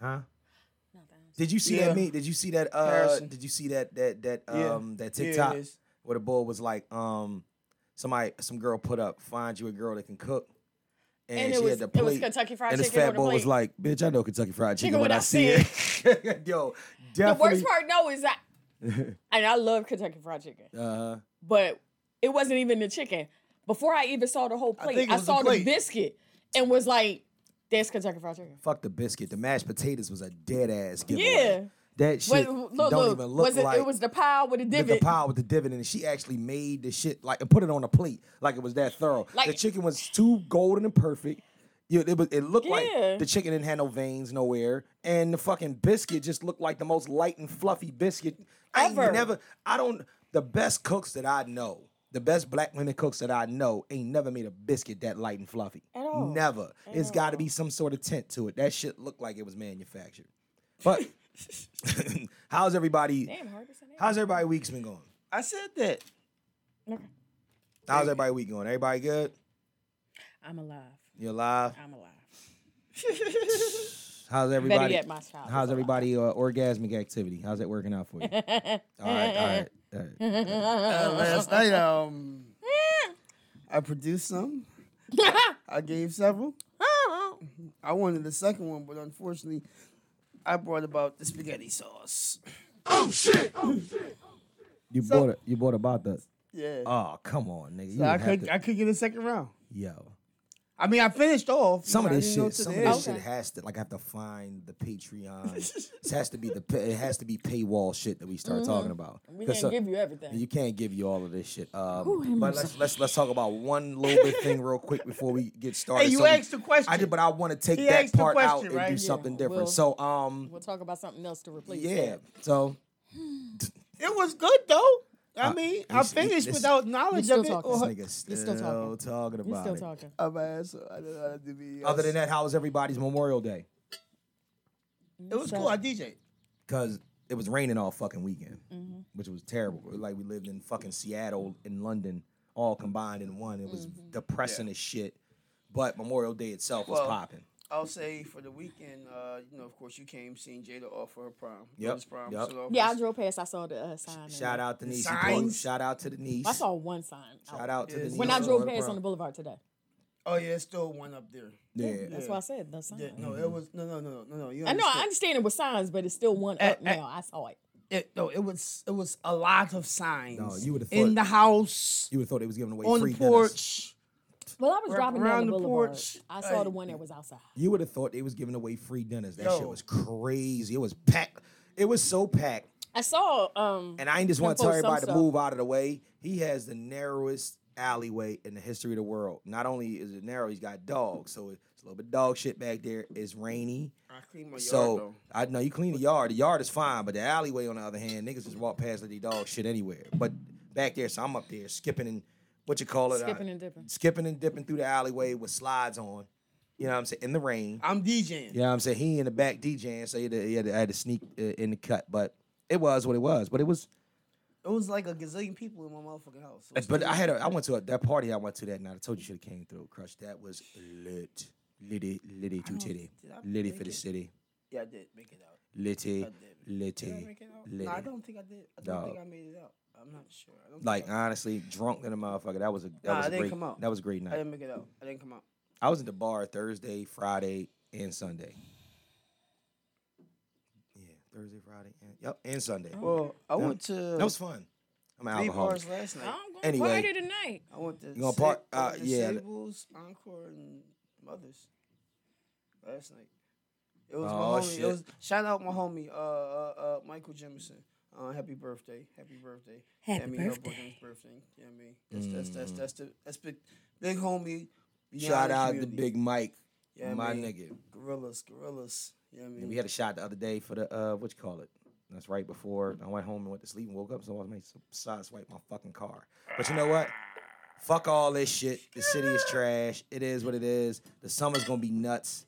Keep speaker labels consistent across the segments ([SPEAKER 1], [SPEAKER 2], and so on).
[SPEAKER 1] Huh?
[SPEAKER 2] Nothing.
[SPEAKER 1] Did you see
[SPEAKER 3] Yeah.
[SPEAKER 1] that me? Did you see that uh
[SPEAKER 3] Harrison.
[SPEAKER 1] did you see that that that
[SPEAKER 3] Yeah.
[SPEAKER 1] um that
[SPEAKER 3] Here it
[SPEAKER 1] TikTok
[SPEAKER 3] is.
[SPEAKER 1] where the boy was like um somebody some girl put up find you a girl that can cook and,
[SPEAKER 2] And it
[SPEAKER 1] she
[SPEAKER 2] was-
[SPEAKER 1] had the
[SPEAKER 2] it was
[SPEAKER 1] plate
[SPEAKER 2] Kentucky Fried
[SPEAKER 1] and this
[SPEAKER 2] chicken
[SPEAKER 1] fat
[SPEAKER 2] on the
[SPEAKER 1] boy was
[SPEAKER 2] plate.
[SPEAKER 1] like bitch I know Kentucky Fried chicken,
[SPEAKER 2] Chicken
[SPEAKER 1] when
[SPEAKER 2] when
[SPEAKER 1] I
[SPEAKER 2] I
[SPEAKER 1] see it yo
[SPEAKER 2] The
[SPEAKER 1] definitely
[SPEAKER 2] worst part though is that, and I love Kentucky Fried Chicken,
[SPEAKER 1] uh
[SPEAKER 2] but it wasn't even the chicken. Before I even saw the whole plate,
[SPEAKER 3] think it
[SPEAKER 2] I,
[SPEAKER 3] was the
[SPEAKER 2] saw the,
[SPEAKER 3] plate.
[SPEAKER 2] biscuit and was like, "That's Kentucky Fried Chicken."
[SPEAKER 1] fuck the biscuit the mashed potatoes was a dead ass giveaway
[SPEAKER 2] Yeah.
[SPEAKER 1] that shit
[SPEAKER 2] Wait, look,
[SPEAKER 1] don't
[SPEAKER 2] look,
[SPEAKER 1] even look
[SPEAKER 2] was it,
[SPEAKER 1] like
[SPEAKER 2] it was the pile with the
[SPEAKER 1] the-
[SPEAKER 2] divot.
[SPEAKER 1] the pile with the dividend, and she actually made the shit like and put it on a plate like it was that thorough. the
[SPEAKER 2] Like-
[SPEAKER 1] chicken was too golden and perfect. You, it, was, it looked
[SPEAKER 2] Yeah.
[SPEAKER 1] like the chicken didn't have no veins nowhere, and the fucking biscuit just looked like the most light and fluffy biscuit I ain't
[SPEAKER 2] Ever.
[SPEAKER 1] never. I don't. The best cooks that I know, the best black women cooks that I know, ain't never made a biscuit that light and fluffy.
[SPEAKER 2] At all.
[SPEAKER 1] Never. it's got to be some sort of tint to it. That shit looked like it was manufactured. But how's everybody?
[SPEAKER 2] Damn, hard to say that.
[SPEAKER 1] How's everybody week's been going?
[SPEAKER 3] I said that.
[SPEAKER 1] How's everybody week going? Everybody good?
[SPEAKER 2] I'm alive.
[SPEAKER 1] You alive?
[SPEAKER 2] I'm alive.
[SPEAKER 1] How's
[SPEAKER 2] Better
[SPEAKER 1] everybody?
[SPEAKER 2] yet, my child.
[SPEAKER 1] How's
[SPEAKER 2] is alive.
[SPEAKER 1] everybody uh, orgasmic activity? How's that working out for you? all right, all right, all right.
[SPEAKER 3] Uh,
[SPEAKER 2] Uh-uh.
[SPEAKER 3] last night, um, I produced some. I gave several.
[SPEAKER 1] Uh-huh.
[SPEAKER 3] I wanted the second one, but unfortunately, I brought about the spaghetti sauce.
[SPEAKER 1] Oh, You bought it. You bought about the.
[SPEAKER 3] Yeah,
[SPEAKER 1] Oh come on, nigga. You
[SPEAKER 3] So I
[SPEAKER 1] would have
[SPEAKER 3] could
[SPEAKER 1] to-
[SPEAKER 3] I could get a second round.
[SPEAKER 1] yo.
[SPEAKER 3] I mean, I finished off.
[SPEAKER 1] Some of
[SPEAKER 3] I
[SPEAKER 1] this
[SPEAKER 3] didn't know
[SPEAKER 1] shit,
[SPEAKER 3] till
[SPEAKER 1] some of
[SPEAKER 3] the
[SPEAKER 1] this
[SPEAKER 3] end.
[SPEAKER 1] shit has to like I have to find the Patreon. it has to be the pa- it has to be paywall shit that we start talking about.
[SPEAKER 2] We
[SPEAKER 1] 'Cause
[SPEAKER 2] can't
[SPEAKER 1] so-
[SPEAKER 2] give you everything.
[SPEAKER 1] You can't give you all of this shit. Um, but let's let's let's talk about one little bit thing real quick before we get started.
[SPEAKER 3] Hey, you
[SPEAKER 1] we-
[SPEAKER 3] asked the question.
[SPEAKER 1] I did, but I want to take
[SPEAKER 3] He
[SPEAKER 1] that
[SPEAKER 3] asked the
[SPEAKER 1] part out
[SPEAKER 3] question,
[SPEAKER 1] and
[SPEAKER 3] right?
[SPEAKER 1] do
[SPEAKER 3] Yeah,
[SPEAKER 1] something different.
[SPEAKER 2] well-
[SPEAKER 1] so um,
[SPEAKER 2] We'll talk about something else to replace.
[SPEAKER 1] yeah.
[SPEAKER 2] that.
[SPEAKER 1] So
[SPEAKER 3] It was good though. I mean, I
[SPEAKER 1] Uh, it's-
[SPEAKER 3] finished
[SPEAKER 1] it's-
[SPEAKER 3] without
[SPEAKER 2] we
[SPEAKER 3] knowledge
[SPEAKER 2] still
[SPEAKER 3] of it.
[SPEAKER 2] talking.
[SPEAKER 3] or-
[SPEAKER 1] this
[SPEAKER 2] Well,
[SPEAKER 1] nigga still,
[SPEAKER 2] you're still talking.
[SPEAKER 1] talking about
[SPEAKER 2] we still
[SPEAKER 1] it.
[SPEAKER 2] talking.
[SPEAKER 3] I'm an asshole. I don't know how to uh, be.
[SPEAKER 1] Other than that, how was everybody's Memorial Day?
[SPEAKER 3] it was cool. I DJed.
[SPEAKER 1] Because it was raining all fucking weekend,
[SPEAKER 2] Mm-hmm.
[SPEAKER 1] which was terrible. Like we lived in fucking Seattle and London all combined in one. It
[SPEAKER 2] Mm-hmm.
[SPEAKER 1] was depressing as shit. But Memorial Day itself was
[SPEAKER 3] Well,
[SPEAKER 1] popping.
[SPEAKER 3] I'll say for the weekend, uh, you know, of course, you came seeing Jada off for her prom.
[SPEAKER 1] Yep,
[SPEAKER 3] Rose prom.
[SPEAKER 1] yep.
[SPEAKER 3] so
[SPEAKER 2] Yeah, I
[SPEAKER 3] was-
[SPEAKER 2] drove past. I saw the uh, sign. and-
[SPEAKER 1] Shout out to niece.
[SPEAKER 3] signs.
[SPEAKER 1] Shout out to the niece.
[SPEAKER 2] I saw one sign.
[SPEAKER 1] Shout out to the
[SPEAKER 3] Yes.
[SPEAKER 1] niece.
[SPEAKER 2] When I drove
[SPEAKER 1] Lord
[SPEAKER 2] past
[SPEAKER 1] Brown.
[SPEAKER 2] on the boulevard today.
[SPEAKER 3] Oh yeah, it's still one up there.
[SPEAKER 1] yeah.
[SPEAKER 2] That's why I said the sign.
[SPEAKER 3] Yeah, no, it was no, no, no, no, no.
[SPEAKER 2] I
[SPEAKER 3] You
[SPEAKER 2] know. I
[SPEAKER 3] understand.
[SPEAKER 2] understand it was signs, but it's still one up
[SPEAKER 3] eh.
[SPEAKER 2] now. I saw it.
[SPEAKER 3] It, no, it was it was a lot of signs.
[SPEAKER 1] No, you would've
[SPEAKER 3] in
[SPEAKER 1] thought-
[SPEAKER 3] the house,
[SPEAKER 1] You would have thought they was giving away
[SPEAKER 3] on
[SPEAKER 1] free
[SPEAKER 3] the
[SPEAKER 1] dinners.
[SPEAKER 3] porch.
[SPEAKER 2] Well, I was driving down
[SPEAKER 3] around
[SPEAKER 2] the
[SPEAKER 3] the
[SPEAKER 2] boulevard.
[SPEAKER 3] porch.
[SPEAKER 2] I saw
[SPEAKER 3] Hey.
[SPEAKER 2] the one that was outside.
[SPEAKER 1] You would have thought they was giving away free dinners. That shit
[SPEAKER 3] Yo.
[SPEAKER 1] was crazy. It was packed. It was so packed.
[SPEAKER 2] I saw. Um,
[SPEAKER 1] And I ain't just want to
[SPEAKER 2] Some
[SPEAKER 1] tell
[SPEAKER 2] folks, some
[SPEAKER 1] everybody to
[SPEAKER 2] stuff.
[SPEAKER 1] move out of the way. He has the narrowest alleyway in the history of the world. Not only is it narrow, he's got dogs. So it's a little bit of dog shit back there. It's rainy.
[SPEAKER 3] I cleaned my yard
[SPEAKER 1] So
[SPEAKER 3] though.
[SPEAKER 1] I know you clean the yard. The yard is fine, but the alleyway on the other hand, niggas just walk past like they dog shit anywhere. But back there, so I'm up there skipping and what you call it, uh,
[SPEAKER 2] Skipping and dipping.
[SPEAKER 1] skipping and dipping through the alleyway with slides on. You know what I'm saying? In the rain.
[SPEAKER 3] I'm DJing.
[SPEAKER 1] You know what I'm saying? He in the back DJing, so he had to, he had to, I had to sneak uh, in the cut. But it was what it was. But it was.
[SPEAKER 3] It was like a gazillion people in my motherfucking house. It was
[SPEAKER 1] But I had a, I went to a, that party I went to that night. I told you should have came through, crush. That was lit, litty, litty to titty,
[SPEAKER 3] I
[SPEAKER 1] litty for
[SPEAKER 3] make
[SPEAKER 1] the
[SPEAKER 3] it?
[SPEAKER 1] city,
[SPEAKER 3] Yeah, I did make it out.
[SPEAKER 1] litty,
[SPEAKER 3] did. Did I
[SPEAKER 1] litty,
[SPEAKER 3] make it out? No, I
[SPEAKER 1] litty.
[SPEAKER 3] don't think I did. I don't think
[SPEAKER 1] Dog.
[SPEAKER 3] I made it out. I'm not sure. I don't think
[SPEAKER 1] Like
[SPEAKER 3] I,
[SPEAKER 1] honestly, drunk than a motherfucker. That was a that
[SPEAKER 3] Nah,
[SPEAKER 1] was
[SPEAKER 3] I
[SPEAKER 1] a
[SPEAKER 3] didn't
[SPEAKER 1] great
[SPEAKER 3] come out.
[SPEAKER 1] that was a great
[SPEAKER 3] I
[SPEAKER 1] night.
[SPEAKER 3] didn't make it out. I didn't come out.
[SPEAKER 1] I was at the bar Thursday, Friday, and Sunday. Yeah, Thursday, Friday, and yep, and Sunday.
[SPEAKER 3] Well, I went to
[SPEAKER 1] That was fun. I'm an
[SPEAKER 3] Oh, three
[SPEAKER 1] alcoholic.
[SPEAKER 3] bars last night.
[SPEAKER 2] I'm going
[SPEAKER 1] Anyway.
[SPEAKER 2] party tonight.
[SPEAKER 3] I went to you
[SPEAKER 1] gonna part- uh, yeah.
[SPEAKER 3] Sables, Encore, and Mothers last night. It was
[SPEAKER 1] Oh,
[SPEAKER 3] my homie.
[SPEAKER 1] shit.
[SPEAKER 3] It was shout out my homie, uh, uh, uh, Michael Jemison. Uh, happy birthday! Happy birthday!
[SPEAKER 2] Happy
[SPEAKER 3] That mean her
[SPEAKER 2] birthday.
[SPEAKER 3] brother's birthday. You know what I mean? That's that's that's that's the that's big, big homie. beyond
[SPEAKER 1] Mm. Shout
[SPEAKER 3] the
[SPEAKER 1] out
[SPEAKER 3] community.
[SPEAKER 1] to Big Mike,
[SPEAKER 3] Yeah,
[SPEAKER 1] my
[SPEAKER 3] man.
[SPEAKER 1] nigga.
[SPEAKER 3] gorillas, gorillas. You know what I mean?
[SPEAKER 1] And we had a shot the other day for the uh, what you call it? That's right before I went home and went to sleep and woke up. So I made some side swipe my fucking car. But you know what? Fuck all this shit. The city is trash. It is what it is. The summer's gonna be nuts.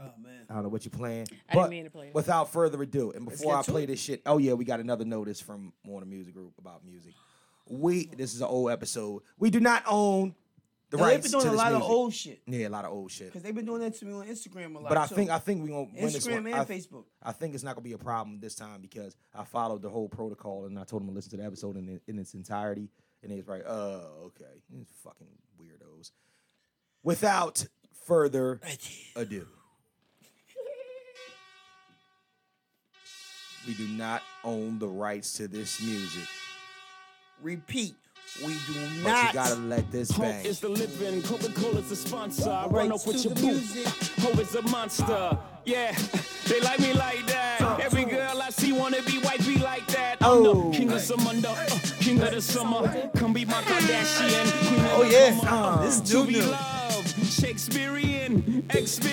[SPEAKER 3] oh man.
[SPEAKER 1] I don't know what you're playing.
[SPEAKER 2] I didn't mean to play it.
[SPEAKER 1] Without further ado, and before I
[SPEAKER 3] get to
[SPEAKER 1] play
[SPEAKER 3] it.
[SPEAKER 1] this shit, oh yeah, we got another notice from Warner Music Group about music. We this is an old episode. We do not own the
[SPEAKER 3] Now, They've
[SPEAKER 1] rights
[SPEAKER 3] been
[SPEAKER 1] to this
[SPEAKER 3] doing a lot of
[SPEAKER 1] music.
[SPEAKER 3] old shit
[SPEAKER 1] yeah, a lot of old shit.
[SPEAKER 3] because they've been doing that to me on Instagram a lot.
[SPEAKER 1] But I
[SPEAKER 3] too.
[SPEAKER 1] think I think we gonna win this
[SPEAKER 3] Instagram
[SPEAKER 1] one.
[SPEAKER 3] and
[SPEAKER 1] I,
[SPEAKER 3] Facebook.
[SPEAKER 1] I think it's not gonna be a problem this time because I followed the whole protocol and I told him to listen to the episode in, it- in its entirety, and he was like, "Oh, okay, You fucking weirdos." Without further ado, we do not own the rights to this music,
[SPEAKER 3] Repeat, we do
[SPEAKER 1] but
[SPEAKER 3] not.
[SPEAKER 1] you gotta let this
[SPEAKER 4] Coke
[SPEAKER 1] bang.
[SPEAKER 4] is the living, Coca Cola's the sponsor. I
[SPEAKER 3] Rights
[SPEAKER 4] run up with
[SPEAKER 3] to
[SPEAKER 4] your
[SPEAKER 3] the
[SPEAKER 4] boo.
[SPEAKER 3] music.
[SPEAKER 4] Ho is a monster. Yeah, they like me like that. Every girl I see wanna be white, be like that. I'm
[SPEAKER 1] Oh.
[SPEAKER 4] the king of Samunda, uh, king of the summer. Come be my Kardashian, queen of
[SPEAKER 3] Oh
[SPEAKER 4] the
[SPEAKER 3] yeah,
[SPEAKER 4] summer.
[SPEAKER 1] uh,
[SPEAKER 3] this
[SPEAKER 4] To
[SPEAKER 3] dude
[SPEAKER 4] be
[SPEAKER 3] knew.
[SPEAKER 4] loved, Shakespearean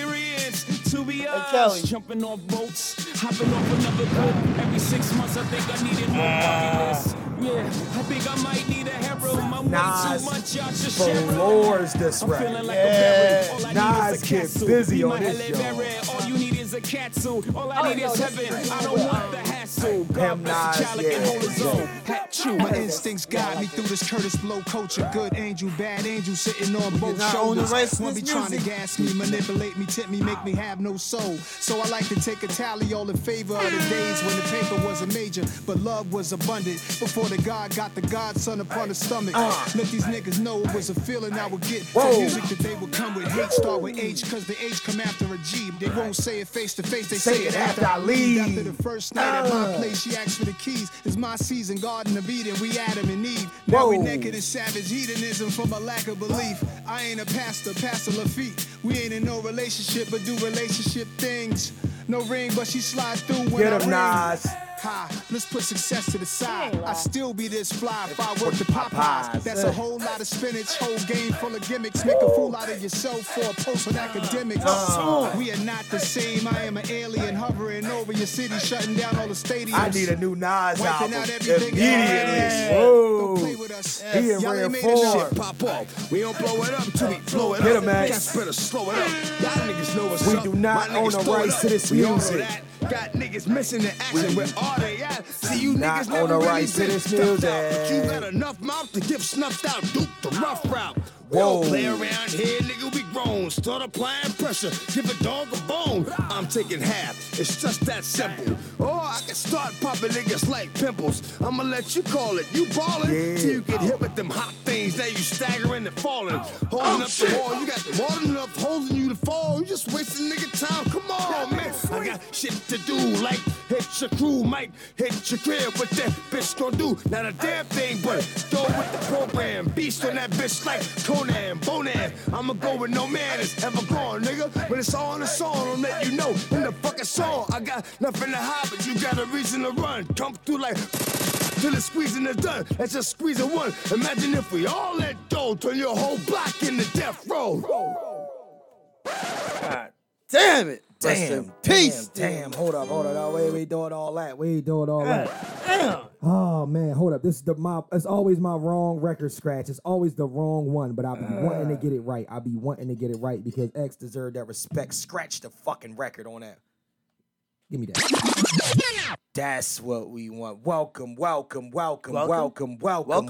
[SPEAKER 4] experience. To be us,
[SPEAKER 3] Kelly.
[SPEAKER 4] jumping off boats, hopping off another boat. Every six months, I think I needed more
[SPEAKER 3] Ah.
[SPEAKER 4] bucket list. Yeah, I think I might need a hero. My way
[SPEAKER 1] Nas
[SPEAKER 4] too much, y'all just
[SPEAKER 1] Floors this
[SPEAKER 4] I'm
[SPEAKER 1] record.
[SPEAKER 4] feeling like
[SPEAKER 3] Yeah.
[SPEAKER 4] a berry. All I
[SPEAKER 1] Nas
[SPEAKER 4] need is a
[SPEAKER 1] gets
[SPEAKER 4] castle.
[SPEAKER 1] busy
[SPEAKER 4] Be
[SPEAKER 1] on
[SPEAKER 4] my
[SPEAKER 1] this,
[SPEAKER 4] Halle
[SPEAKER 1] y'all.
[SPEAKER 4] Berry. All you need is a catsuit. All I need
[SPEAKER 2] Oh, no,
[SPEAKER 4] is
[SPEAKER 2] this
[SPEAKER 4] heaven.
[SPEAKER 2] is
[SPEAKER 4] I
[SPEAKER 2] real.
[SPEAKER 4] don't want the
[SPEAKER 1] Pam
[SPEAKER 4] hassle. God bless the
[SPEAKER 1] Nas,
[SPEAKER 4] child that can
[SPEAKER 1] yeah,
[SPEAKER 4] hold his
[SPEAKER 1] yeah.
[SPEAKER 4] own. Hat you.
[SPEAKER 5] My instincts guide me through this Curtis Blow culture. Good angel, bad angel, sitting on both
[SPEAKER 3] not own the
[SPEAKER 5] shoulders.
[SPEAKER 3] rights to
[SPEAKER 5] One be
[SPEAKER 3] this
[SPEAKER 5] trying to
[SPEAKER 3] music.
[SPEAKER 5] gas me, manipulate me, tip me, make me have no soul. So I like to take a tally all in favor of the days when the paper was a major, but love was abundant. Before the God got the Godson upon the stomach. Let these niggas know it was a feeling I would get.
[SPEAKER 1] Whoa.
[SPEAKER 5] The music that they would come with hate start with H, cause the H come after a G. They won't say it face to face, they say, it after I leave. After the first night at my place, she asked for the keys. It's my season, Garden of Eden. We Adam and Eve. Now we
[SPEAKER 1] Whoa.
[SPEAKER 5] naked in savage hedonism from a lack of belief. I ain't a pastor, Pastor Lafitte. We ain't in no relationship, but do relationship things. No ring, but she slide through when
[SPEAKER 1] Get
[SPEAKER 5] I
[SPEAKER 1] him,
[SPEAKER 5] ring.
[SPEAKER 1] Nas.
[SPEAKER 5] Ha, let's put success to the side.
[SPEAKER 2] ain't lying.
[SPEAKER 5] I still be this fly if I work the
[SPEAKER 1] Popeyes,
[SPEAKER 5] Popeyes. That's a
[SPEAKER 1] eh.
[SPEAKER 5] whole lot of spinach, whole game full of gimmicks. Make a fool out of yourself for a post on academics.
[SPEAKER 1] Uh.
[SPEAKER 5] We are not the same. I am an alien hovering over your city, shutting down all the stadiums.
[SPEAKER 1] I need a new Nas
[SPEAKER 5] Wiping
[SPEAKER 1] album
[SPEAKER 5] out
[SPEAKER 1] immediately.
[SPEAKER 5] everything. Yeah. Don't play
[SPEAKER 1] Whoa.
[SPEAKER 5] with us.
[SPEAKER 1] He in
[SPEAKER 5] Y'all
[SPEAKER 1] rare
[SPEAKER 5] ain't made this
[SPEAKER 1] form.
[SPEAKER 5] shit
[SPEAKER 6] pop off. We don't blow it up till we blow it
[SPEAKER 1] Get
[SPEAKER 6] up.
[SPEAKER 1] him, Max.
[SPEAKER 6] Cats better slow it up. Y'all niggas know what's
[SPEAKER 1] We
[SPEAKER 6] up.
[SPEAKER 1] do not
[SPEAKER 6] My niggas
[SPEAKER 1] own the
[SPEAKER 6] throw it
[SPEAKER 1] rights
[SPEAKER 6] up.
[SPEAKER 1] to this
[SPEAKER 6] We all know
[SPEAKER 1] music.
[SPEAKER 6] that. Got niggas missing the action. Where are they at? See, you
[SPEAKER 1] not
[SPEAKER 6] niggas
[SPEAKER 1] own
[SPEAKER 6] never
[SPEAKER 1] the
[SPEAKER 6] really
[SPEAKER 1] rights to
[SPEAKER 6] been
[SPEAKER 1] this
[SPEAKER 6] stuffed out, but you
[SPEAKER 1] music.
[SPEAKER 6] got enough mouth to give snuffed out. Duke the rough route. We don't
[SPEAKER 1] Whoa.
[SPEAKER 6] play around here, nigga. We grown. Start applying pressure. Give a dog a bone. I'm taking half. It's just that simple. Oh, I can start popping niggas like pimples. I'ma let you call it. You ballin'
[SPEAKER 1] Yeah.
[SPEAKER 6] till you get hit with them hot things. Now you staggering and falling. Holding up the wall. You got more than enough holding you to fall. You just wasting nigga time. Come on, man. I got shit to do. Like hit your crew, might hit your crib. What that bitch gonna do? Not a damn thing, but go with the program. Beast on that bitch like Conan, Bonan. I'ma go with no man is ever gone, nigga. When it's all in the song, I'll let you know. In the fucking song, I got nothing to hide, but you got a reason to run. Come through like till the squeezing is done. That's just squeezing one. Imagine if we all let go, turn your whole block into death row.
[SPEAKER 3] Damn it! Rest in
[SPEAKER 1] Damn,
[SPEAKER 3] peace.
[SPEAKER 1] damn, damn. Hold up, hold up. No, wait, we ain't doing all that. We ain't doing all that.
[SPEAKER 3] Damn.
[SPEAKER 1] Oh man, hold up. This is the my it's always my wrong record scratch. It's always the wrong one, but I be wanting to get it right. I be wanting to get it right because X deserved that respect. Scratch the fucking record on that. Give me that. That's what we want. Welcome, welcome, welcome, welcome, welcome, welcome,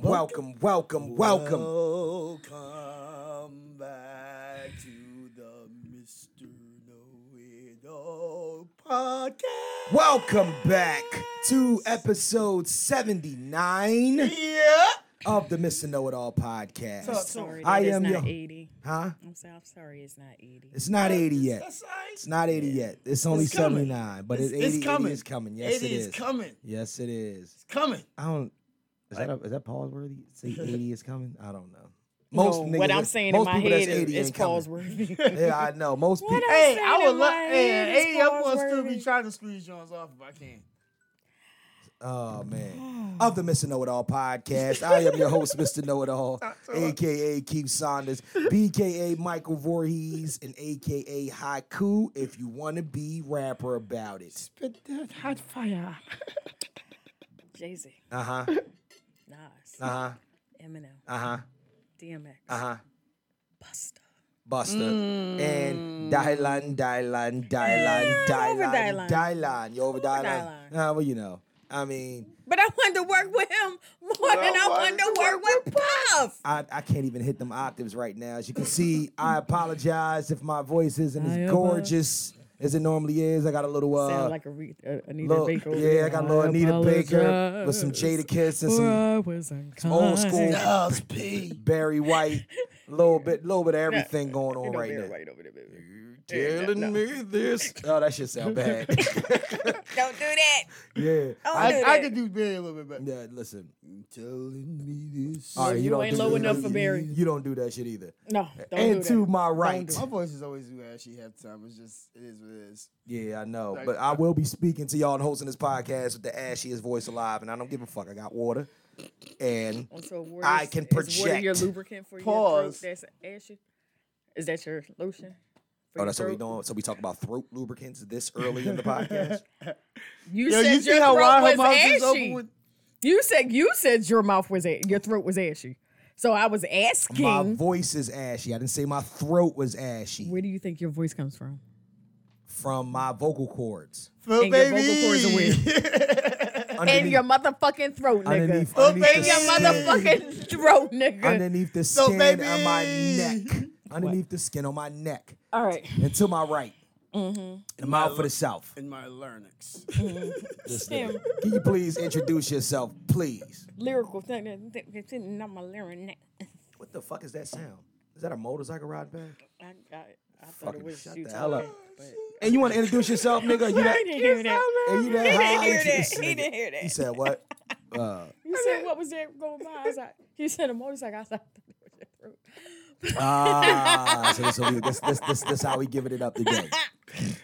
[SPEAKER 1] welcome, welcome, welcome, welcome.
[SPEAKER 3] Welcome back to the Mr. Know It All podcast.
[SPEAKER 1] Welcome back to episode 79
[SPEAKER 3] Yeah.
[SPEAKER 1] of the Mr. Know It All podcast.
[SPEAKER 2] Sorry,
[SPEAKER 1] I
[SPEAKER 2] that it's
[SPEAKER 1] am
[SPEAKER 2] not
[SPEAKER 1] your-
[SPEAKER 2] 80.
[SPEAKER 1] Huh?
[SPEAKER 2] I'm sorry, I'm sorry it's not 80.
[SPEAKER 1] It's not 80 yet.
[SPEAKER 3] That's all
[SPEAKER 1] It's
[SPEAKER 3] right.
[SPEAKER 1] not 80 yet. It's only
[SPEAKER 3] It's coming.
[SPEAKER 1] 79, but it's, 80, 80 is coming. Yes, it is.
[SPEAKER 3] is coming.
[SPEAKER 1] Yes, it is.
[SPEAKER 3] It's coming.
[SPEAKER 1] I don't. Is that a, is that pause worthy? Say 80 is coming. I don't know. Most
[SPEAKER 2] no,
[SPEAKER 1] niggas
[SPEAKER 2] what
[SPEAKER 1] that-
[SPEAKER 2] I'm saying in
[SPEAKER 1] most
[SPEAKER 2] my
[SPEAKER 1] people that's
[SPEAKER 2] head is,
[SPEAKER 1] 80
[SPEAKER 2] is
[SPEAKER 1] ain't coming.
[SPEAKER 2] Paul's worthy.
[SPEAKER 1] Yeah, I know. Most people.
[SPEAKER 2] What
[SPEAKER 3] Hey,
[SPEAKER 2] saying
[SPEAKER 3] I
[SPEAKER 2] in
[SPEAKER 3] would love.
[SPEAKER 2] my head
[SPEAKER 3] Hey,
[SPEAKER 2] is
[SPEAKER 3] hey, I'm gonna still
[SPEAKER 2] Farnsworthy.
[SPEAKER 3] be trying to squeeze Jones off if I can.
[SPEAKER 1] Oh man. Of the Mr. Know It All podcast. I am your host, Mr. Know It All, aka Keith Saunders, BKA Michael Voorhees, and aka Haiku, if you want to be rapper about it.
[SPEAKER 3] Spit that hot fire.
[SPEAKER 2] Jay Z,
[SPEAKER 1] Uh-huh.
[SPEAKER 2] Nas,
[SPEAKER 1] Uh-huh.
[SPEAKER 2] Eminem,
[SPEAKER 1] Uh-huh.
[SPEAKER 2] DMX,
[SPEAKER 1] Uh-huh.
[SPEAKER 2] Busta.
[SPEAKER 1] Buster and Dylan, Dylan, Dylan,
[SPEAKER 2] I'm Mm. over
[SPEAKER 1] Dylan,
[SPEAKER 2] Dylan.
[SPEAKER 1] Dylan. You over
[SPEAKER 2] I'm over
[SPEAKER 1] Dylan?
[SPEAKER 2] Dylan.
[SPEAKER 1] Nah, well, you know. I mean,
[SPEAKER 2] But I wanted to work with him more than I wanted to work with Puff.
[SPEAKER 1] I, I can't even hit them octaves right now. As you can see, I apologize if my voice isn't
[SPEAKER 2] I
[SPEAKER 1] as
[SPEAKER 2] apologize.
[SPEAKER 1] gorgeous as it normally is. I got a little uh,
[SPEAKER 2] Sound like a re- uh, Anita
[SPEAKER 1] little,
[SPEAKER 2] Baker. over
[SPEAKER 1] yeah,
[SPEAKER 2] here.
[SPEAKER 1] I got a little Anita Baker with some Jada Kiss and some old school Barry White. A little bit, little bit of everything going on right now.
[SPEAKER 2] Right over there, baby.
[SPEAKER 1] Telling me this? Oh, that shit sound bad.
[SPEAKER 2] Don't do that.
[SPEAKER 1] yeah.
[SPEAKER 2] Don't do
[SPEAKER 3] I,
[SPEAKER 2] that.
[SPEAKER 3] I could do Barry a little bit better.
[SPEAKER 1] Yeah, listen.
[SPEAKER 3] Telling me this.
[SPEAKER 1] All right, you,
[SPEAKER 2] you
[SPEAKER 1] don't
[SPEAKER 2] ain't
[SPEAKER 1] do
[SPEAKER 2] low
[SPEAKER 1] that.
[SPEAKER 2] enough for Barry.
[SPEAKER 1] You don't do that shit either.
[SPEAKER 2] No, don't
[SPEAKER 1] and
[SPEAKER 2] do
[SPEAKER 1] to
[SPEAKER 2] that.
[SPEAKER 1] my right.
[SPEAKER 3] My voice is always do ashy half the time. It's just it is what it is.
[SPEAKER 1] Yeah, I know.
[SPEAKER 3] Like-
[SPEAKER 1] But I will be speaking to y'all and hosting this podcast with the ashiest voice alive, and I don't give a fuck. I got water. And
[SPEAKER 2] So water
[SPEAKER 1] I
[SPEAKER 2] is-
[SPEAKER 1] can
[SPEAKER 2] is Water your
[SPEAKER 1] project.
[SPEAKER 2] lubricant for
[SPEAKER 3] Pause.
[SPEAKER 2] your throat. That's ashy. Is that your lotion? for
[SPEAKER 1] oh,
[SPEAKER 2] your
[SPEAKER 1] that's what we
[SPEAKER 2] throat?
[SPEAKER 1] doing. So we talk about throat lubricants this early in the podcast.
[SPEAKER 2] You
[SPEAKER 3] Yo,
[SPEAKER 2] said
[SPEAKER 3] you see
[SPEAKER 2] your
[SPEAKER 3] how
[SPEAKER 2] throat
[SPEAKER 3] wide her
[SPEAKER 2] was
[SPEAKER 3] mouth
[SPEAKER 2] ashy.
[SPEAKER 3] is open with
[SPEAKER 2] You said you said your mouth was a- your throat was ashy. So I was asking,
[SPEAKER 1] my voice is ashy. I didn't say my throat was ashy
[SPEAKER 2] where do you think your voice comes from?
[SPEAKER 1] from my vocal cords.
[SPEAKER 3] Phil
[SPEAKER 2] And your vocal cords are
[SPEAKER 3] baby.
[SPEAKER 2] weird. In
[SPEAKER 1] Underneath,
[SPEAKER 2] your motherfucking throat, nigga.
[SPEAKER 1] underneath,
[SPEAKER 3] Oh,
[SPEAKER 1] underneath
[SPEAKER 2] In
[SPEAKER 1] the
[SPEAKER 2] your
[SPEAKER 1] skin,
[SPEAKER 2] motherfucking throat, nigga.
[SPEAKER 1] underneath the skin on my
[SPEAKER 3] baby.
[SPEAKER 1] neck. Underneath the skin on my neck.
[SPEAKER 2] All right.
[SPEAKER 1] And to my right. And a mile for the south.
[SPEAKER 3] In my larynx.
[SPEAKER 1] This
[SPEAKER 2] Damn.
[SPEAKER 1] nigga. Can you please introduce yourself, please?
[SPEAKER 2] Lyrical thing. It's not my larynx.
[SPEAKER 1] What the fuck is that sound? Is that a motorcycle ride back?
[SPEAKER 2] I got it. I thought
[SPEAKER 1] Fucking
[SPEAKER 2] it was
[SPEAKER 1] shut
[SPEAKER 2] you
[SPEAKER 1] the hell up.
[SPEAKER 2] talking, but-
[SPEAKER 1] And you want to introduce yourself, nigga? You
[SPEAKER 2] I
[SPEAKER 1] that,
[SPEAKER 2] didn't hear that.
[SPEAKER 1] and you that
[SPEAKER 2] He didn't
[SPEAKER 1] high?
[SPEAKER 2] hear that.
[SPEAKER 1] This
[SPEAKER 2] He
[SPEAKER 1] nigga-
[SPEAKER 2] didn't hear
[SPEAKER 1] He
[SPEAKER 2] that.
[SPEAKER 1] said what? Uh,
[SPEAKER 2] You said what was that going by? I was like, you said a motorcycle. I was like, throat.
[SPEAKER 1] ah, so this, will be, this, this, this, this how we giving it up today.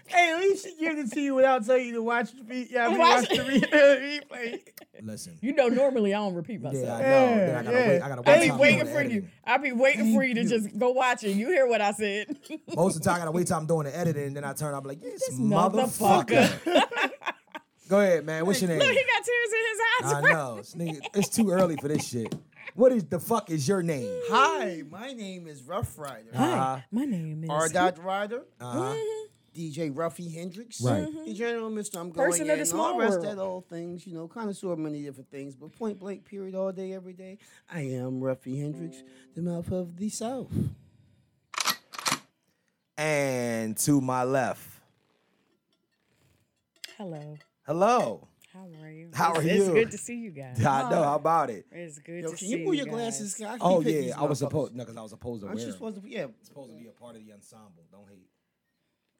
[SPEAKER 3] hey, at least she gives it to you without telling you to watch the beat. Yeah, I mean,
[SPEAKER 2] Watch-
[SPEAKER 3] watch the re- replay.
[SPEAKER 1] Listen.
[SPEAKER 2] You know, normally I don't repeat myself.
[SPEAKER 1] Yeah, I know. Then I gotta wait. I gotta wait.
[SPEAKER 2] I be
[SPEAKER 1] till I'm
[SPEAKER 2] waiting
[SPEAKER 1] doing the
[SPEAKER 2] for you.
[SPEAKER 1] editing.
[SPEAKER 2] I be waiting for you to just go watch it. You hear what I said?
[SPEAKER 1] Most of the time, I gotta wait till I'm doing the editing, and then I turn. I'm like, yes,
[SPEAKER 2] motherfucker.
[SPEAKER 1] motherfucker. Go ahead, man. What's your name?
[SPEAKER 2] Look, he got tears in his eyes.
[SPEAKER 1] I know. This nigga- It's too early for this shit. What is the fuck is your name?
[SPEAKER 3] Hi, my name is Rough Rider.
[SPEAKER 1] Uh-huh.
[SPEAKER 2] My name is
[SPEAKER 3] R. Dot Rider.
[SPEAKER 1] Uh-huh.
[SPEAKER 2] Mm-hmm.
[SPEAKER 3] DJ Ruffy Hendrix.
[SPEAKER 1] Right.
[SPEAKER 3] The General Mister. I'm going
[SPEAKER 2] Person
[SPEAKER 3] in.
[SPEAKER 2] of the small
[SPEAKER 3] all rest
[SPEAKER 2] world.
[SPEAKER 3] that old things, you know, connoisseur of many different things, but point blank, period, all day, every day. I am Ruffy Hendrix, the mouth of the South.
[SPEAKER 1] And to my left.
[SPEAKER 2] Hello.
[SPEAKER 1] Hello.
[SPEAKER 2] How are you?
[SPEAKER 1] How
[SPEAKER 2] It's-
[SPEAKER 1] are
[SPEAKER 2] It's
[SPEAKER 1] you?
[SPEAKER 2] good to see you guys.
[SPEAKER 1] I know. How about it?
[SPEAKER 2] It's good
[SPEAKER 3] Yo,
[SPEAKER 2] to
[SPEAKER 3] can
[SPEAKER 2] see
[SPEAKER 3] you pull your
[SPEAKER 2] guys.
[SPEAKER 3] glasses? 'Cause I can't
[SPEAKER 1] Oh
[SPEAKER 3] fit
[SPEAKER 1] yeah,
[SPEAKER 3] these
[SPEAKER 1] I was
[SPEAKER 3] motherfuckers.
[SPEAKER 1] supposed no, because I was supposed to wear.
[SPEAKER 3] Aren't you
[SPEAKER 1] them.
[SPEAKER 3] supposed to be? Yeah.
[SPEAKER 1] supposed to be a part of the ensemble? Don't hate.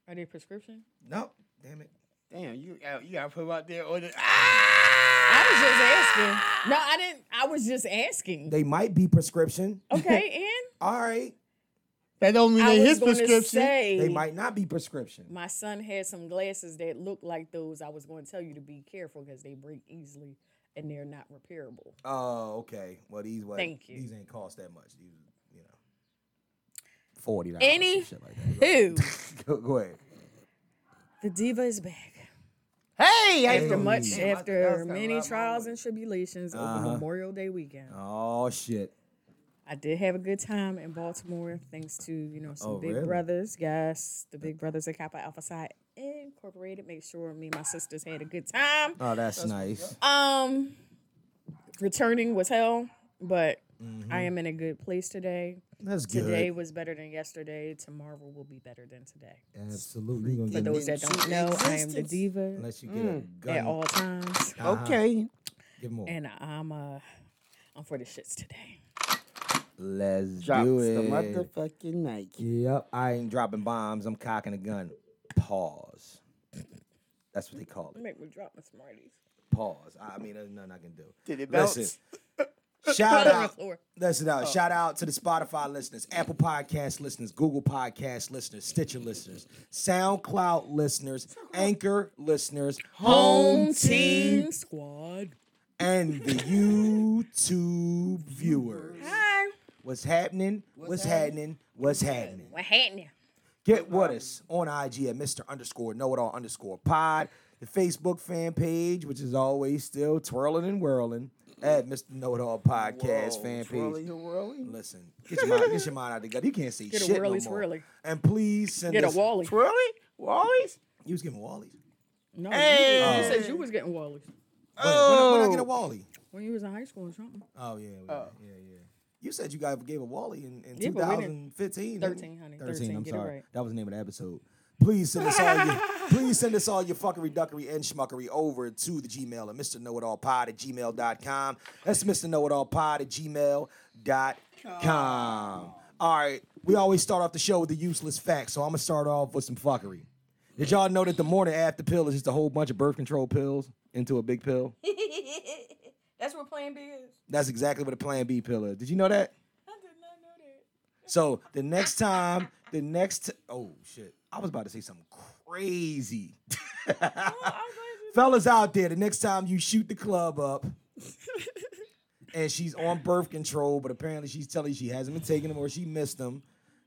[SPEAKER 2] Are they prescription?
[SPEAKER 1] Nope. Damn it.
[SPEAKER 3] Damn, you out. You got to put them out there on the. Ah!
[SPEAKER 2] I was just asking. No, I didn't. I was just asking.
[SPEAKER 1] They might be prescription.
[SPEAKER 2] Okay, and
[SPEAKER 1] All right.
[SPEAKER 3] That don't mean
[SPEAKER 2] I
[SPEAKER 3] they
[SPEAKER 2] was
[SPEAKER 3] his
[SPEAKER 2] gonna
[SPEAKER 3] prescription.
[SPEAKER 2] Say,
[SPEAKER 1] They might not be prescription.
[SPEAKER 2] My son had some glasses that looked like those. I was going to tell you to be careful because they break easily and they're not repairable.
[SPEAKER 1] Oh, okay. Well, these what?
[SPEAKER 2] Thank you.
[SPEAKER 1] These ain't cost that much. These, you know, forty dollars.
[SPEAKER 2] Any-
[SPEAKER 1] shit like that.
[SPEAKER 2] Who?
[SPEAKER 1] Go, go ahead.
[SPEAKER 2] the diva is back.
[SPEAKER 3] Hey, I
[SPEAKER 2] After
[SPEAKER 1] Hey. Damn,
[SPEAKER 2] much,
[SPEAKER 3] I think I was
[SPEAKER 2] after
[SPEAKER 3] kinda
[SPEAKER 2] many
[SPEAKER 3] loud my
[SPEAKER 2] trials
[SPEAKER 3] way.
[SPEAKER 2] and tribulations over
[SPEAKER 1] Uh-huh.
[SPEAKER 2] Memorial Day weekend,
[SPEAKER 1] Oh shit.
[SPEAKER 2] I did have a good time in Baltimore thanks to you know some
[SPEAKER 1] Oh,
[SPEAKER 2] big
[SPEAKER 1] really?
[SPEAKER 2] brothers. Yes, the big brothers at Kappa Alpha Psi Incorporated. Make sure me and my sisters had a good time.
[SPEAKER 1] Oh, that's, nice.
[SPEAKER 2] Um, returning was hell, but I am in a good place today.
[SPEAKER 1] That's Mm-hmm. good.
[SPEAKER 2] Today was better than yesterday. Tomorrow will be better than today.
[SPEAKER 1] Absolutely. You gonna
[SPEAKER 2] For
[SPEAKER 1] get-
[SPEAKER 2] those that don't know, I am the
[SPEAKER 3] Existence.
[SPEAKER 2] diva
[SPEAKER 1] unless you get a gun.
[SPEAKER 2] at all times,
[SPEAKER 1] Uh-huh.
[SPEAKER 3] Okay.
[SPEAKER 1] Give 'em more.
[SPEAKER 2] oh, and I'm uh, I'm for the shits today.
[SPEAKER 1] Let's
[SPEAKER 3] Drops the
[SPEAKER 1] do it.
[SPEAKER 3] motherfucking Nike.
[SPEAKER 1] Yep, I ain't dropping bombs. I'm cocking a gun. Pause. That's what they call it.
[SPEAKER 2] Make me drop my smarties.
[SPEAKER 1] Pause. I I mean, there's nothing I can do.
[SPEAKER 3] Did it Oh. bounce?
[SPEAKER 1] Listen. Shout out.
[SPEAKER 2] floor.
[SPEAKER 1] Listen out. Shout out to the Spotify listeners, Apple Podcast listeners, Google Podcast listeners, Stitcher listeners, SoundCloud listeners, Anchor listeners, Home Team,
[SPEAKER 2] squad.
[SPEAKER 1] and the YouTube viewers.
[SPEAKER 2] Hi.
[SPEAKER 1] What's happening? What's happening? What's happening?
[SPEAKER 2] What happening?
[SPEAKER 1] Get with us on IG at Mr. Underscore Know It All Underscore Pod, the Facebook fan page, which is always still twirling and whirling at Mr. Know It All Podcast
[SPEAKER 3] Oh,
[SPEAKER 1] fan
[SPEAKER 3] Twirly
[SPEAKER 1] page.
[SPEAKER 3] and whirly.
[SPEAKER 1] Listen, get your mind, get your mind out of the gutter. You can't see
[SPEAKER 2] Get a
[SPEAKER 1] shit
[SPEAKER 2] whirly
[SPEAKER 1] no more.
[SPEAKER 2] swirly.
[SPEAKER 1] And please send
[SPEAKER 2] Get a
[SPEAKER 1] us-
[SPEAKER 2] Wally.
[SPEAKER 3] Twirly? Wallies?
[SPEAKER 1] You was giving Wally's.
[SPEAKER 2] No,
[SPEAKER 3] Hey.
[SPEAKER 2] you, you said you was getting Wally's.
[SPEAKER 1] Oh. When, when I get a Wally?
[SPEAKER 2] When you was in high school or something.
[SPEAKER 1] Oh yeah, yeah, yeah, yeah. You said you guys gave a Wally in, in
[SPEAKER 2] Yeah, but we didn't-
[SPEAKER 1] 2015.
[SPEAKER 2] 13, honey. 13,
[SPEAKER 1] I'm
[SPEAKER 2] get it
[SPEAKER 1] sorry.
[SPEAKER 2] right.
[SPEAKER 1] That was the name of the episode. Please send us all your please send us all your fuckery duckery and schmuckery over to the Gmail at Mr. Know It All Pod at gmail.com. That's Mr. Know It All Pod at gmail.com. All right. We always start off the show with the useless facts, so I'm gonna start off with some fuckery. Did y'all know that the morning after pill is just a whole bunch of birth control pills into a big pill?
[SPEAKER 2] That's what Plan B is.
[SPEAKER 1] That's exactly what a plan B pill is. Did you know that?
[SPEAKER 2] I did not know that.
[SPEAKER 1] So the next time, the next t- oh shit, I was about to say something crazy. Fellas out there, the next time you shoot the club up and she's on birth control, but apparently she's telling you she hasn't been taking them or she missed them,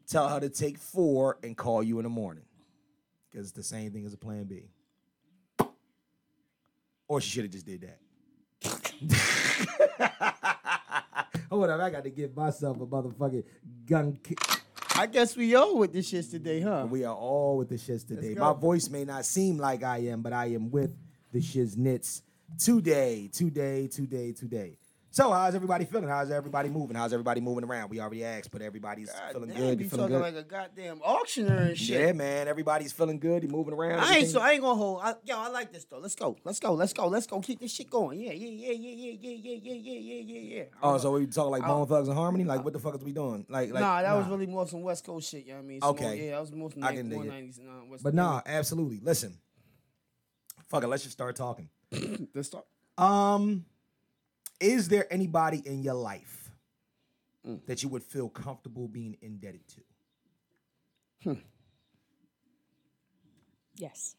[SPEAKER 1] tell her to take four and call you in the morning. Because it's the same thing as a plan B. Or she should have just did that. Hold up, Oh, I got to give myself a motherfucking gun. Ki-
[SPEAKER 3] I guess we all with this shit today, huh?
[SPEAKER 1] we are all with the shiz today.
[SPEAKER 3] go.
[SPEAKER 1] My voice may not seem like I am, but I am with the shiznits today, today, today, today. So how's everybody feeling? How's everybody moving? How's everybody moving around? We already asked, but everybody's feeling
[SPEAKER 3] Damn,
[SPEAKER 1] good. You
[SPEAKER 3] You
[SPEAKER 1] feeling
[SPEAKER 3] talking
[SPEAKER 1] good?
[SPEAKER 3] like a goddamn auctioneer and shit.
[SPEAKER 1] yeah, man. Everybody's feeling good. You moving around.
[SPEAKER 3] I ain't
[SPEAKER 1] everything-
[SPEAKER 3] so I ain't gonna hold. I, yo, I like this though. Let's go. Let's go. Let's go. Let's go. Keep this shit going. Yeah, yeah, yeah, yeah, yeah, yeah, yeah, yeah, yeah, yeah, yeah, yeah.
[SPEAKER 1] Oh, so we talking like Bone Thugs and Harmony? Like, what the fuck is we doing? Like, like
[SPEAKER 3] nah, that was really more some West Coast shit. You know what I mean? Some
[SPEAKER 1] Okay.
[SPEAKER 3] More, yeah, that was more some
[SPEAKER 1] I
[SPEAKER 3] like
[SPEAKER 1] can dig it.
[SPEAKER 3] 190s. and, uh, West
[SPEAKER 1] But nah, absolutely. Listen, fuck it. Let's just start talking.
[SPEAKER 3] let's start.
[SPEAKER 1] Um, is there anybody in your life
[SPEAKER 2] Mm.
[SPEAKER 1] that you would feel comfortable being indebted to?
[SPEAKER 2] Yes.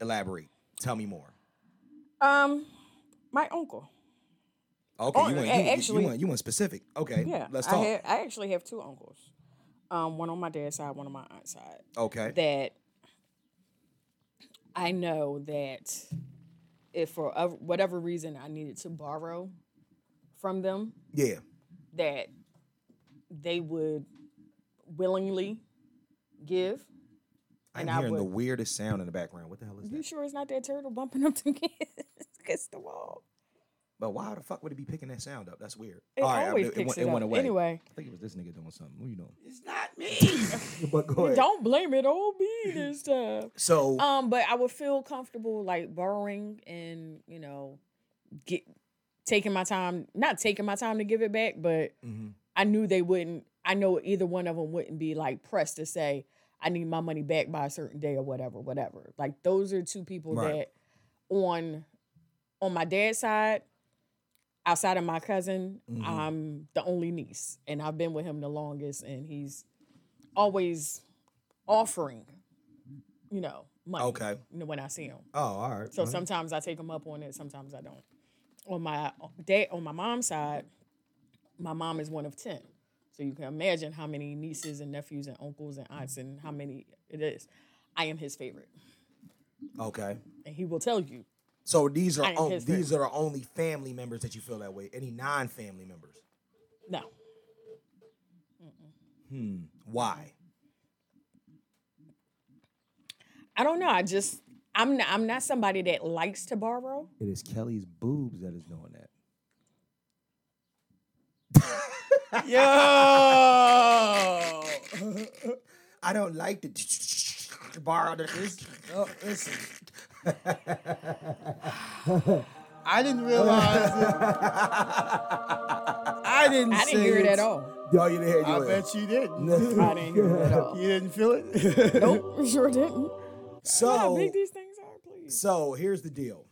[SPEAKER 1] Elaborate. Tell me more.
[SPEAKER 2] Um, my uncle.
[SPEAKER 1] Okay,
[SPEAKER 2] Oh,
[SPEAKER 1] you went.
[SPEAKER 2] a-
[SPEAKER 1] You, you-
[SPEAKER 2] actually-
[SPEAKER 1] you went. You went specific. Okay.
[SPEAKER 2] Yeah.
[SPEAKER 1] Let's
[SPEAKER 2] I
[SPEAKER 1] talk.
[SPEAKER 2] ha- I actually have two uncles. Um, one on my dad's side, one on my aunt's side.
[SPEAKER 1] okay.
[SPEAKER 2] that I know that if for of- whatever reason I needed to borrow from them,
[SPEAKER 1] yeah.
[SPEAKER 2] that they would willingly give.
[SPEAKER 1] I'm
[SPEAKER 2] and I
[SPEAKER 1] hearing the
[SPEAKER 2] would-
[SPEAKER 1] weirdest sound in the background. What the hell is
[SPEAKER 2] You
[SPEAKER 1] that?
[SPEAKER 2] sure it's not that turtle bumping up to kids against the wall?
[SPEAKER 1] But why the fuck would it be picking that sound up? That's weird.
[SPEAKER 2] It
[SPEAKER 1] I-
[SPEAKER 2] always
[SPEAKER 1] it,
[SPEAKER 2] picks
[SPEAKER 1] went-
[SPEAKER 2] it
[SPEAKER 1] went
[SPEAKER 2] up.
[SPEAKER 1] away.
[SPEAKER 2] Anyway.
[SPEAKER 1] I think it was this nigga doing something. What you doing?
[SPEAKER 3] It's not me.
[SPEAKER 1] But go ahead.
[SPEAKER 2] Don't blame it on me this time.
[SPEAKER 1] So
[SPEAKER 2] Um, but I would feel comfortable like borrowing and you know, get taking my time, not taking my time to give it back, but
[SPEAKER 1] Mm-hmm.
[SPEAKER 2] I knew they wouldn't. I know either one of them wouldn't be like pressed to say I need my money back by a certain day or whatever, whatever. Like those are two people
[SPEAKER 1] Right.
[SPEAKER 2] that on on my dad's side, outside of my cousin, I'm the only niece, and I've been with him the longest, and he's always offering, you know, money.
[SPEAKER 1] Okay.
[SPEAKER 2] You know, when I see him.
[SPEAKER 1] oh, all right.
[SPEAKER 2] So sometimes I take them up on it, sometimes I don't. On my dad, on my mom's side, my mom is one of ten, so you can imagine how many nieces and nephews and uncles and aunts and how many it is. I am his favorite,
[SPEAKER 1] okay.
[SPEAKER 2] and he will tell you.
[SPEAKER 1] So these are
[SPEAKER 2] ain't
[SPEAKER 1] on,
[SPEAKER 2] his
[SPEAKER 1] these are the only family members that you feel that way. Any non-family members?
[SPEAKER 2] No,
[SPEAKER 1] Why?
[SPEAKER 2] I don't know. I just I'm not, I'm not somebody that likes to borrow.
[SPEAKER 1] It is Kelly's boobs that is doing that.
[SPEAKER 3] Yo.
[SPEAKER 1] I don't like to borrow the.
[SPEAKER 3] Oh, listen. I didn't realize it. I didn't.
[SPEAKER 2] I didn't
[SPEAKER 3] say
[SPEAKER 2] hear it at
[SPEAKER 3] it.
[SPEAKER 2] all.
[SPEAKER 1] Yo, you didn't hear you.
[SPEAKER 3] I
[SPEAKER 1] went.
[SPEAKER 3] bet you didn't.
[SPEAKER 2] I didn't hear it at all.
[SPEAKER 3] You didn't feel it.
[SPEAKER 2] Nope, sure didn't. How
[SPEAKER 1] So
[SPEAKER 2] big these things are, please.
[SPEAKER 1] So here's the deal.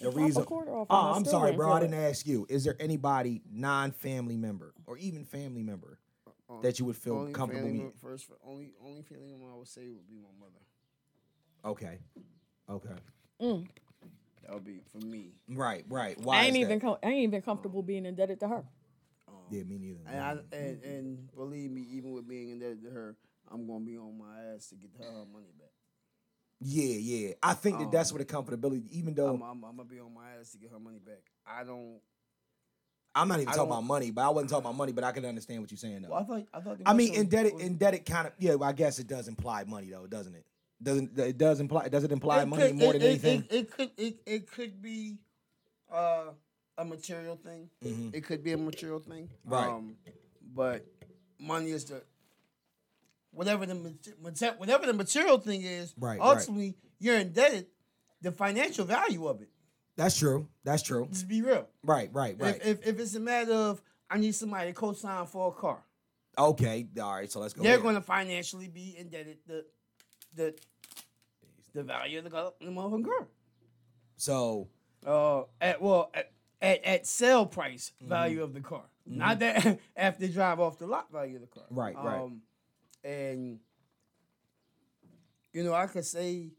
[SPEAKER 1] The
[SPEAKER 2] Drop
[SPEAKER 1] reason.
[SPEAKER 2] a quarter off.
[SPEAKER 1] Oh,
[SPEAKER 2] and I
[SPEAKER 1] I'm
[SPEAKER 2] still
[SPEAKER 1] sorry,
[SPEAKER 2] wouldn't
[SPEAKER 1] bro.
[SPEAKER 2] feel
[SPEAKER 1] I
[SPEAKER 2] it.
[SPEAKER 1] didn't ask you. Is there anybody non-family member or even family member that you would feel
[SPEAKER 3] Uh-uh. only
[SPEAKER 1] comfortable
[SPEAKER 3] family
[SPEAKER 1] with?
[SPEAKER 3] member- first only only family member I would say would be my mother.
[SPEAKER 1] Okay. Okay.
[SPEAKER 3] That would be for me.
[SPEAKER 1] Right. Right. Why?
[SPEAKER 2] I ain't
[SPEAKER 1] is
[SPEAKER 2] even
[SPEAKER 1] that?
[SPEAKER 2] com- I ain't even comfortable being indebted to her.
[SPEAKER 1] Yeah, me neither.
[SPEAKER 3] And I, and, and believe me, even with being indebted to her, I'm gonna be on my ass to get her her money back.
[SPEAKER 1] yeah, yeah. I think that that's where the comfortability. Even though
[SPEAKER 3] Um, I'm,
[SPEAKER 1] I'm,
[SPEAKER 3] I'm, I'm gonna Oh, be on my ass to get her money back. I don't.
[SPEAKER 1] not even talking
[SPEAKER 3] don't-
[SPEAKER 1] about money, but I wasn't talking about money, but I can understand what you're saying though.
[SPEAKER 3] Well, I thought I thought.
[SPEAKER 1] I mean, indebted, indebted kind of. Yeah, well, I guess it does imply money though, doesn't it? Doesn't it does imply? Does it imply
[SPEAKER 3] It
[SPEAKER 1] money
[SPEAKER 3] could-
[SPEAKER 1] more
[SPEAKER 3] it-
[SPEAKER 1] than
[SPEAKER 3] it-
[SPEAKER 1] anything?
[SPEAKER 3] It, it could it, it could be uh, a material thing. It- It, could be a material thing. Um,
[SPEAKER 1] Right.
[SPEAKER 3] but money is the whatever the mate- mate- whatever the material thing is.
[SPEAKER 1] Right, right.
[SPEAKER 3] Ultimately, you're indebted. The financial value of it.
[SPEAKER 1] That's true. That's true.
[SPEAKER 3] Just be real.
[SPEAKER 1] Right. Right. Right.
[SPEAKER 3] If, if if it's a matter of I need somebody to co-sign for a car,
[SPEAKER 1] okay. All right. So let's go.
[SPEAKER 3] they're
[SPEAKER 1] there.
[SPEAKER 3] going to financially be indebted the the the value of the, car- the motherfucking car.
[SPEAKER 1] So
[SPEAKER 3] uh, at well at, at, at sale price
[SPEAKER 1] Mm-hmm.
[SPEAKER 3] value of the car, not that after drive off the lot value of the car.
[SPEAKER 1] Right, right.
[SPEAKER 3] right. And you know, I could say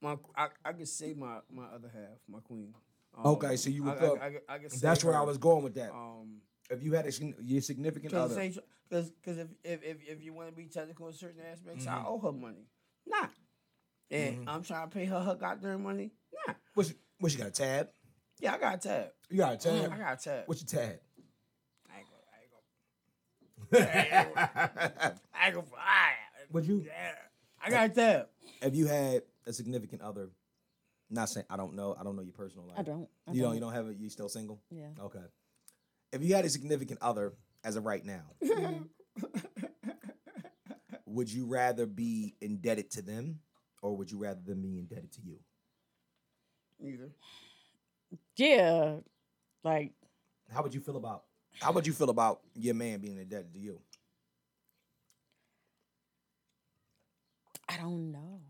[SPEAKER 3] my I, I could say my my other half, my queen. Um,
[SPEAKER 1] Okay, so you
[SPEAKER 3] I-
[SPEAKER 1] would
[SPEAKER 3] I-
[SPEAKER 1] go-
[SPEAKER 3] I could- I could say
[SPEAKER 1] that's where I
[SPEAKER 3] her,
[SPEAKER 1] was going with that.
[SPEAKER 3] Um,
[SPEAKER 1] if you had a, sign- your significant
[SPEAKER 3] because
[SPEAKER 1] other,
[SPEAKER 3] because if, if if if you want to be technical in certain aspects,
[SPEAKER 1] Mm-hmm.
[SPEAKER 3] I owe her money. Nah, and I'm trying to pay her her goddamn money. Nah,
[SPEAKER 1] what you, what you got a tab?
[SPEAKER 3] yeah, I got a tab.
[SPEAKER 1] You got a tab?
[SPEAKER 3] Oh, I got a tab.
[SPEAKER 1] What's your tab?
[SPEAKER 3] I ain't gonna- I ain't gonna. I ain't gonna.
[SPEAKER 1] Would you?
[SPEAKER 3] I, I got that.
[SPEAKER 1] If you had a significant other, not saying I don't know, I don't know your personal life.
[SPEAKER 2] I don't. I
[SPEAKER 1] you don't.
[SPEAKER 2] don't.
[SPEAKER 1] You don't have it. You still single?
[SPEAKER 2] Yeah.
[SPEAKER 1] Okay. If you had a significant other as of right now, would you rather be indebted to them, or would you rather them be indebted to you?
[SPEAKER 3] Neither.
[SPEAKER 2] Yeah, like
[SPEAKER 1] How would you feel about? How would you feel about your man being indebted to you?
[SPEAKER 2] I don't know.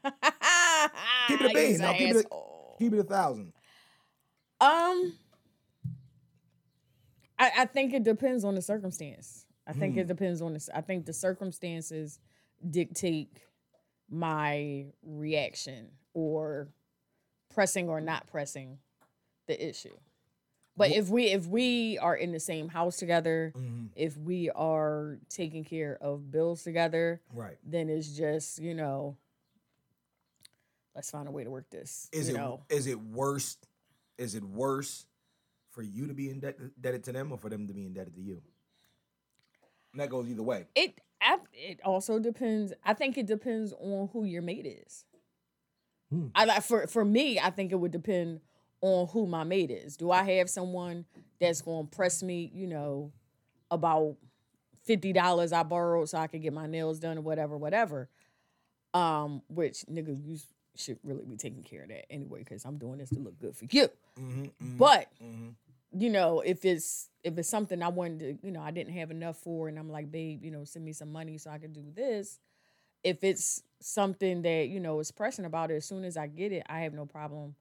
[SPEAKER 1] Keep it a
[SPEAKER 2] Ah, You
[SPEAKER 1] bean. Now keep it.
[SPEAKER 2] asshole.
[SPEAKER 1] A, keep it a thousand.
[SPEAKER 2] Um, I, I think it depends on the circumstance. I think
[SPEAKER 1] Hmm.
[SPEAKER 2] it depends on this. I think the circumstances dictate my reaction or pressing or not pressing the issue. But if we if we are in the same house together,
[SPEAKER 1] Mm-hmm.
[SPEAKER 2] if we are taking care of bills together,
[SPEAKER 1] Right.
[SPEAKER 2] then it's just you know, let's find a way to work this.
[SPEAKER 1] Is
[SPEAKER 2] you
[SPEAKER 1] it
[SPEAKER 2] know?
[SPEAKER 1] is it worse? Is it worse for you to be indebted, indebted to them or for them to be indebted to you? And that goes either way.
[SPEAKER 2] It I, it also depends. I think it depends on who your mate is. I like for for me. I think it would depend on who my mate is. Do I have someone that's going to press me? You know, about fifty dollars I borrowed so I could get my nails done or whatever, whatever. Um, which nigga, you s- should really be taking care of that anyway because I'm doing this to look good for you. But you know, if it's if it's something I wanted to, you know, I didn't have enough for, and I'm like, babe, you know, send me some money so I can do this. If it's something that you know is pressing about it, as soon as I get it, I have no problem,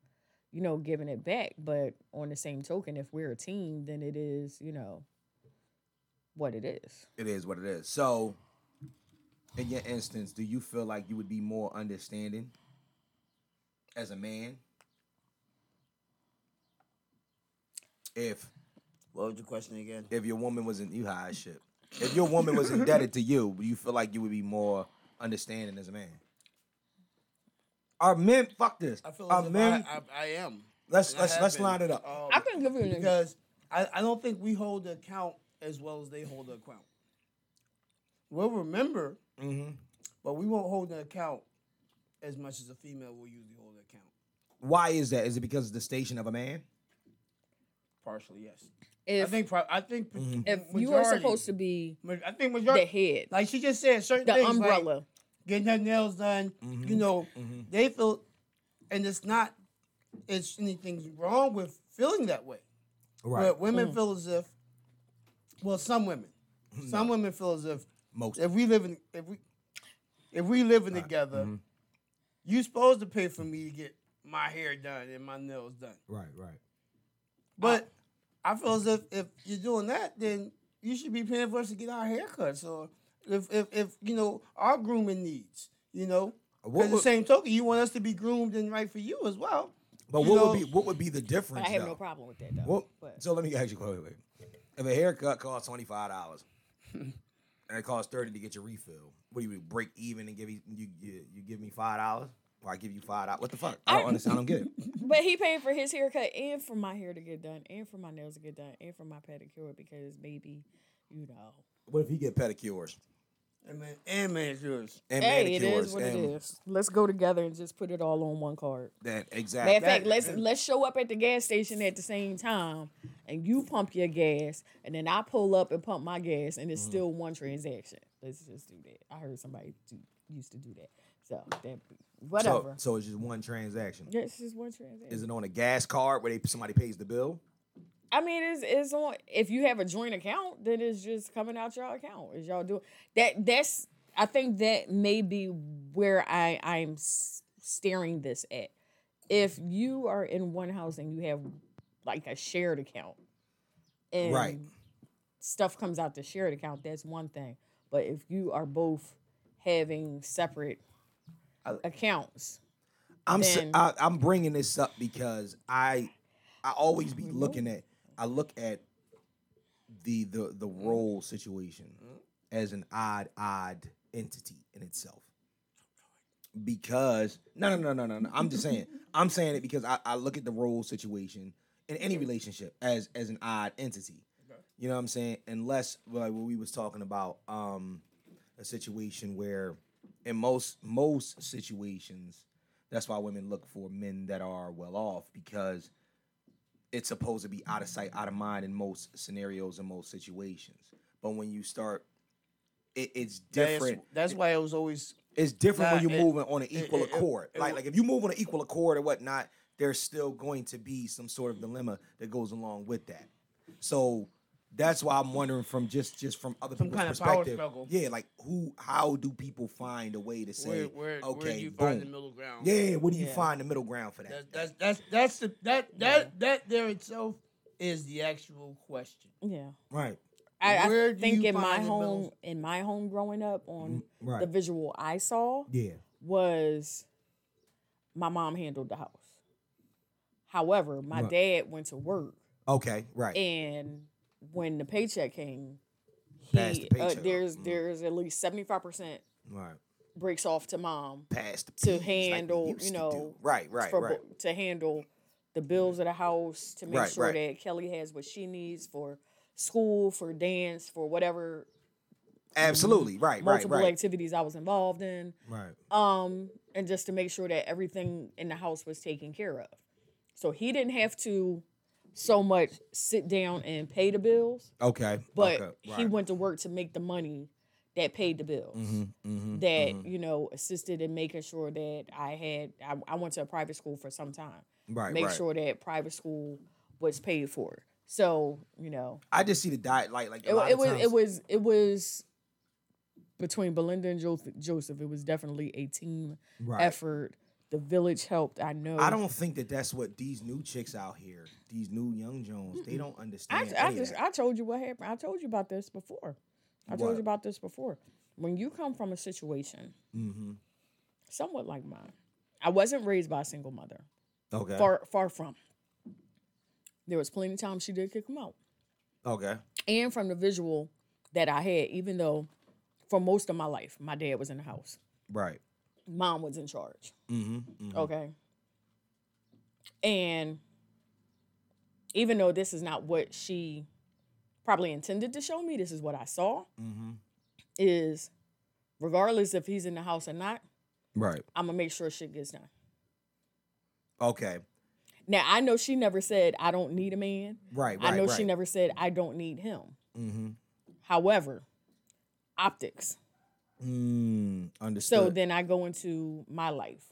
[SPEAKER 2] you know, giving it back. But on the same token, if we're a team, then it is, you know, what it is.
[SPEAKER 1] It is what it is. So, in your instance, do you feel like you would be more understanding as a man if
[SPEAKER 3] What was the question again?
[SPEAKER 1] if your woman was in you high as shit? If your woman was indebted to you, would you feel like you would be more understanding as a man? Are men fuck this?
[SPEAKER 3] I feel
[SPEAKER 1] Are
[SPEAKER 3] as if
[SPEAKER 1] men?
[SPEAKER 3] I, I, I am.
[SPEAKER 1] Um, let's
[SPEAKER 3] I
[SPEAKER 1] let's
[SPEAKER 3] have
[SPEAKER 1] let's
[SPEAKER 3] been.
[SPEAKER 1] line it up.
[SPEAKER 3] Um,
[SPEAKER 2] I can give you an
[SPEAKER 3] because I, I don't think we hold the account as well as they hold the account. We'll remember, but we won't hold the account as much as a female will usually hold the account.
[SPEAKER 1] Why is that? Is it because of the station of a man?
[SPEAKER 3] Partially, yes.
[SPEAKER 2] If
[SPEAKER 3] I think. Pro- I think.
[SPEAKER 2] if you are supposed to be
[SPEAKER 3] I think
[SPEAKER 2] the
[SPEAKER 3] majority.
[SPEAKER 2] head,
[SPEAKER 3] Like she just said, certain
[SPEAKER 2] the
[SPEAKER 3] things, like-
[SPEAKER 2] umbrella.
[SPEAKER 3] getting her nails done. You know, they feel, and it's not, it's anything's wrong with feeling that way. But women feel as if, well, some women, some women feel as if
[SPEAKER 1] Most.
[SPEAKER 3] if we live in if we if we living together, you supposed to pay for me to get my hair done and my nails done.
[SPEAKER 1] Right. Right.
[SPEAKER 3] But I feel as if if you're doing that, then you should be paying for us to get our haircuts, or if if, if you know our grooming needs, you know.
[SPEAKER 1] What
[SPEAKER 3] At the
[SPEAKER 1] would-
[SPEAKER 3] same token, you want us to be groomed and right for you as well.
[SPEAKER 1] But
[SPEAKER 3] You
[SPEAKER 1] what
[SPEAKER 3] know-
[SPEAKER 1] would be what would be the difference?
[SPEAKER 2] I have no
[SPEAKER 1] though?
[SPEAKER 2] problem with that though.
[SPEAKER 1] Well,
[SPEAKER 2] but-
[SPEAKER 1] so let me ask you, wait, wait, wait. If a haircut costs twenty five dollars, and it costs thirty to get your refill, what do you do, break even and give you you, you, you give me five dollars, or I give you five dollars? What the fuck? I don't
[SPEAKER 2] I-
[SPEAKER 1] understand. I don't get it.
[SPEAKER 2] But he paid for his haircut and for my hair to get done and for my nails to get done and for my pedicure because baby, you know.
[SPEAKER 1] What if he get pedicures?
[SPEAKER 3] And man, and manicures.
[SPEAKER 1] and
[SPEAKER 2] Hey, it
[SPEAKER 1] manicures
[SPEAKER 2] is what it
[SPEAKER 1] and
[SPEAKER 2] is. Let's go together and just put it all on one card.
[SPEAKER 1] That
[SPEAKER 2] Matter
[SPEAKER 1] exactly.
[SPEAKER 2] of fact, let's let's show up at the gas station at the same time, and you pump your gas, and then I pull up and pump my gas, and it's still one transaction. Let's just do that. I heard somebody do, used to do that, so that
[SPEAKER 1] so,
[SPEAKER 2] whatever.
[SPEAKER 1] so it's just one transaction.
[SPEAKER 2] Yeah, it's just one transaction.
[SPEAKER 1] Is it on a gas card where they somebody pays the bill?
[SPEAKER 2] I mean, it's it's on. If you have a joint account, then it's just coming out your account. Is y'all doing that? That's I think that may be where I I'm s- staring this at. If you are in one house and you have like a shared account, and
[SPEAKER 1] Right.
[SPEAKER 2] stuff comes out the shared account, that's one thing. But if you are both having separate accounts,
[SPEAKER 1] I'm s-
[SPEAKER 2] then-
[SPEAKER 1] I, am bringing this up because I I always be looking at I look at the the the role situation as an odd odd entity in itself because no no no no no no I'm just saying I'm saying it because I, I look at the role situation in any relationship as as an odd entity you know what I'm saying unless like what we was talking about um a situation where in most most situations that's why women look for men that are well off because it's supposed to be out of sight, out of mind in most scenarios and most situations. But when you start, it, it's different.
[SPEAKER 3] That's, that's why I was always
[SPEAKER 1] It's different when
[SPEAKER 3] Nah,
[SPEAKER 1] you're
[SPEAKER 3] it-
[SPEAKER 1] moving on an equal
[SPEAKER 3] it- it-
[SPEAKER 1] accord.
[SPEAKER 3] it-
[SPEAKER 1] like, like if you move on an equal accord or whatnot, there's still going to be some sort of dilemma that goes along with that. So that's why I'm wondering from just just from other people's
[SPEAKER 3] kind of power
[SPEAKER 1] perspective.
[SPEAKER 3] struggle.
[SPEAKER 1] yeah, like who, how do people find a way to say,
[SPEAKER 3] where where,
[SPEAKER 1] okay,
[SPEAKER 3] where do you
[SPEAKER 1] boom.
[SPEAKER 3] find the middle ground?
[SPEAKER 1] Yeah, where do you find the middle ground for that?
[SPEAKER 3] That's that's that's that's the that that that there itself is the actual question.
[SPEAKER 2] yeah.
[SPEAKER 1] right.
[SPEAKER 2] I,
[SPEAKER 3] Where
[SPEAKER 2] I
[SPEAKER 3] do
[SPEAKER 2] think
[SPEAKER 3] you
[SPEAKER 2] in my
[SPEAKER 3] find the
[SPEAKER 2] home,
[SPEAKER 3] balance?
[SPEAKER 2] in my home growing up,
[SPEAKER 1] Mm,
[SPEAKER 2] on
[SPEAKER 1] right.
[SPEAKER 2] the visual I saw
[SPEAKER 1] Yeah.
[SPEAKER 2] was my mom handled the house. However, my dad went to work,
[SPEAKER 1] Okay. Right.
[SPEAKER 2] and when the paycheck came,
[SPEAKER 1] Pass the
[SPEAKER 2] he, uh,
[SPEAKER 1] paycheck. Mm.
[SPEAKER 2] there's there's at least seventy five percent
[SPEAKER 1] right.
[SPEAKER 2] breaks off to mom
[SPEAKER 1] Pass the
[SPEAKER 2] to
[SPEAKER 1] peas like we
[SPEAKER 2] handle,
[SPEAKER 1] used
[SPEAKER 2] you
[SPEAKER 1] to
[SPEAKER 2] know,
[SPEAKER 1] do. Right. Right.
[SPEAKER 2] for,
[SPEAKER 1] right.
[SPEAKER 2] bo- to handle the bills of the house to make
[SPEAKER 1] Right,
[SPEAKER 2] sure
[SPEAKER 1] right.
[SPEAKER 2] that Kelly has what she needs for school, for dance, for whatever
[SPEAKER 1] Absolutely. Right. Right.
[SPEAKER 2] multiple
[SPEAKER 1] Right.
[SPEAKER 2] activities I was involved in.
[SPEAKER 1] Right.
[SPEAKER 2] um, and just to make sure that everything in the house was taken care of. So he didn't have to so much sit down and pay the bills,
[SPEAKER 1] Okay.
[SPEAKER 2] but
[SPEAKER 1] okay,
[SPEAKER 2] he
[SPEAKER 1] right.
[SPEAKER 2] went to work to make the money that paid the bills.
[SPEAKER 1] Mm-hmm,
[SPEAKER 2] that you know assisted in making sure that I had I, I went to a private school for some time.
[SPEAKER 1] Right,
[SPEAKER 2] Make
[SPEAKER 1] right.
[SPEAKER 2] sure that private school was paid for. So you know
[SPEAKER 1] I just see the diet like like a
[SPEAKER 2] it,
[SPEAKER 1] lot
[SPEAKER 2] it
[SPEAKER 1] of
[SPEAKER 2] was
[SPEAKER 1] times-
[SPEAKER 2] it was it was between Belinda and Joseph, Joseph. It was definitely a team
[SPEAKER 1] Right.
[SPEAKER 2] effort. The village helped. I know.
[SPEAKER 1] I don't think that that's what these new chicks out here, these new young Jones, they don't
[SPEAKER 2] I,
[SPEAKER 1] understand.
[SPEAKER 2] I
[SPEAKER 1] any of
[SPEAKER 2] just
[SPEAKER 1] that.
[SPEAKER 2] I told you what happened. I told you about this before. I told
[SPEAKER 1] What?
[SPEAKER 2] you about this before. When you come from a situation
[SPEAKER 1] Mm-hmm.
[SPEAKER 2] somewhat like mine, I wasn't raised by a single mother.
[SPEAKER 1] okay.
[SPEAKER 2] Far far from. There was plenty of times she did kick him out.
[SPEAKER 1] okay.
[SPEAKER 2] and from the visual that I had, even though for most of my life, my dad was in the house,
[SPEAKER 1] Right.
[SPEAKER 2] mom was in charge.
[SPEAKER 1] Mm-hmm,
[SPEAKER 2] Okay. And even though this is not what she probably intended to show me, this is what I saw
[SPEAKER 1] Mm-hmm.
[SPEAKER 2] is regardless if he's in the house or not,
[SPEAKER 1] Right.
[SPEAKER 2] I'm going to make sure shit gets done.
[SPEAKER 1] Okay.
[SPEAKER 2] Now, I know she never said, I don't need a man.
[SPEAKER 1] Right. Right.
[SPEAKER 2] I know
[SPEAKER 1] right. Mm-hmm.
[SPEAKER 2] she never said I don't need him. However, optics.
[SPEAKER 1] Mm,
[SPEAKER 2] So
[SPEAKER 1] understood.
[SPEAKER 2] then I go into my life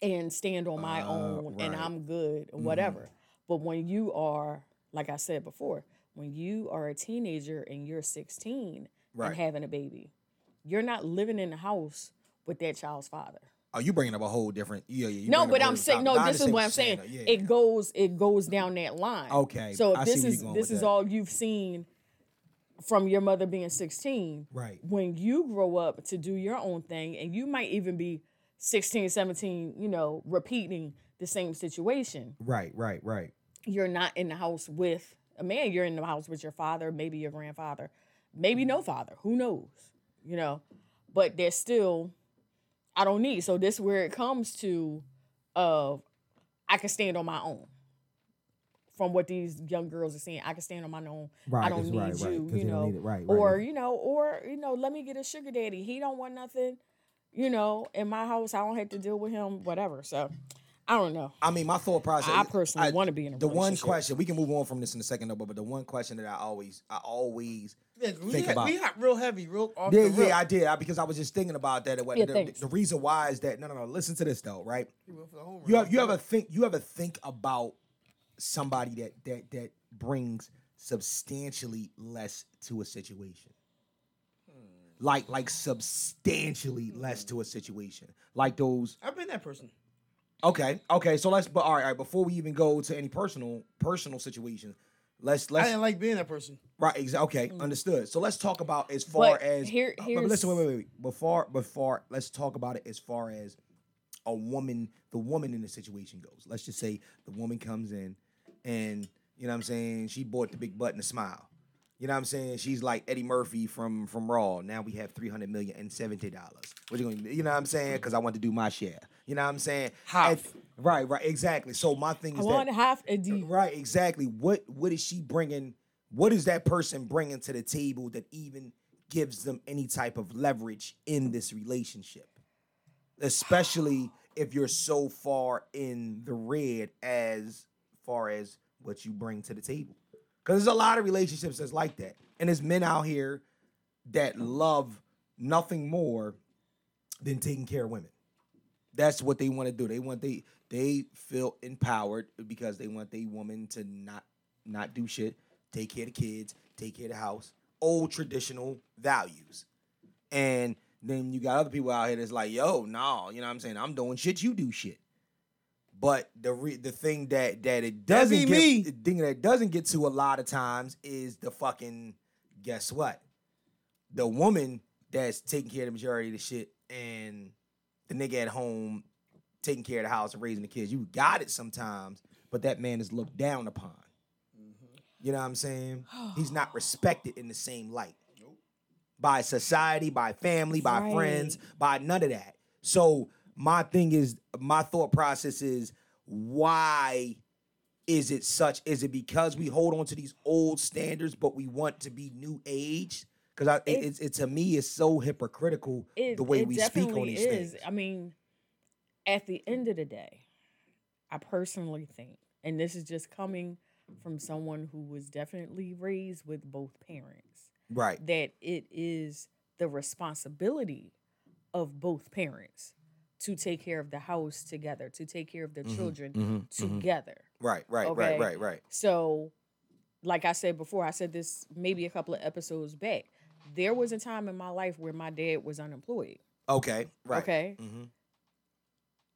[SPEAKER 2] and stand on my own, and
[SPEAKER 1] Ah, right. Mm-hmm.
[SPEAKER 2] I'm good or whatever. But when you are, like I said before, when you are a teenager and you're 16
[SPEAKER 1] Right.
[SPEAKER 2] and having a baby, you're not living in the house with that child's father.
[SPEAKER 1] Are Oh, you bringing up a whole different? Yeah, yeah. you bringing
[SPEAKER 2] No,
[SPEAKER 1] up
[SPEAKER 2] but
[SPEAKER 1] a whole
[SPEAKER 2] I'm
[SPEAKER 1] different
[SPEAKER 2] saying no.
[SPEAKER 1] topic. I
[SPEAKER 2] This is
[SPEAKER 1] understand
[SPEAKER 2] what I'm saying.
[SPEAKER 1] though. Yeah,
[SPEAKER 2] It goes it goes down that line.
[SPEAKER 1] Okay,
[SPEAKER 2] So
[SPEAKER 1] I
[SPEAKER 2] if
[SPEAKER 1] see
[SPEAKER 2] this
[SPEAKER 1] where you're
[SPEAKER 2] is
[SPEAKER 1] going
[SPEAKER 2] this
[SPEAKER 1] with
[SPEAKER 2] is
[SPEAKER 1] that.
[SPEAKER 2] all you've seen from your mother being 16.
[SPEAKER 1] Right.
[SPEAKER 2] When you grow up to do your own thing, and you might even be 16, 17, you know, repeating the same situation.
[SPEAKER 1] Right. Right. Right.
[SPEAKER 2] You're not in the house with a man. You're in the house with your father, maybe your grandfather, maybe
[SPEAKER 7] Mm-hmm.
[SPEAKER 2] no father. Who knows? You know. But there's still, I don't need. So this where it comes to, of I can stand on my own. from what these young girls are saying. I can stand on my own.
[SPEAKER 7] Right,
[SPEAKER 2] I don't
[SPEAKER 7] 'cause-
[SPEAKER 2] need
[SPEAKER 7] right, right,
[SPEAKER 2] you,
[SPEAKER 7] 'cause
[SPEAKER 2] you
[SPEAKER 7] they don't
[SPEAKER 2] know.
[SPEAKER 7] need it, right, right,
[SPEAKER 2] or
[SPEAKER 7] right.
[SPEAKER 2] you know, or you know, let me get a sugar daddy. He don't want nothing, you know. In my house, I don't have to deal with him. Whatever. So, I don't know.
[SPEAKER 1] I mean, my thought process.
[SPEAKER 2] I personally wanna be in a
[SPEAKER 1] the one
[SPEAKER 2] relationship.
[SPEAKER 1] question. We can move on from this in a second, though. But, but the one question that I always, I always
[SPEAKER 3] Yeah, we,
[SPEAKER 1] think
[SPEAKER 3] had,
[SPEAKER 1] about.
[SPEAKER 3] we got real heavy, real off
[SPEAKER 1] yeah,
[SPEAKER 3] the
[SPEAKER 1] yeah, I
[SPEAKER 3] rip.
[SPEAKER 1] did. I, because I was just thinking about that. and what-
[SPEAKER 2] Yeah,
[SPEAKER 1] the- the,
[SPEAKER 2] thanks.
[SPEAKER 1] the reason why is that no, no, no. Listen to this though, right?
[SPEAKER 3] He went for the home
[SPEAKER 1] You
[SPEAKER 3] run.
[SPEAKER 1] have, you ever think you ever think about somebody that that that brings substantially less to a situation.
[SPEAKER 3] Hmm.
[SPEAKER 1] Like like substantially less to a situation. Like those
[SPEAKER 3] I've been that person.
[SPEAKER 1] Okay, okay. So let's. But all right, all right. Before we even go to any personal personal situations, let's
[SPEAKER 3] I
[SPEAKER 1] let's
[SPEAKER 3] didn't like being that person.
[SPEAKER 1] right. Exa- okay, understood. So let's talk about as far
[SPEAKER 2] Mm. But
[SPEAKER 1] as uh,
[SPEAKER 2] here-
[SPEAKER 1] but
[SPEAKER 2] here's-
[SPEAKER 1] listen, wait, wait, wait. Before before let's talk about it as far as a woman, the woman in the situation goes. Let's just say the woman comes in, and you know what I'm saying. She bought the big butt and a smile. You know what I'm saying? She's like Eddie Murphy from from Raw. Now we have 300 million and 70 dollars. What you going to you know what I'm saying? Cuz I want to do my share. You know what I'm saying?
[SPEAKER 3] Half.
[SPEAKER 1] And- right, right, exactly. So my thing
[SPEAKER 2] I
[SPEAKER 1] is
[SPEAKER 2] want
[SPEAKER 1] that
[SPEAKER 2] half a D.
[SPEAKER 1] right, exactly. What what is she bringing? What is that person bringing to the table that even gives them any type of leverage in this relationship? Especially if you're so far in the red as far as what you bring to the table. Because there's a lot of relationships that's like that. And there's men out here that love nothing more than taking care of women. That's what they want to do. They want they they feel empowered because they want their woman to not not do shit, take care of the kids, take care of the house. Old traditional values. And then you got other people out here that's like, yo, no, you know what I'm saying? I'm doing shit, you do shit. But the re- the thing that that it doesn't
[SPEAKER 3] be
[SPEAKER 1] get
[SPEAKER 3] me.
[SPEAKER 1] the thing that it doesn't get to a lot of times is the fucking guess what? The woman that's taking care of the majority of the shit and the nigga at home taking care of the house and raising the kids. You got it sometimes, but that man is looked down upon. You know what I'm saying? He's not respected in the same light by society, by family, by
[SPEAKER 2] Right.
[SPEAKER 1] friends, by none of that. So my thing is, my thought process is, why is it such? Is it because we hold on to these old standards, but we want to be new age? Because I, it, it's it, to me, it's so hypocritical the way we speak on
[SPEAKER 2] definitely
[SPEAKER 1] these things.
[SPEAKER 2] I mean, at the end of the day, I personally think, and this is just coming from someone who was definitely raised with both parents,
[SPEAKER 1] Right.
[SPEAKER 2] that it is the responsibility of both parents to take care of the house together, to take care of
[SPEAKER 1] Mm-hmm,
[SPEAKER 2] their children together.
[SPEAKER 1] Right, right,
[SPEAKER 2] Okay.
[SPEAKER 1] right, right, right.
[SPEAKER 2] So, like I said before, I said this maybe a couple of episodes back. There was a time in my life where my dad was unemployed.
[SPEAKER 1] Okay, right.
[SPEAKER 2] Okay.
[SPEAKER 1] Mhm.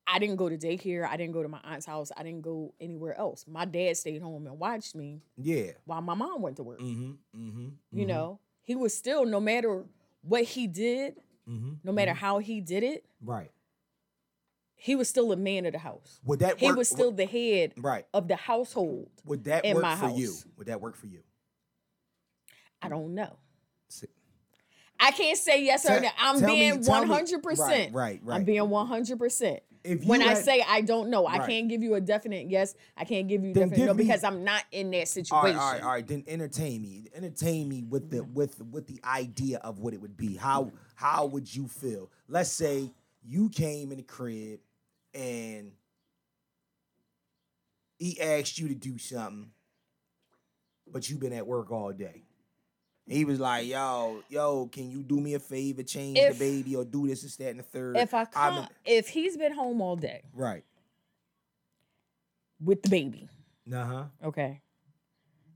[SPEAKER 2] I didn't go to daycare. I didn't go to my aunt's house. I didn't go anywhere else. My dad stayed home and watched me
[SPEAKER 1] Yeah.
[SPEAKER 2] while my mom went to work.
[SPEAKER 1] Mm-hmm. Mm-hmm.
[SPEAKER 2] You know, he was still, no matter what he did, no matter how he did it,
[SPEAKER 1] Mm-hmm. Right.
[SPEAKER 2] he was still a man of the house.
[SPEAKER 1] Would that
[SPEAKER 2] He
[SPEAKER 1] work?
[SPEAKER 2] was still the head
[SPEAKER 1] right.
[SPEAKER 2] of the household.
[SPEAKER 1] Would that
[SPEAKER 2] in
[SPEAKER 1] work
[SPEAKER 2] my
[SPEAKER 1] for you?
[SPEAKER 2] house.
[SPEAKER 1] Would that work for you?
[SPEAKER 2] I don't know.
[SPEAKER 1] Si-
[SPEAKER 2] I can't say yes or
[SPEAKER 1] Tell-
[SPEAKER 2] no. I'm
[SPEAKER 1] tell me-
[SPEAKER 2] being
[SPEAKER 1] tell me-
[SPEAKER 2] 100%.
[SPEAKER 1] right, right, right.
[SPEAKER 2] I'm being 100%.
[SPEAKER 1] If
[SPEAKER 2] when
[SPEAKER 1] you
[SPEAKER 2] I
[SPEAKER 1] had-
[SPEAKER 2] say I don't know, I
[SPEAKER 1] Right.
[SPEAKER 2] can't give you a definite yes. I can't give you
[SPEAKER 1] Then
[SPEAKER 2] definite
[SPEAKER 1] give
[SPEAKER 2] no
[SPEAKER 1] me-
[SPEAKER 2] because I'm not in that situation.
[SPEAKER 1] All right, all right, all right. Then entertain me. Entertain me with the with with the idea of what it would be. How how would you feel? Let's say you came in the crib and he asked you to do something, but you've been at work all day. He was like, "Yo, yo, can you do me a favor? Change the
[SPEAKER 2] If-
[SPEAKER 1] baby or do this, this, that, and the third.
[SPEAKER 2] If I
[SPEAKER 1] I've
[SPEAKER 2] come,
[SPEAKER 1] been-
[SPEAKER 2] if he's been home all day
[SPEAKER 1] right,
[SPEAKER 2] with the baby,
[SPEAKER 1] uh huh,
[SPEAKER 2] okay,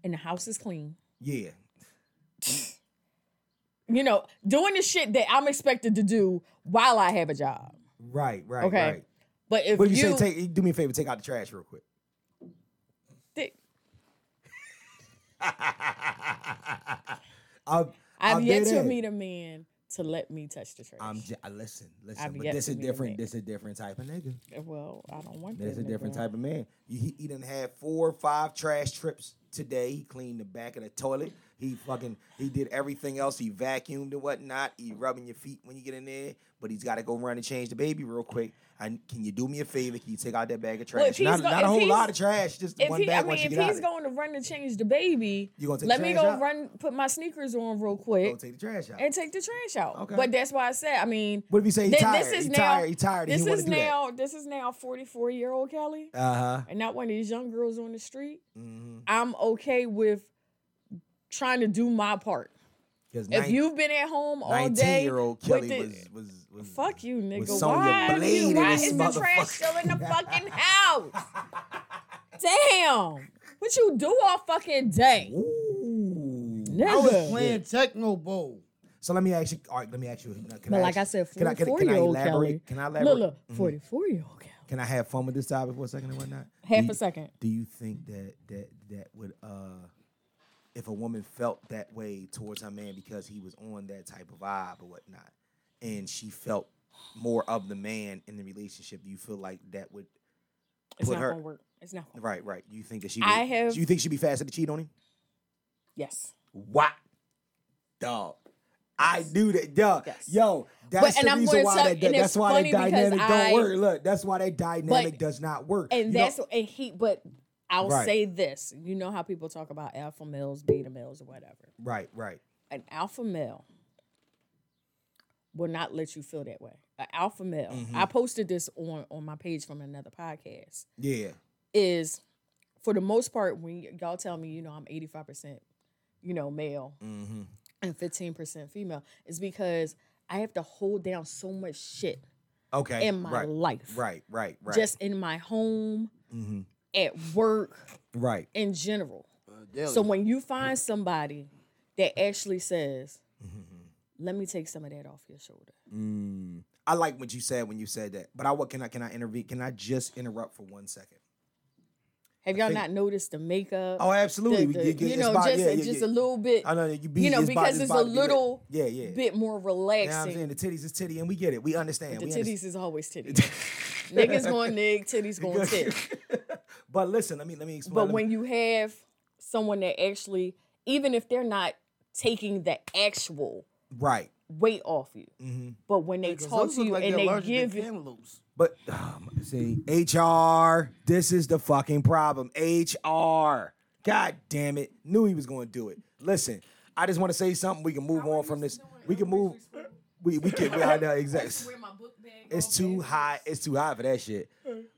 [SPEAKER 2] and the house is clean,
[SPEAKER 1] yeah,
[SPEAKER 2] you know, doing the shit that I'm expected to do while I have a job,
[SPEAKER 1] right, right,
[SPEAKER 2] okay.
[SPEAKER 1] right."
[SPEAKER 2] But if
[SPEAKER 1] What
[SPEAKER 2] you,
[SPEAKER 1] you, you say? Take do me a favor. Take out the trash real quick.
[SPEAKER 2] th-
[SPEAKER 1] I've,
[SPEAKER 2] I've
[SPEAKER 1] I've
[SPEAKER 2] yet
[SPEAKER 1] been
[SPEAKER 2] to
[SPEAKER 1] there.
[SPEAKER 2] meet a man to let me touch the trash.
[SPEAKER 1] I'm j- I listen, listen.
[SPEAKER 2] I've
[SPEAKER 1] but
[SPEAKER 2] yet
[SPEAKER 1] this
[SPEAKER 2] to
[SPEAKER 1] is
[SPEAKER 2] meet a
[SPEAKER 1] different.
[SPEAKER 2] man.
[SPEAKER 1] This a different type of nigga.
[SPEAKER 2] Eh, well, I don't want
[SPEAKER 1] That's
[SPEAKER 2] that
[SPEAKER 1] a different
[SPEAKER 2] nigga.
[SPEAKER 1] type of man. You, he, he done had four or five trash trips today. He cleaned the back of the toilet. He fucking he did everything else. He vacuumed and whatnot. He rubbing your feet when you get in there, but he's got to go run and change the baby real quick. And can you do me a favor? Can you take out that bag of trash?
[SPEAKER 2] Well, if he's
[SPEAKER 1] not,
[SPEAKER 2] go-
[SPEAKER 1] not a
[SPEAKER 2] if
[SPEAKER 1] whole
[SPEAKER 2] he's-
[SPEAKER 1] lot of trash, just
[SPEAKER 2] If
[SPEAKER 1] one
[SPEAKER 2] he,
[SPEAKER 1] bag
[SPEAKER 2] I
[SPEAKER 1] once
[SPEAKER 2] mean,
[SPEAKER 1] you
[SPEAKER 2] if
[SPEAKER 1] get out.
[SPEAKER 2] he's
[SPEAKER 1] of there.
[SPEAKER 2] going to run to change the baby,
[SPEAKER 1] You gonna take
[SPEAKER 2] let
[SPEAKER 1] the
[SPEAKER 2] me
[SPEAKER 1] trash
[SPEAKER 2] go
[SPEAKER 1] out?
[SPEAKER 2] run, put my sneakers on real
[SPEAKER 1] Go
[SPEAKER 2] quick,
[SPEAKER 1] take the trash out.
[SPEAKER 2] and take the trash out.
[SPEAKER 1] Okay.
[SPEAKER 2] But that's why I said, I mean,
[SPEAKER 1] What if he say he
[SPEAKER 2] thi-
[SPEAKER 1] tired? He tired, he tired, he
[SPEAKER 2] This
[SPEAKER 1] wanna
[SPEAKER 2] is
[SPEAKER 1] do that.
[SPEAKER 2] now. This is now forty four year old Kelly,
[SPEAKER 1] Uh huh.
[SPEAKER 2] and not one of these young girls on the street.
[SPEAKER 1] Mm-hmm.
[SPEAKER 2] I'm okay with trying to do my part.
[SPEAKER 1] Because
[SPEAKER 2] If you've been at home all day,
[SPEAKER 1] nineteen-year-old
[SPEAKER 2] with
[SPEAKER 1] Kelly
[SPEAKER 2] the-
[SPEAKER 1] was was was
[SPEAKER 2] Fuck you, nigga.
[SPEAKER 1] Sonya
[SPEAKER 2] Why, do
[SPEAKER 1] Blade
[SPEAKER 2] you,
[SPEAKER 1] in
[SPEAKER 2] why
[SPEAKER 1] this
[SPEAKER 2] is the trash
[SPEAKER 1] motherfucker.
[SPEAKER 2] still in the fucking house? Damn. What you do all fucking day?
[SPEAKER 1] Ooh.
[SPEAKER 3] I was
[SPEAKER 2] Nigga.
[SPEAKER 3] playing Techno Bowl.
[SPEAKER 1] So let me ask you. All right, let me ask you. Can
[SPEAKER 2] But
[SPEAKER 1] I
[SPEAKER 2] like I
[SPEAKER 1] ask-
[SPEAKER 2] said,
[SPEAKER 1] can I, can, I-
[SPEAKER 2] 44
[SPEAKER 1] can I
[SPEAKER 2] year old
[SPEAKER 1] elaborate?
[SPEAKER 2] Kelly.
[SPEAKER 1] Can I
[SPEAKER 2] Look,
[SPEAKER 1] elaborate? Mm-hmm.
[SPEAKER 2] look, 44 year old Kelly.
[SPEAKER 1] Can I have fun with this topic for a second and whatnot?
[SPEAKER 2] Half
[SPEAKER 1] Do
[SPEAKER 2] a
[SPEAKER 1] you-
[SPEAKER 2] second.
[SPEAKER 1] Do you think that that that would uh if a woman felt that way towards her man because he was on that type of vibe or whatnot, and she felt more of the man in the relationship, do you feel like that would
[SPEAKER 2] It's
[SPEAKER 1] put
[SPEAKER 2] not
[SPEAKER 1] her-
[SPEAKER 2] gonna work. It's not gonna work.
[SPEAKER 1] right, right? You think that she would,
[SPEAKER 2] I have-
[SPEAKER 1] do you think she'd be faster to cheat on him?
[SPEAKER 2] Yes.
[SPEAKER 1] What? Dog. I do that. Duh.
[SPEAKER 2] Yes.
[SPEAKER 1] Yo,
[SPEAKER 2] But-
[SPEAKER 1] that's
[SPEAKER 2] and
[SPEAKER 1] the
[SPEAKER 2] I'm
[SPEAKER 1] reason
[SPEAKER 2] gonna
[SPEAKER 1] why
[SPEAKER 2] tell-
[SPEAKER 1] that, that-
[SPEAKER 2] and
[SPEAKER 1] that's
[SPEAKER 2] it's
[SPEAKER 1] why that
[SPEAKER 2] funny because
[SPEAKER 1] dynamic don't
[SPEAKER 2] I-
[SPEAKER 1] work. Look, that's why that dynamic does not work. You
[SPEAKER 2] And
[SPEAKER 1] know-
[SPEAKER 2] that's and he but I'll
[SPEAKER 1] Right.
[SPEAKER 2] say this. You know how people talk about alpha males, beta males, or whatever.
[SPEAKER 1] right, right.
[SPEAKER 2] An alpha male will not let you feel that way. An alpha male.
[SPEAKER 1] Mm-hmm.
[SPEAKER 2] I posted this on on my page from another podcast.
[SPEAKER 1] Yeah.
[SPEAKER 2] is for the most part when y- y'all tell me you know i'm 85% you know male
[SPEAKER 1] Mm-hmm.
[SPEAKER 2] and 15% female is because i have to hold down so much shit
[SPEAKER 1] Okay.
[SPEAKER 2] in my
[SPEAKER 1] right,
[SPEAKER 2] life
[SPEAKER 1] Right, right, right. Mm-hmm.
[SPEAKER 2] just in my home at work
[SPEAKER 1] right.
[SPEAKER 2] in general
[SPEAKER 1] Oh,
[SPEAKER 2] so when
[SPEAKER 1] Mm-hmm.
[SPEAKER 2] you find somebody that actually says
[SPEAKER 1] Mm-hmm.
[SPEAKER 2] let me take some of that off your shoulder
[SPEAKER 1] I like what you said when you said that. But I what can I can I intervene? Can I just interrupt for one second?
[SPEAKER 2] have y'all
[SPEAKER 1] think-
[SPEAKER 2] not noticed the makeup
[SPEAKER 1] Oh, absolutely.
[SPEAKER 2] the-
[SPEAKER 1] We-
[SPEAKER 2] the-
[SPEAKER 1] you get-
[SPEAKER 2] you
[SPEAKER 1] it's
[SPEAKER 2] know,
[SPEAKER 1] about-
[SPEAKER 2] just,
[SPEAKER 1] yeah, yeah,
[SPEAKER 2] just
[SPEAKER 1] yeah.
[SPEAKER 2] a little bit.
[SPEAKER 1] I know, you be-
[SPEAKER 2] know,
[SPEAKER 1] it's about-
[SPEAKER 2] because
[SPEAKER 1] it's
[SPEAKER 2] it's,
[SPEAKER 1] about
[SPEAKER 2] a
[SPEAKER 1] to get it.
[SPEAKER 2] little
[SPEAKER 1] Yeah, yeah.
[SPEAKER 2] bit more
[SPEAKER 1] You know what I'm
[SPEAKER 2] relaxing.
[SPEAKER 1] saying? The titties is titty and we get it. We understand.
[SPEAKER 2] the
[SPEAKER 1] we
[SPEAKER 2] titties
[SPEAKER 1] understand.
[SPEAKER 2] is always titties. Niggas going nig, titties going tit.
[SPEAKER 1] But listen, let me let me explain.
[SPEAKER 2] But
[SPEAKER 1] let
[SPEAKER 2] when
[SPEAKER 1] me,
[SPEAKER 2] you have someone that actually, even if they're not taking the actual
[SPEAKER 1] right.
[SPEAKER 2] weight off you,
[SPEAKER 1] Mm-hmm.
[SPEAKER 2] but when they talk
[SPEAKER 3] Those
[SPEAKER 2] to
[SPEAKER 3] look
[SPEAKER 2] you
[SPEAKER 3] like
[SPEAKER 2] and
[SPEAKER 3] they're
[SPEAKER 2] they
[SPEAKER 3] larger than
[SPEAKER 2] give you,
[SPEAKER 3] cantaloupes.
[SPEAKER 1] But um, see, HR, this is the fucking problem. HR. God damn it. Knew he was gonna do it. Listen, I just want to say something. We can move on from this. We can move. We we can I know exactly. It's too high. It's too high for that shit.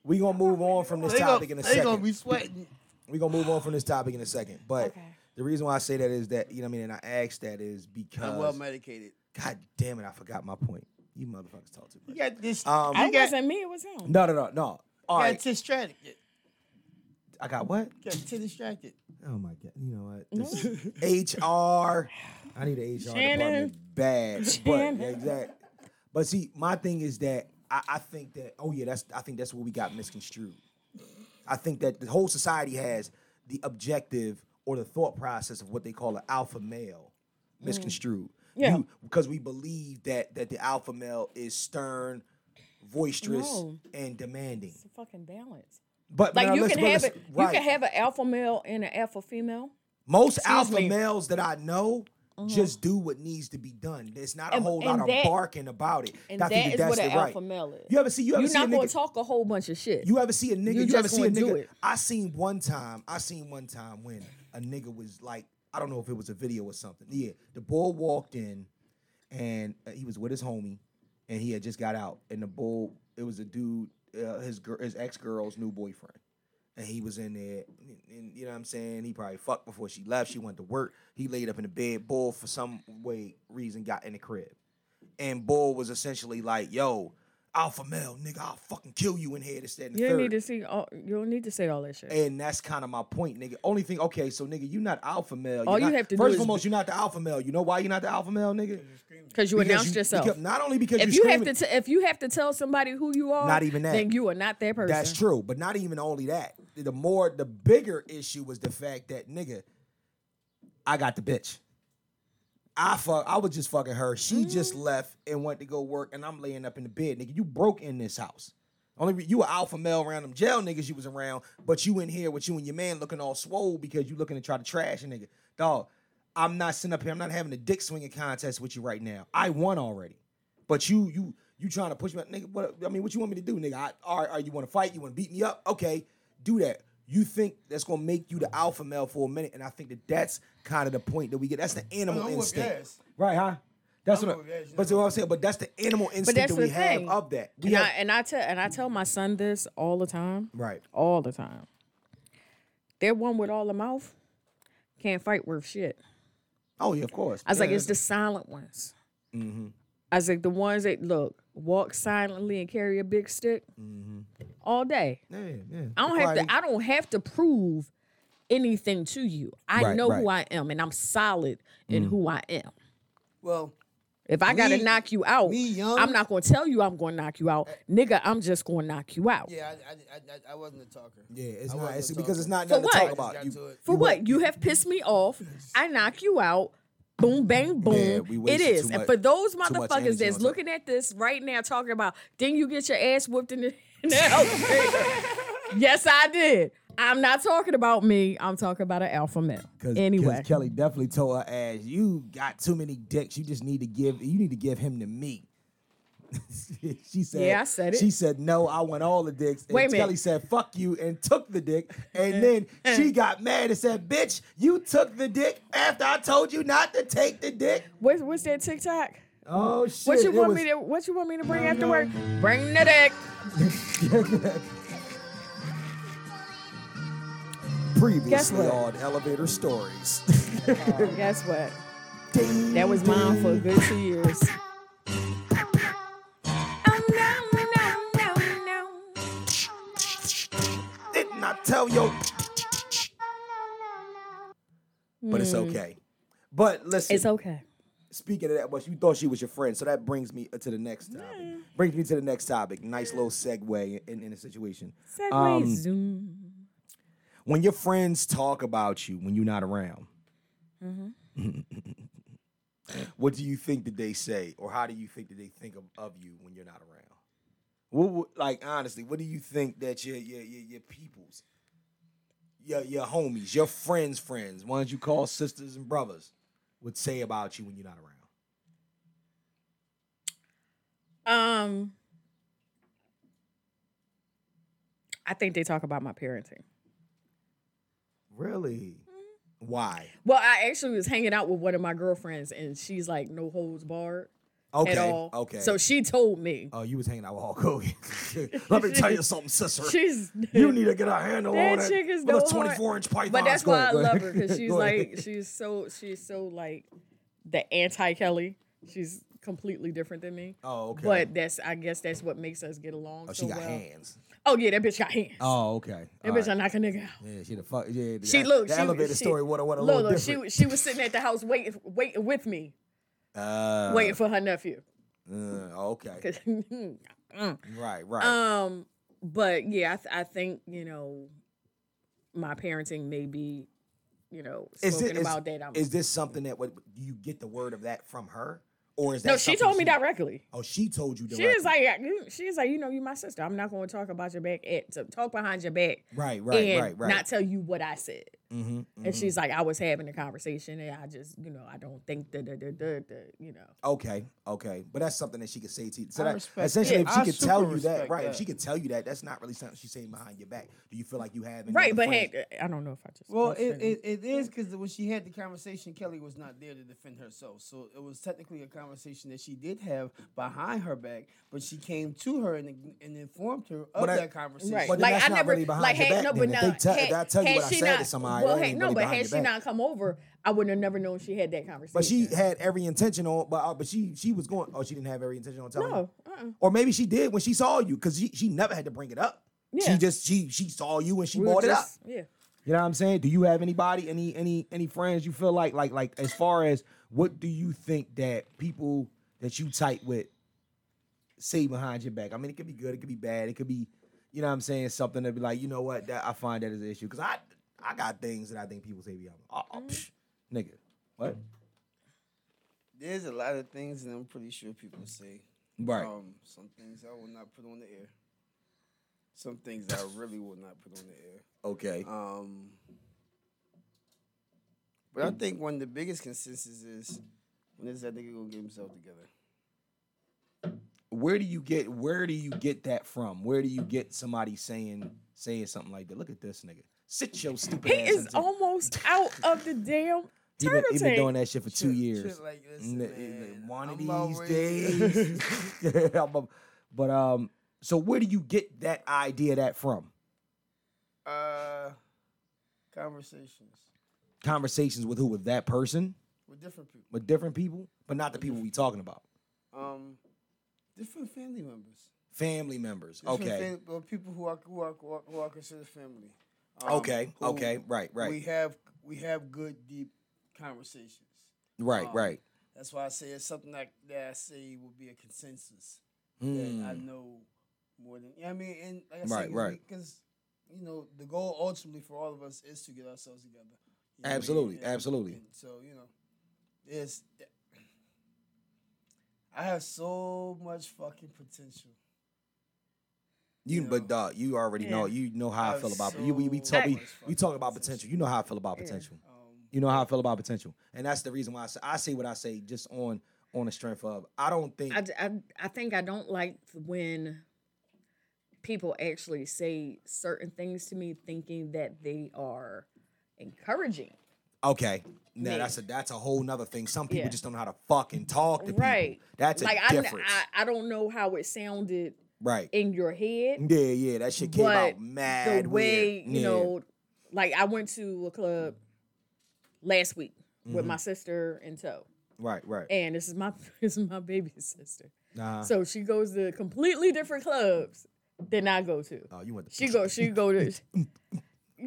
[SPEAKER 1] We gonna move on from this
[SPEAKER 3] They gonna,
[SPEAKER 1] topic in a
[SPEAKER 3] they gonna be
[SPEAKER 1] second.
[SPEAKER 3] sweating.
[SPEAKER 1] We gonna move on from this topic in a second. But
[SPEAKER 2] Okay.
[SPEAKER 1] the reason why I say that is that you know what I mean, and I asked that is
[SPEAKER 3] I'm well
[SPEAKER 1] because
[SPEAKER 3] medicated.
[SPEAKER 1] God damn it, I forgot my point. You motherfuckers talk too much.
[SPEAKER 3] You got this.
[SPEAKER 1] Um,
[SPEAKER 3] you
[SPEAKER 2] Oh, it
[SPEAKER 3] got,
[SPEAKER 2] wasn't me, it was him.
[SPEAKER 1] No, no, no, no. All
[SPEAKER 3] got
[SPEAKER 1] right,
[SPEAKER 3] too distracted. You
[SPEAKER 1] I got what?
[SPEAKER 3] got too distracted.
[SPEAKER 1] Oh my god! You know what? This is HR. I need an HR
[SPEAKER 2] Shannon.
[SPEAKER 1] department bad. But
[SPEAKER 2] Shannon.
[SPEAKER 1] exactly. But see, my thing is that I, I think that oh yeah, that's I think that's what we got misconstrued. I think that the whole society has the objective or the thought process of what they call an alpha male misconstrued.
[SPEAKER 2] Mm. Yeah.
[SPEAKER 1] Because we believe that that the alpha male is stern, boisterous,
[SPEAKER 2] No.
[SPEAKER 1] and demanding.
[SPEAKER 2] It's a fucking balance.
[SPEAKER 1] But
[SPEAKER 2] Like
[SPEAKER 1] now
[SPEAKER 2] you
[SPEAKER 1] let's-
[SPEAKER 2] can
[SPEAKER 1] but
[SPEAKER 2] have
[SPEAKER 1] let's-
[SPEAKER 2] it, you can have an alpha male and an alpha female.
[SPEAKER 1] Most alpha
[SPEAKER 2] me. Mm-hmm.
[SPEAKER 1] males that I know just do what needs to be done. There's not a
[SPEAKER 2] And-
[SPEAKER 1] whole lot
[SPEAKER 2] and
[SPEAKER 1] of
[SPEAKER 2] that-
[SPEAKER 1] barking about it.
[SPEAKER 2] And
[SPEAKER 1] I think
[SPEAKER 2] that is
[SPEAKER 1] that's
[SPEAKER 2] what an
[SPEAKER 1] the right.
[SPEAKER 2] alpha male is.
[SPEAKER 1] You ever see you ever
[SPEAKER 2] You're
[SPEAKER 1] see a
[SPEAKER 2] not gonna
[SPEAKER 1] nigga?
[SPEAKER 2] talk a whole bunch of shit.
[SPEAKER 1] you ever see a nigga? You, ever
[SPEAKER 2] just
[SPEAKER 1] see a
[SPEAKER 2] gonna do
[SPEAKER 1] nigga?
[SPEAKER 2] it.
[SPEAKER 1] I seen one time. I seen one time when a nigga was like, I don't know if it was a video or something. Yeah, the boy walked in, and uh, he was with his homie, and he had just got out. And the boy, it was a dude, uh, his girl, his ex girl's new boyfriend and he was in there. And, and you know what I'm saying? He probably fucked before she left. She went to work. He laid up in the bed. Bull, for some way, reason, got in the crib. And Bull was essentially like, yo, alpha male, nigga, I'll fucking kill you in here. This, that, and the
[SPEAKER 2] You
[SPEAKER 1] third.
[SPEAKER 2] don't need to see all you don't need to say all that shit.
[SPEAKER 1] And that's kind of my point, nigga. Only thing, okay, so nigga, you not alpha male.
[SPEAKER 2] All
[SPEAKER 1] You're
[SPEAKER 2] you
[SPEAKER 1] not-
[SPEAKER 2] have to do
[SPEAKER 1] First
[SPEAKER 2] is
[SPEAKER 1] and foremost,
[SPEAKER 2] be-
[SPEAKER 1] you're not the alpha male. You know why you're not the alpha male, nigga?
[SPEAKER 2] Because you
[SPEAKER 1] Because
[SPEAKER 2] announced
[SPEAKER 1] you-
[SPEAKER 2] yourself.
[SPEAKER 1] because- not only because
[SPEAKER 2] if
[SPEAKER 1] you
[SPEAKER 2] you have to,
[SPEAKER 1] screaming-
[SPEAKER 2] t- if you have to tell somebody who you are,
[SPEAKER 1] Not even that.
[SPEAKER 2] then you are not that person.
[SPEAKER 1] That's true, but not even only that. The more, the bigger issue was the fact that nigga, I got the bitch. I fuck. I was just fucking her. She just left and went to go work, and I'm laying up in the bed, nigga. You broke in this house. Only re- you were alpha male around them jail niggas you was around, but you in here with you and your man looking all swole because you looking to try to trash a nigga. Dog, I'm not sitting up here. I'm not having a dick swinging contest with you right now. I won already, but you you you trying to push me, nigga. What I mean, what you want me to do, nigga? I, all right, all right, you want to fight? You want to beat me up? Okay, do that. You think that's gonna make you the alpha male for a minute, and I think that that's kind of the point that we get. That's the animal
[SPEAKER 3] I'll whip
[SPEAKER 1] instinct,
[SPEAKER 3] your ass.
[SPEAKER 1] right? Huh? That's what.
[SPEAKER 3] I'll whip your
[SPEAKER 1] I,
[SPEAKER 3] ass, you
[SPEAKER 1] but that's what I'm saying. But that's the animal instinct
[SPEAKER 2] But that's
[SPEAKER 1] that we
[SPEAKER 2] the thing.
[SPEAKER 1] have of that. We
[SPEAKER 2] and,
[SPEAKER 1] have,
[SPEAKER 2] I, and I tell and I tell my son this all the time.
[SPEAKER 1] right.
[SPEAKER 2] All the time. They're one with all the mouth. Can't fight worth shit.
[SPEAKER 1] Oh yeah, of course.
[SPEAKER 2] I was like,
[SPEAKER 1] Yeah, Mm-hmm.
[SPEAKER 2] it's the silent ones. I was like, the ones that look, walk silently and carry a big stick
[SPEAKER 1] Mm-hmm.
[SPEAKER 2] all day.
[SPEAKER 1] Yeah, yeah.
[SPEAKER 2] I don't have to. I don't have to prove anything to you. I
[SPEAKER 1] Right,
[SPEAKER 2] know who I
[SPEAKER 1] right. Mm.
[SPEAKER 2] am, and I'm solid in who I am.
[SPEAKER 3] Well,
[SPEAKER 2] If I gotta
[SPEAKER 3] Me-
[SPEAKER 2] knock you out,
[SPEAKER 3] me young-
[SPEAKER 2] I'm not gonna tell you I'm gonna knock you out,
[SPEAKER 1] Eh.
[SPEAKER 2] nigga. I'm just gonna knock you out.
[SPEAKER 3] yeah, I, I, I, I wasn't a talker.
[SPEAKER 1] Yeah, it's
[SPEAKER 3] I
[SPEAKER 1] not.
[SPEAKER 3] wasn't
[SPEAKER 1] It's
[SPEAKER 3] a
[SPEAKER 1] because
[SPEAKER 3] talker.
[SPEAKER 1] it's not
[SPEAKER 2] For
[SPEAKER 1] nothing to talk
[SPEAKER 2] what?
[SPEAKER 1] about.
[SPEAKER 3] Got
[SPEAKER 1] You,
[SPEAKER 3] to it.
[SPEAKER 2] For what? You have pissed me off. I knock you out. Boom, bang, boom.
[SPEAKER 1] Yeah, we
[SPEAKER 2] it
[SPEAKER 1] wasted
[SPEAKER 2] is.
[SPEAKER 1] too
[SPEAKER 2] and
[SPEAKER 1] much-
[SPEAKER 2] for those
[SPEAKER 1] much
[SPEAKER 2] motherfuckers
[SPEAKER 1] energy
[SPEAKER 2] that's
[SPEAKER 1] on
[SPEAKER 2] looking at this right now, talking about, then you get your ass whooped in the, in the outfit." Yes, I did. I'm not talking about me. I'm talking about an alpha male. anyway,
[SPEAKER 1] Kelly definitely told her ass, "You got too many dicks. You just need to give. You need to give him to me." she said.
[SPEAKER 2] Yeah, I said it.
[SPEAKER 1] She said no. I want all the dicks. And
[SPEAKER 2] Wait a minute.
[SPEAKER 1] Kelly said, "Fuck you," and took the dick. And then she got mad and said, "Bitch, you took the dick after I told you not to take the dick."
[SPEAKER 2] what's, what's that TikTok?
[SPEAKER 1] Oh shit!
[SPEAKER 2] What you
[SPEAKER 1] it
[SPEAKER 2] want
[SPEAKER 1] was-
[SPEAKER 2] me to? What you want me to bring after work? Bring the dick. Guess
[SPEAKER 1] Previously
[SPEAKER 2] what?
[SPEAKER 1] on elevator stories.
[SPEAKER 2] Guess what? That was mine for a good two years.
[SPEAKER 1] Didn't I tell you? But it's okay. But listen,
[SPEAKER 2] Hmm. It's okay.
[SPEAKER 1] speaking of that, but you thought she was your friend, so that brings me to the next topic. Brings me to the next topic. Nice little segue in, in the situation.
[SPEAKER 2] Segway zoom.
[SPEAKER 1] Um, When your friends talk about you when you're not around, what do you think that they say, or how do you think that they think of, of you when you're not around? What, would like honestly, what do you think that your your your, your peoples, your your homies, your friends' friends, ones you call sisters and brothers, would say about you when you're not around?
[SPEAKER 2] Um, I think they talk about my parenting.
[SPEAKER 1] Really?
[SPEAKER 2] Mm-hmm.
[SPEAKER 1] Why?
[SPEAKER 2] Well, I actually was hanging out with one of my girlfriends, and she's like no holds barred
[SPEAKER 1] Okay.
[SPEAKER 2] at all.
[SPEAKER 1] Okay.
[SPEAKER 2] So she told me
[SPEAKER 1] oh, you was hanging out with Hulk Hogan. Let me tell you something, sister.
[SPEAKER 2] she's
[SPEAKER 1] Uh, You need to get a handle
[SPEAKER 2] That
[SPEAKER 1] on that.
[SPEAKER 2] chick is
[SPEAKER 1] with
[SPEAKER 2] no
[SPEAKER 1] a 24 inch python.
[SPEAKER 2] But that's why I love her because she's like she's so she's so like the anti Kelly. She's completely different than me.
[SPEAKER 1] Oh, okay.
[SPEAKER 2] But that's I guess that's what makes us get along.
[SPEAKER 1] oh,
[SPEAKER 2] so
[SPEAKER 1] she got
[SPEAKER 2] well.
[SPEAKER 1] hands.
[SPEAKER 2] Oh yeah, that bitch got hands.
[SPEAKER 1] Oh, okay.
[SPEAKER 2] that bitch I knock a nigga out.
[SPEAKER 1] Yeah, she the fuck. Yeah, the,
[SPEAKER 2] She looked.
[SPEAKER 1] The
[SPEAKER 2] she,
[SPEAKER 1] elevator
[SPEAKER 2] she,
[SPEAKER 1] story. What a what a
[SPEAKER 2] look,
[SPEAKER 1] little
[SPEAKER 2] look,
[SPEAKER 1] different.
[SPEAKER 2] She she was sitting at the house waiting waiting with me,
[SPEAKER 1] uh,
[SPEAKER 2] waiting for her nephew.
[SPEAKER 1] uh, okay. Right. Right.
[SPEAKER 2] um, but yeah, I, th- I think you know, my parenting may be, you know,
[SPEAKER 1] is
[SPEAKER 2] spoken
[SPEAKER 1] this,
[SPEAKER 2] about
[SPEAKER 1] is,
[SPEAKER 2] that. I'm,
[SPEAKER 1] is this something that what do you get the word of that from her, or is that
[SPEAKER 2] no, she
[SPEAKER 1] something
[SPEAKER 2] told me directly.
[SPEAKER 1] Oh, she told you
[SPEAKER 2] She
[SPEAKER 1] directly.
[SPEAKER 2] is like, you- she is like, you know, you my sister. I'm not going to talk about your back, at, to talk behind your back,
[SPEAKER 1] Right, right,
[SPEAKER 2] and
[SPEAKER 1] right, right.
[SPEAKER 2] not tell you what I said.
[SPEAKER 1] mm-hmm,
[SPEAKER 2] And she's like, I was having a conversation, and I just, you know, I don't think that, that, that, that, that, you know.
[SPEAKER 1] Okay, okay, but that's something that she could say to you. So
[SPEAKER 3] I
[SPEAKER 1] that,
[SPEAKER 3] respect
[SPEAKER 1] essentially,
[SPEAKER 3] that.
[SPEAKER 1] if she
[SPEAKER 3] I
[SPEAKER 1] could
[SPEAKER 3] super
[SPEAKER 1] tell you that,
[SPEAKER 3] respect
[SPEAKER 1] right? If
[SPEAKER 3] that.
[SPEAKER 1] she could tell you that, that's not really something she's saying behind your back. Do you feel like you have any
[SPEAKER 2] Right,
[SPEAKER 1] other
[SPEAKER 2] but
[SPEAKER 1] friends-
[SPEAKER 2] hey, I don't know if I just.
[SPEAKER 3] Well,
[SPEAKER 2] that's
[SPEAKER 3] it,
[SPEAKER 2] fair.
[SPEAKER 3] it, it is because when she had the conversation, Kelly was not there to defend herself. So it was technically a conversation that she did have behind her back, but she came to her and, and informed her of
[SPEAKER 1] But I-
[SPEAKER 3] that conversation.
[SPEAKER 2] Right.
[SPEAKER 1] But then
[SPEAKER 2] like
[SPEAKER 1] that's
[SPEAKER 2] I
[SPEAKER 1] not
[SPEAKER 2] never
[SPEAKER 1] really behind
[SPEAKER 2] like
[SPEAKER 1] your
[SPEAKER 2] had
[SPEAKER 1] back
[SPEAKER 2] no,
[SPEAKER 1] then.
[SPEAKER 2] but
[SPEAKER 1] If
[SPEAKER 2] now
[SPEAKER 1] they tell- if
[SPEAKER 2] had,
[SPEAKER 1] I tell you
[SPEAKER 2] had
[SPEAKER 1] what I
[SPEAKER 2] she
[SPEAKER 1] said
[SPEAKER 2] not,
[SPEAKER 1] to somebody,
[SPEAKER 2] well,
[SPEAKER 1] that
[SPEAKER 2] had,
[SPEAKER 1] ain't
[SPEAKER 2] no,
[SPEAKER 1] really
[SPEAKER 2] but
[SPEAKER 1] behind
[SPEAKER 2] had
[SPEAKER 1] your
[SPEAKER 2] she
[SPEAKER 1] back.
[SPEAKER 2] not come over, I would have never known she had that conversation.
[SPEAKER 1] But she had every intention on, but uh, but she she was going. Oh, she didn't have every intention on telling. you?
[SPEAKER 2] no, uh-uh.
[SPEAKER 1] Or maybe she did when she saw you, because she, she never had to bring it up.
[SPEAKER 2] Yeah.
[SPEAKER 1] She just she she saw you and she
[SPEAKER 2] We were
[SPEAKER 1] brought
[SPEAKER 2] just-
[SPEAKER 1] it up.
[SPEAKER 2] Yeah.
[SPEAKER 1] You know what I'm saying? Do you have anybody, any any any friends you feel like like like as far as what do you think that people that you tight with say behind your back? I mean, it could be good, it could be bad, it could be, you know what I'm saying, something that be like, you know what, that I find that is an issue. Cause I I got things that I think people say behind me. Oh,
[SPEAKER 2] Mm-hmm.
[SPEAKER 1] oh, psh, nigga. What?
[SPEAKER 3] There's a lot of things that I'm pretty sure people say.
[SPEAKER 1] Right.
[SPEAKER 3] Um, some things I will not put on the air. Some things Um, I really will not put on the air.
[SPEAKER 1] okay.
[SPEAKER 3] Um, But I think one of the biggest consensus is when this that nigga gonna get himself together.
[SPEAKER 1] Where do you get where do you get that from? Where do you get somebody saying saying something like that? Look at this nigga. Sit your stupid
[SPEAKER 2] He
[SPEAKER 1] ass.
[SPEAKER 2] is
[SPEAKER 1] into-
[SPEAKER 2] almost out of the damn
[SPEAKER 1] he been,
[SPEAKER 2] turtle
[SPEAKER 1] he been
[SPEAKER 2] tank.
[SPEAKER 1] doing that shit for two
[SPEAKER 3] Shit-
[SPEAKER 1] years.
[SPEAKER 3] shit like,
[SPEAKER 1] N-
[SPEAKER 3] "Listen,
[SPEAKER 1] n-
[SPEAKER 3] man,
[SPEAKER 1] one of
[SPEAKER 3] I'm
[SPEAKER 1] these
[SPEAKER 3] already-
[SPEAKER 1] days. I'm a- but um, so where do you get that idea that from?
[SPEAKER 3] Uh, conversations
[SPEAKER 1] Conversations with who? With that person?
[SPEAKER 3] with different people,
[SPEAKER 1] With different people? But not the people we talking about.
[SPEAKER 3] um, different family members.
[SPEAKER 1] Family members.
[SPEAKER 3] Different
[SPEAKER 1] okay.
[SPEAKER 3] fam- well, people who are who are, who are, who are considered family. Um,
[SPEAKER 1] okay.
[SPEAKER 3] who
[SPEAKER 1] Okay. Right. Right.
[SPEAKER 3] We have we have good deep conversations.
[SPEAKER 1] right.
[SPEAKER 3] um,
[SPEAKER 1] right.
[SPEAKER 3] That's why I say it's something that, that I say would be a consensus
[SPEAKER 1] Hmm.
[SPEAKER 3] that I know more than you know what I mean. And like I
[SPEAKER 1] Right,
[SPEAKER 3] say,
[SPEAKER 1] right.
[SPEAKER 3] because you know the goal ultimately for all of us is to get ourselves together. You know what I mean?
[SPEAKER 1] Absolutely,
[SPEAKER 3] And-
[SPEAKER 1] absolutely.
[SPEAKER 3] and so you know, there's I have so much fucking potential.
[SPEAKER 1] You,
[SPEAKER 3] you
[SPEAKER 1] but
[SPEAKER 3] know.
[SPEAKER 1] dog, you already know.
[SPEAKER 2] Yeah.
[SPEAKER 1] You know how I
[SPEAKER 3] I've
[SPEAKER 1] feel about you. We we
[SPEAKER 3] so
[SPEAKER 1] talk we,
[SPEAKER 3] much
[SPEAKER 1] we
[SPEAKER 3] fucking
[SPEAKER 1] talk about
[SPEAKER 3] potential.
[SPEAKER 1] potential. You know how I feel about potential.
[SPEAKER 3] Um,
[SPEAKER 1] You know how I feel about potential, and that's the reason why I say, I say what I say just on on the strength of I don't think
[SPEAKER 2] I, d- I, I think I don't like when people actually say certain things to me thinking that they are encouraging.
[SPEAKER 1] Okay. Now that's a that's a whole nother thing. Some people
[SPEAKER 2] Yeah.
[SPEAKER 1] just don't know how to fucking talk to people.
[SPEAKER 2] Right.
[SPEAKER 1] That's a
[SPEAKER 2] like I,
[SPEAKER 1] difference.
[SPEAKER 2] I I don't know how it sounded
[SPEAKER 1] right.
[SPEAKER 2] in your head,
[SPEAKER 1] yeah, yeah. That shit came
[SPEAKER 2] but
[SPEAKER 1] out mad
[SPEAKER 2] the way
[SPEAKER 1] weird.
[SPEAKER 2] you
[SPEAKER 1] yeah.
[SPEAKER 2] know, like I went to a club last week
[SPEAKER 1] Mm-hmm.
[SPEAKER 2] with my sister in tow,
[SPEAKER 1] Right, right.
[SPEAKER 2] and this is my this is my baby sister.
[SPEAKER 1] Nah.
[SPEAKER 2] So she goes to completely different clubs than I go to.
[SPEAKER 1] oh, you went to
[SPEAKER 2] She go, she go to.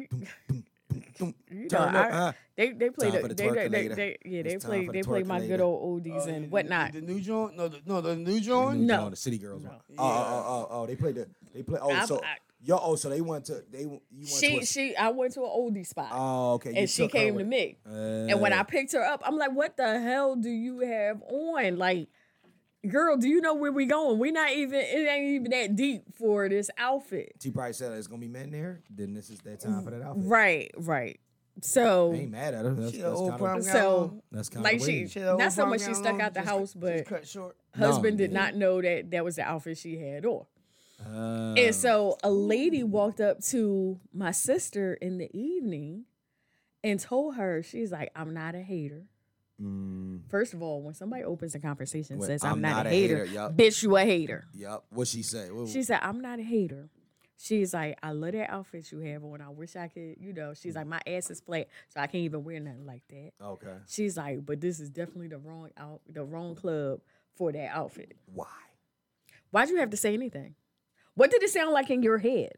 [SPEAKER 2] You know,
[SPEAKER 1] Turn up,
[SPEAKER 2] I-
[SPEAKER 1] huh?
[SPEAKER 2] they they play
[SPEAKER 1] Time
[SPEAKER 2] the,
[SPEAKER 1] for the
[SPEAKER 2] they, they, they,
[SPEAKER 1] twerkinator.
[SPEAKER 2] they- yeah
[SPEAKER 1] It's
[SPEAKER 2] they
[SPEAKER 1] time
[SPEAKER 2] play
[SPEAKER 1] for the
[SPEAKER 2] they play my good
[SPEAKER 1] twerkinator.
[SPEAKER 2] old oldies and whatnot.
[SPEAKER 3] The new joint? No, the, no, the new joint.
[SPEAKER 1] New
[SPEAKER 2] No.
[SPEAKER 1] John, the city girls. one. Oh, oh, oh, oh, oh, they played the they play oh
[SPEAKER 2] I-
[SPEAKER 1] so
[SPEAKER 2] I-
[SPEAKER 1] yo oh so they went to they you went to
[SPEAKER 2] She
[SPEAKER 1] a,
[SPEAKER 2] she I went to an oldie spot
[SPEAKER 1] Oh, okay. you
[SPEAKER 2] and she
[SPEAKER 1] took her
[SPEAKER 2] came to
[SPEAKER 1] with- Uh,
[SPEAKER 2] me. and when I picked her up, I'm like, "What the hell do you have on? Like, girl, do you know where we going? We not even it ain't even that deep for this outfit."
[SPEAKER 1] she probably said it's gonna be men there, then this is that time for that outfit.
[SPEAKER 2] Right, right.
[SPEAKER 1] I
[SPEAKER 2] So
[SPEAKER 1] ain't mad at her. That's,
[SPEAKER 3] She
[SPEAKER 1] that's
[SPEAKER 3] a old
[SPEAKER 1] kind
[SPEAKER 3] prom
[SPEAKER 1] of
[SPEAKER 3] gown
[SPEAKER 2] so
[SPEAKER 3] on.
[SPEAKER 1] that's kind
[SPEAKER 2] like
[SPEAKER 1] of
[SPEAKER 2] she
[SPEAKER 3] She had an
[SPEAKER 2] not
[SPEAKER 3] old
[SPEAKER 2] so
[SPEAKER 3] prom
[SPEAKER 2] much she
[SPEAKER 3] gown
[SPEAKER 2] stuck
[SPEAKER 3] on,
[SPEAKER 2] out the
[SPEAKER 3] just-
[SPEAKER 2] house,
[SPEAKER 3] just
[SPEAKER 2] but
[SPEAKER 3] cut short.
[SPEAKER 2] husband did
[SPEAKER 1] yeah.
[SPEAKER 2] not know that that was the outfit she had on. and so a lady walked up to my sister in the evening and told her, she's like, I'm not a hater. First of all, when somebody opens a conversation and
[SPEAKER 1] Well,
[SPEAKER 2] says, Mm. I'm, not, a hater,
[SPEAKER 1] yup.
[SPEAKER 2] bitch, you a hater.
[SPEAKER 1] Yep. What she say? What-
[SPEAKER 2] She said, I'm not a hater. She's like, I love that outfit you have on. I wish I could, you know, she's like, my ass is flat, so I can't even wear nothing like that.
[SPEAKER 1] okay.
[SPEAKER 2] She's like, but this is definitely the wrong out the wrong club for that outfit.
[SPEAKER 1] Why?
[SPEAKER 2] Why'd you have to say anything? What did it sound like in your head?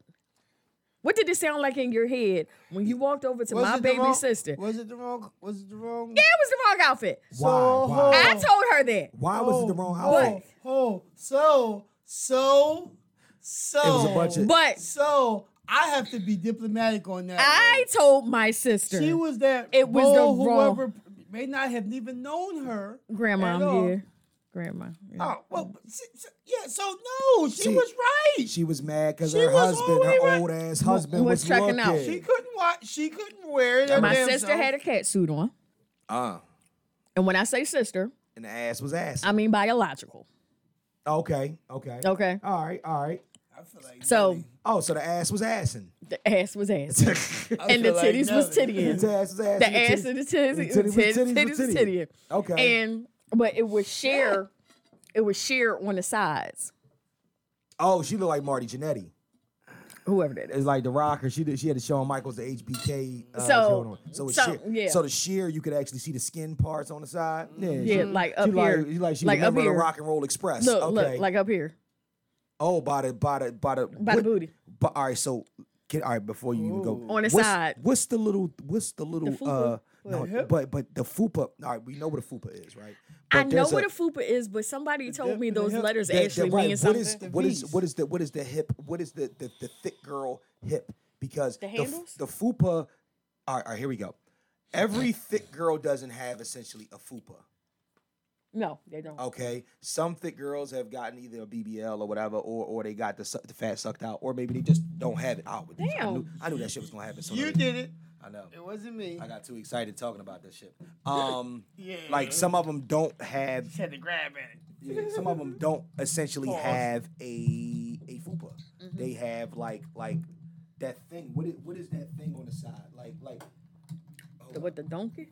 [SPEAKER 2] What did it sound like in your head when you walked over to my
[SPEAKER 3] it the
[SPEAKER 2] baby
[SPEAKER 3] wrong-
[SPEAKER 2] sister? It
[SPEAKER 3] Was it the wrong? Was it the wrong?
[SPEAKER 2] was the wrong outfit.
[SPEAKER 1] Why? Why?
[SPEAKER 2] I told her that.
[SPEAKER 1] Why was it the wrong
[SPEAKER 3] Oh,
[SPEAKER 1] outfit?
[SPEAKER 3] oh, so, so, so.
[SPEAKER 1] It was a bunch of-
[SPEAKER 2] But
[SPEAKER 3] So I have to be diplomatic on that.
[SPEAKER 2] I
[SPEAKER 3] one.
[SPEAKER 2] told my sister.
[SPEAKER 3] She was that.
[SPEAKER 2] It was the
[SPEAKER 3] role
[SPEAKER 2] wrong-
[SPEAKER 3] whoever may not have even known her.
[SPEAKER 2] grandma,
[SPEAKER 3] at all.
[SPEAKER 2] I'm here. Grandma. yeah.
[SPEAKER 3] Oh well, but s- s- yeah. So no, she
[SPEAKER 1] See,
[SPEAKER 3] was right. She,
[SPEAKER 1] She was mad because
[SPEAKER 3] She
[SPEAKER 1] her
[SPEAKER 3] was
[SPEAKER 1] husband, her
[SPEAKER 3] always right-
[SPEAKER 1] old ass husband,
[SPEAKER 2] was
[SPEAKER 1] was,
[SPEAKER 2] checking out.
[SPEAKER 1] looking.
[SPEAKER 3] couldn't watch. She couldn't wear it. her
[SPEAKER 2] my
[SPEAKER 3] Oh, damn
[SPEAKER 2] sister
[SPEAKER 3] self.
[SPEAKER 2] had a cat suit on.
[SPEAKER 1] Uh,
[SPEAKER 2] And when I say sister,
[SPEAKER 1] and the ass was ass.
[SPEAKER 2] I mean biological.
[SPEAKER 1] Okay. Okay.
[SPEAKER 2] Okay.
[SPEAKER 3] Oh,
[SPEAKER 1] All right. All right.
[SPEAKER 3] I feel like
[SPEAKER 2] So
[SPEAKER 1] Oh, so the ass was assing.
[SPEAKER 2] the ass was ass.
[SPEAKER 1] the
[SPEAKER 3] I
[SPEAKER 2] And the
[SPEAKER 3] feel like
[SPEAKER 2] titties was
[SPEAKER 3] nothing.
[SPEAKER 2] tittying.
[SPEAKER 1] ass was ass.
[SPEAKER 2] The ass and the titties.
[SPEAKER 1] titty was
[SPEAKER 2] titties-
[SPEAKER 1] titties
[SPEAKER 2] Titties
[SPEAKER 1] was
[SPEAKER 2] was
[SPEAKER 1] titty.
[SPEAKER 2] tittying.
[SPEAKER 1] Okay.
[SPEAKER 2] and but it was sheer it was sheer on the sides
[SPEAKER 1] oh, she looked like Marty Jannetty.
[SPEAKER 2] whoever that is
[SPEAKER 1] It's like the rocker. She did, she had to show Michaels the HBK. Uh,
[SPEAKER 2] So-
[SPEAKER 1] so so, it's
[SPEAKER 2] so,
[SPEAKER 1] sheer.
[SPEAKER 2] yeah. Mm-hmm.
[SPEAKER 1] so the sheer you could actually see the skin parts on the side. Yeah,
[SPEAKER 2] yeah
[SPEAKER 1] she,
[SPEAKER 2] like
[SPEAKER 1] she
[SPEAKER 2] up here
[SPEAKER 1] like, she like she
[SPEAKER 2] like up
[SPEAKER 1] remember the
[SPEAKER 2] here
[SPEAKER 1] Rock and Roll Express.
[SPEAKER 2] look
[SPEAKER 1] okay.
[SPEAKER 2] look like up here
[SPEAKER 1] Oh, by the by the by the
[SPEAKER 2] By the booty.
[SPEAKER 1] But all right, so can, all right before you even go
[SPEAKER 2] On the
[SPEAKER 1] what's,
[SPEAKER 2] side.
[SPEAKER 1] What's the little? What's the little?
[SPEAKER 2] fupa?
[SPEAKER 1] uh, no, but but the fupa. All right, we know what a fupa is, right? But
[SPEAKER 2] i know
[SPEAKER 1] there's
[SPEAKER 2] what a fupa is but somebody told me
[SPEAKER 3] the
[SPEAKER 2] those
[SPEAKER 3] hip-
[SPEAKER 2] letters
[SPEAKER 1] that- that-
[SPEAKER 2] actually
[SPEAKER 1] right,
[SPEAKER 2] mean
[SPEAKER 1] what
[SPEAKER 2] something
[SPEAKER 1] is what is
[SPEAKER 3] V's.
[SPEAKER 1] what is the what is the hip? What is the the, the thick girl hip? Because the, f-
[SPEAKER 2] handles?
[SPEAKER 1] the fupa. All right, all right, here we go. Every thick girl doesn't have essentially a fupa.
[SPEAKER 2] no they don't
[SPEAKER 1] Okay, some thick girls have gotten either a BBL or whatever, or or they got the, su- the fat sucked out, or maybe they just don't have it out. With these. I knew,
[SPEAKER 2] Damn.
[SPEAKER 1] I knew that shit was gonna happen. Sooner.
[SPEAKER 3] You
[SPEAKER 1] or later.
[SPEAKER 3] did it.
[SPEAKER 1] I know.
[SPEAKER 3] It wasn't me.
[SPEAKER 1] I got too excited talking about this shit. Um, like some of them don't have.
[SPEAKER 3] had to grab at it.
[SPEAKER 1] yeah, some of them don't essentially have a a fupa. They have like like that thing. What is what is that thing on the side? Like like
[SPEAKER 2] The- With the donkey?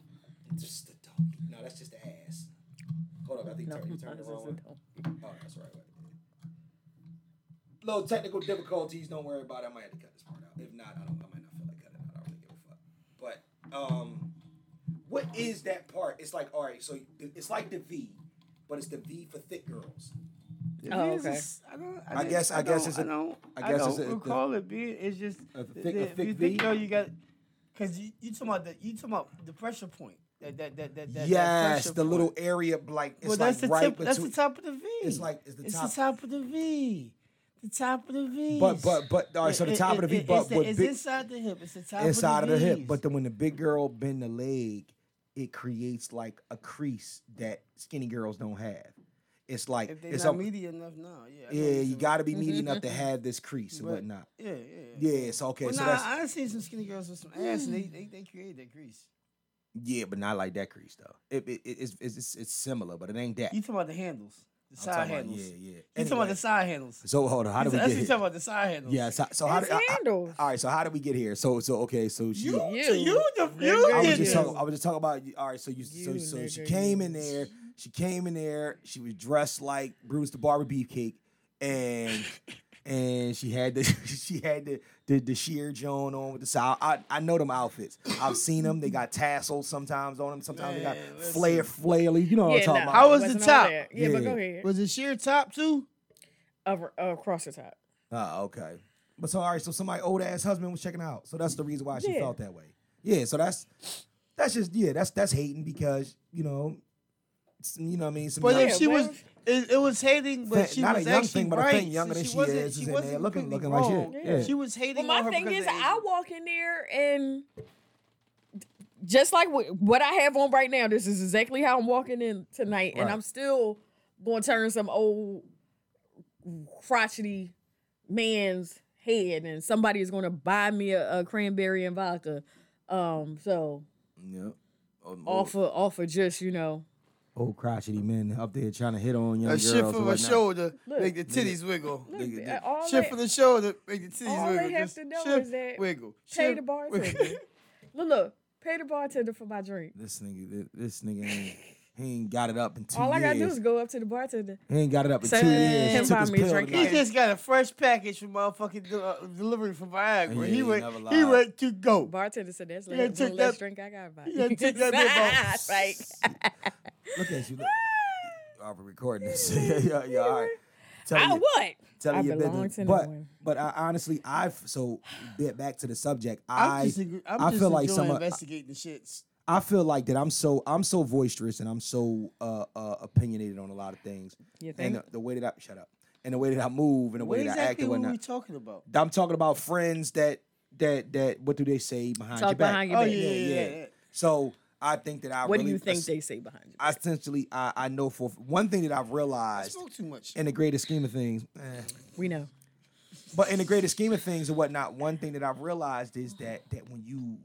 [SPEAKER 1] just the donkey. No, that's just the ass. Hold up, I think
[SPEAKER 2] No,
[SPEAKER 1] turn, you
[SPEAKER 2] this
[SPEAKER 1] turned the
[SPEAKER 2] is
[SPEAKER 1] wrong
[SPEAKER 2] a
[SPEAKER 1] one.
[SPEAKER 2] donkey.
[SPEAKER 1] Oh, that's right. right. Little technical difficulties. Don't worry about it. I might have to cut this part out. If not, I don't. I might not feel like cutting it out. I don't really give a fuck. But um, what is that part? It's like all right. So it's like the V, but it's the V for thick girls.
[SPEAKER 2] Oh,
[SPEAKER 3] It's
[SPEAKER 2] okay.
[SPEAKER 3] just- I, don't,
[SPEAKER 1] I guess- I guess it's
[SPEAKER 3] I
[SPEAKER 1] a-
[SPEAKER 3] don't.
[SPEAKER 1] I
[SPEAKER 3] I
[SPEAKER 1] guess
[SPEAKER 3] don't
[SPEAKER 1] it's a-
[SPEAKER 3] recall it being. It's just
[SPEAKER 1] A thick-
[SPEAKER 3] the-
[SPEAKER 1] a
[SPEAKER 3] if
[SPEAKER 1] thick
[SPEAKER 3] you
[SPEAKER 1] V?
[SPEAKER 3] think though you got because you you talking about the you talking about the pressure point. That that that that, that- that
[SPEAKER 1] yes,
[SPEAKER 3] pressure
[SPEAKER 1] the little
[SPEAKER 3] point.
[SPEAKER 1] area like it's
[SPEAKER 3] Well,
[SPEAKER 1] like
[SPEAKER 3] that's the
[SPEAKER 1] right
[SPEAKER 3] tip.
[SPEAKER 1] between.
[SPEAKER 3] that's the top of the V.
[SPEAKER 1] it's like- it's the top.
[SPEAKER 3] of the V. The top of the V.
[SPEAKER 1] But but but all right. So the top of the V, but
[SPEAKER 3] it's, the-
[SPEAKER 1] with
[SPEAKER 3] it's
[SPEAKER 1] big-
[SPEAKER 3] inside the hip. It's the top
[SPEAKER 1] inside of the hip.
[SPEAKER 3] Vs.
[SPEAKER 1] But then when the big girl bend the leg, it creates like a crease that skinny girls don't have. It's like
[SPEAKER 3] if they're
[SPEAKER 1] it's
[SPEAKER 3] not
[SPEAKER 1] a,
[SPEAKER 3] meaty enough now, yeah. I know what
[SPEAKER 1] yeah, you
[SPEAKER 3] mean.
[SPEAKER 1] got to be meaty enough to have this crease and
[SPEAKER 3] But-
[SPEAKER 1] whatnot.
[SPEAKER 3] Yeah, yeah. yeah.
[SPEAKER 1] Yeah, it's okay.
[SPEAKER 3] Well,
[SPEAKER 1] so
[SPEAKER 3] nah,
[SPEAKER 1] that's
[SPEAKER 3] I seen some skinny girls with some ass, and they they, they created that grease.
[SPEAKER 1] yeah, but not like that crease though. It, it, it- it's, it's it's similar, but it ain't that.
[SPEAKER 3] You talking about the handles, the
[SPEAKER 1] I'm
[SPEAKER 3] side
[SPEAKER 1] talking about-
[SPEAKER 3] handles.
[SPEAKER 1] yeah, yeah.
[SPEAKER 3] You talking about
[SPEAKER 1] Anyway.
[SPEAKER 3] the side handles.
[SPEAKER 1] So hold on, how do we
[SPEAKER 3] That's
[SPEAKER 1] get
[SPEAKER 3] what you talking
[SPEAKER 1] here?
[SPEAKER 3] about the side handles.
[SPEAKER 1] Yeah, so, so how
[SPEAKER 2] It's
[SPEAKER 1] did I- I-
[SPEAKER 2] handles.
[SPEAKER 1] all right? So how did we get here? So so okay, so she.
[SPEAKER 3] You,
[SPEAKER 2] You.
[SPEAKER 3] you, you, the, you
[SPEAKER 1] I was
[SPEAKER 3] did
[SPEAKER 1] just
[SPEAKER 3] this.
[SPEAKER 1] talking. I was just talking about. All right, so you, so
[SPEAKER 2] You
[SPEAKER 1] so she
[SPEAKER 2] nigger,
[SPEAKER 1] came
[SPEAKER 2] you.
[SPEAKER 1] in there. She came in there. She was dressed like Bruce the Barber Beefcake, and and she had the she had the the, the sheer Joan on with the side. I I know them outfits. I've seen them. They got tassels sometimes on them. Sometimes they
[SPEAKER 3] Man,
[SPEAKER 1] got flare flaily. You know what I'm
[SPEAKER 2] Yeah,
[SPEAKER 1] talking
[SPEAKER 2] no,
[SPEAKER 1] about?
[SPEAKER 3] How was the
[SPEAKER 2] wasn't all
[SPEAKER 3] top?
[SPEAKER 2] that. Yeah, but
[SPEAKER 1] Yeah.
[SPEAKER 2] go ahead.
[SPEAKER 3] Was it sheer top too?
[SPEAKER 2] Over, uh, across the top.
[SPEAKER 1] Oh, okay. But so all right, so somebody old ass husband was checking her out. So that's the reason why she
[SPEAKER 2] Yeah.
[SPEAKER 1] felt that way. Yeah, so that's that's just yeah, that's that's hating because, you know, s- you know what I mean? Some
[SPEAKER 3] But
[SPEAKER 1] young-
[SPEAKER 3] if she
[SPEAKER 2] well-
[SPEAKER 3] was, it, it was hating, but
[SPEAKER 1] Fat-
[SPEAKER 3] she
[SPEAKER 1] not a
[SPEAKER 3] was
[SPEAKER 1] young
[SPEAKER 3] actually
[SPEAKER 1] thing, but a
[SPEAKER 3] right.
[SPEAKER 1] thing younger
[SPEAKER 3] so
[SPEAKER 1] than she
[SPEAKER 3] wasn't-
[SPEAKER 1] is is in
[SPEAKER 3] wasn't
[SPEAKER 1] there looking-
[SPEAKER 3] completely
[SPEAKER 1] looking like shit.
[SPEAKER 3] wrong.
[SPEAKER 1] Yeah.
[SPEAKER 3] She was hating.
[SPEAKER 2] Well, my
[SPEAKER 3] on her
[SPEAKER 2] thing
[SPEAKER 3] because
[SPEAKER 2] is,
[SPEAKER 3] of age.
[SPEAKER 2] I walk in there and just like wh- what I have on right now, this is exactly how I'm walking in tonight, and
[SPEAKER 1] Right.
[SPEAKER 2] I'm still going to turn some old crotchety man's head, and somebody is going to buy me a, a cranberry and vodka. Um, so
[SPEAKER 1] yeah. Um,
[SPEAKER 2] off for all for just you know,
[SPEAKER 1] old, old crotchety men up there trying to hit on young
[SPEAKER 3] A
[SPEAKER 1] girls.
[SPEAKER 3] shit
[SPEAKER 1] and
[SPEAKER 3] from her
[SPEAKER 1] whatnot.
[SPEAKER 3] shoulder make the titties wiggle.
[SPEAKER 1] Nigga,
[SPEAKER 2] all
[SPEAKER 3] Shit
[SPEAKER 2] that-
[SPEAKER 3] from the shoulder make the titties
[SPEAKER 2] all they
[SPEAKER 3] wiggle.
[SPEAKER 2] have
[SPEAKER 3] Just
[SPEAKER 2] to know
[SPEAKER 3] shift,
[SPEAKER 2] is that
[SPEAKER 3] wiggle.
[SPEAKER 2] pay
[SPEAKER 3] shift,
[SPEAKER 2] the
[SPEAKER 3] wiggle.
[SPEAKER 2] bartender. look, look, pay the bartender for my drink.
[SPEAKER 1] this nigga, this nigga ain't, he ain't got it up in two
[SPEAKER 2] All I
[SPEAKER 1] years.
[SPEAKER 2] gotta do is go up to the bartender.
[SPEAKER 1] he ain't got it up in
[SPEAKER 2] Say,
[SPEAKER 1] two years. He
[SPEAKER 2] "Him
[SPEAKER 1] took
[SPEAKER 2] buy
[SPEAKER 1] his
[SPEAKER 2] me a
[SPEAKER 1] pill
[SPEAKER 2] drink."
[SPEAKER 1] tonight.
[SPEAKER 3] He just got a fresh package from motherfucking de- uh, delivery from Viagra.
[SPEAKER 1] Yeah,
[SPEAKER 3] he
[SPEAKER 1] he
[SPEAKER 3] went,
[SPEAKER 1] never
[SPEAKER 3] he
[SPEAKER 1] lied.
[SPEAKER 3] went to go.
[SPEAKER 2] Bartender said that's
[SPEAKER 3] done
[SPEAKER 2] last,
[SPEAKER 3] took
[SPEAKER 2] one less
[SPEAKER 3] that-
[SPEAKER 2] drink I got about.
[SPEAKER 3] you done took that bit
[SPEAKER 1] Look at you. Look. I'm recording this. yeah, yeah, yeah, all right. Tell
[SPEAKER 2] I
[SPEAKER 1] you-
[SPEAKER 2] what?
[SPEAKER 1] telling
[SPEAKER 2] I
[SPEAKER 1] your
[SPEAKER 2] belong
[SPEAKER 1] business.
[SPEAKER 2] to no
[SPEAKER 1] but
[SPEAKER 2] one.
[SPEAKER 1] but I, honestly, I've so bit back to the subject. I
[SPEAKER 3] I'm just, agree- I'm
[SPEAKER 1] I
[SPEAKER 3] just
[SPEAKER 1] feel like
[SPEAKER 3] enjoying
[SPEAKER 1] some of- uh,
[SPEAKER 3] investigating the shits.
[SPEAKER 1] I feel like that I'm so I'm so boisterous and I'm so uh, uh opinionated on a lot of things.
[SPEAKER 2] You
[SPEAKER 1] And the, the way that I shut up and the way that I move and the
[SPEAKER 3] What
[SPEAKER 1] way that I act
[SPEAKER 3] exactly
[SPEAKER 1] and
[SPEAKER 3] were we
[SPEAKER 1] whatnot.
[SPEAKER 3] talking about?
[SPEAKER 1] I'm talking about friends that that that what do they say behind
[SPEAKER 2] Talk
[SPEAKER 1] your back?
[SPEAKER 2] behind your
[SPEAKER 3] Oh
[SPEAKER 2] back.
[SPEAKER 3] yeah, yeah, yeah. yeah.
[SPEAKER 1] So I think that I
[SPEAKER 2] What
[SPEAKER 1] really
[SPEAKER 2] do you think they say behind you?
[SPEAKER 1] I essentially I, I know for one thing that I've
[SPEAKER 3] I
[SPEAKER 1] realized
[SPEAKER 3] spoke too much.
[SPEAKER 1] in the greater scheme of things. eh,
[SPEAKER 2] We know.
[SPEAKER 1] But in the greater scheme of things and whatnot, one thing that I've realized is that that when you,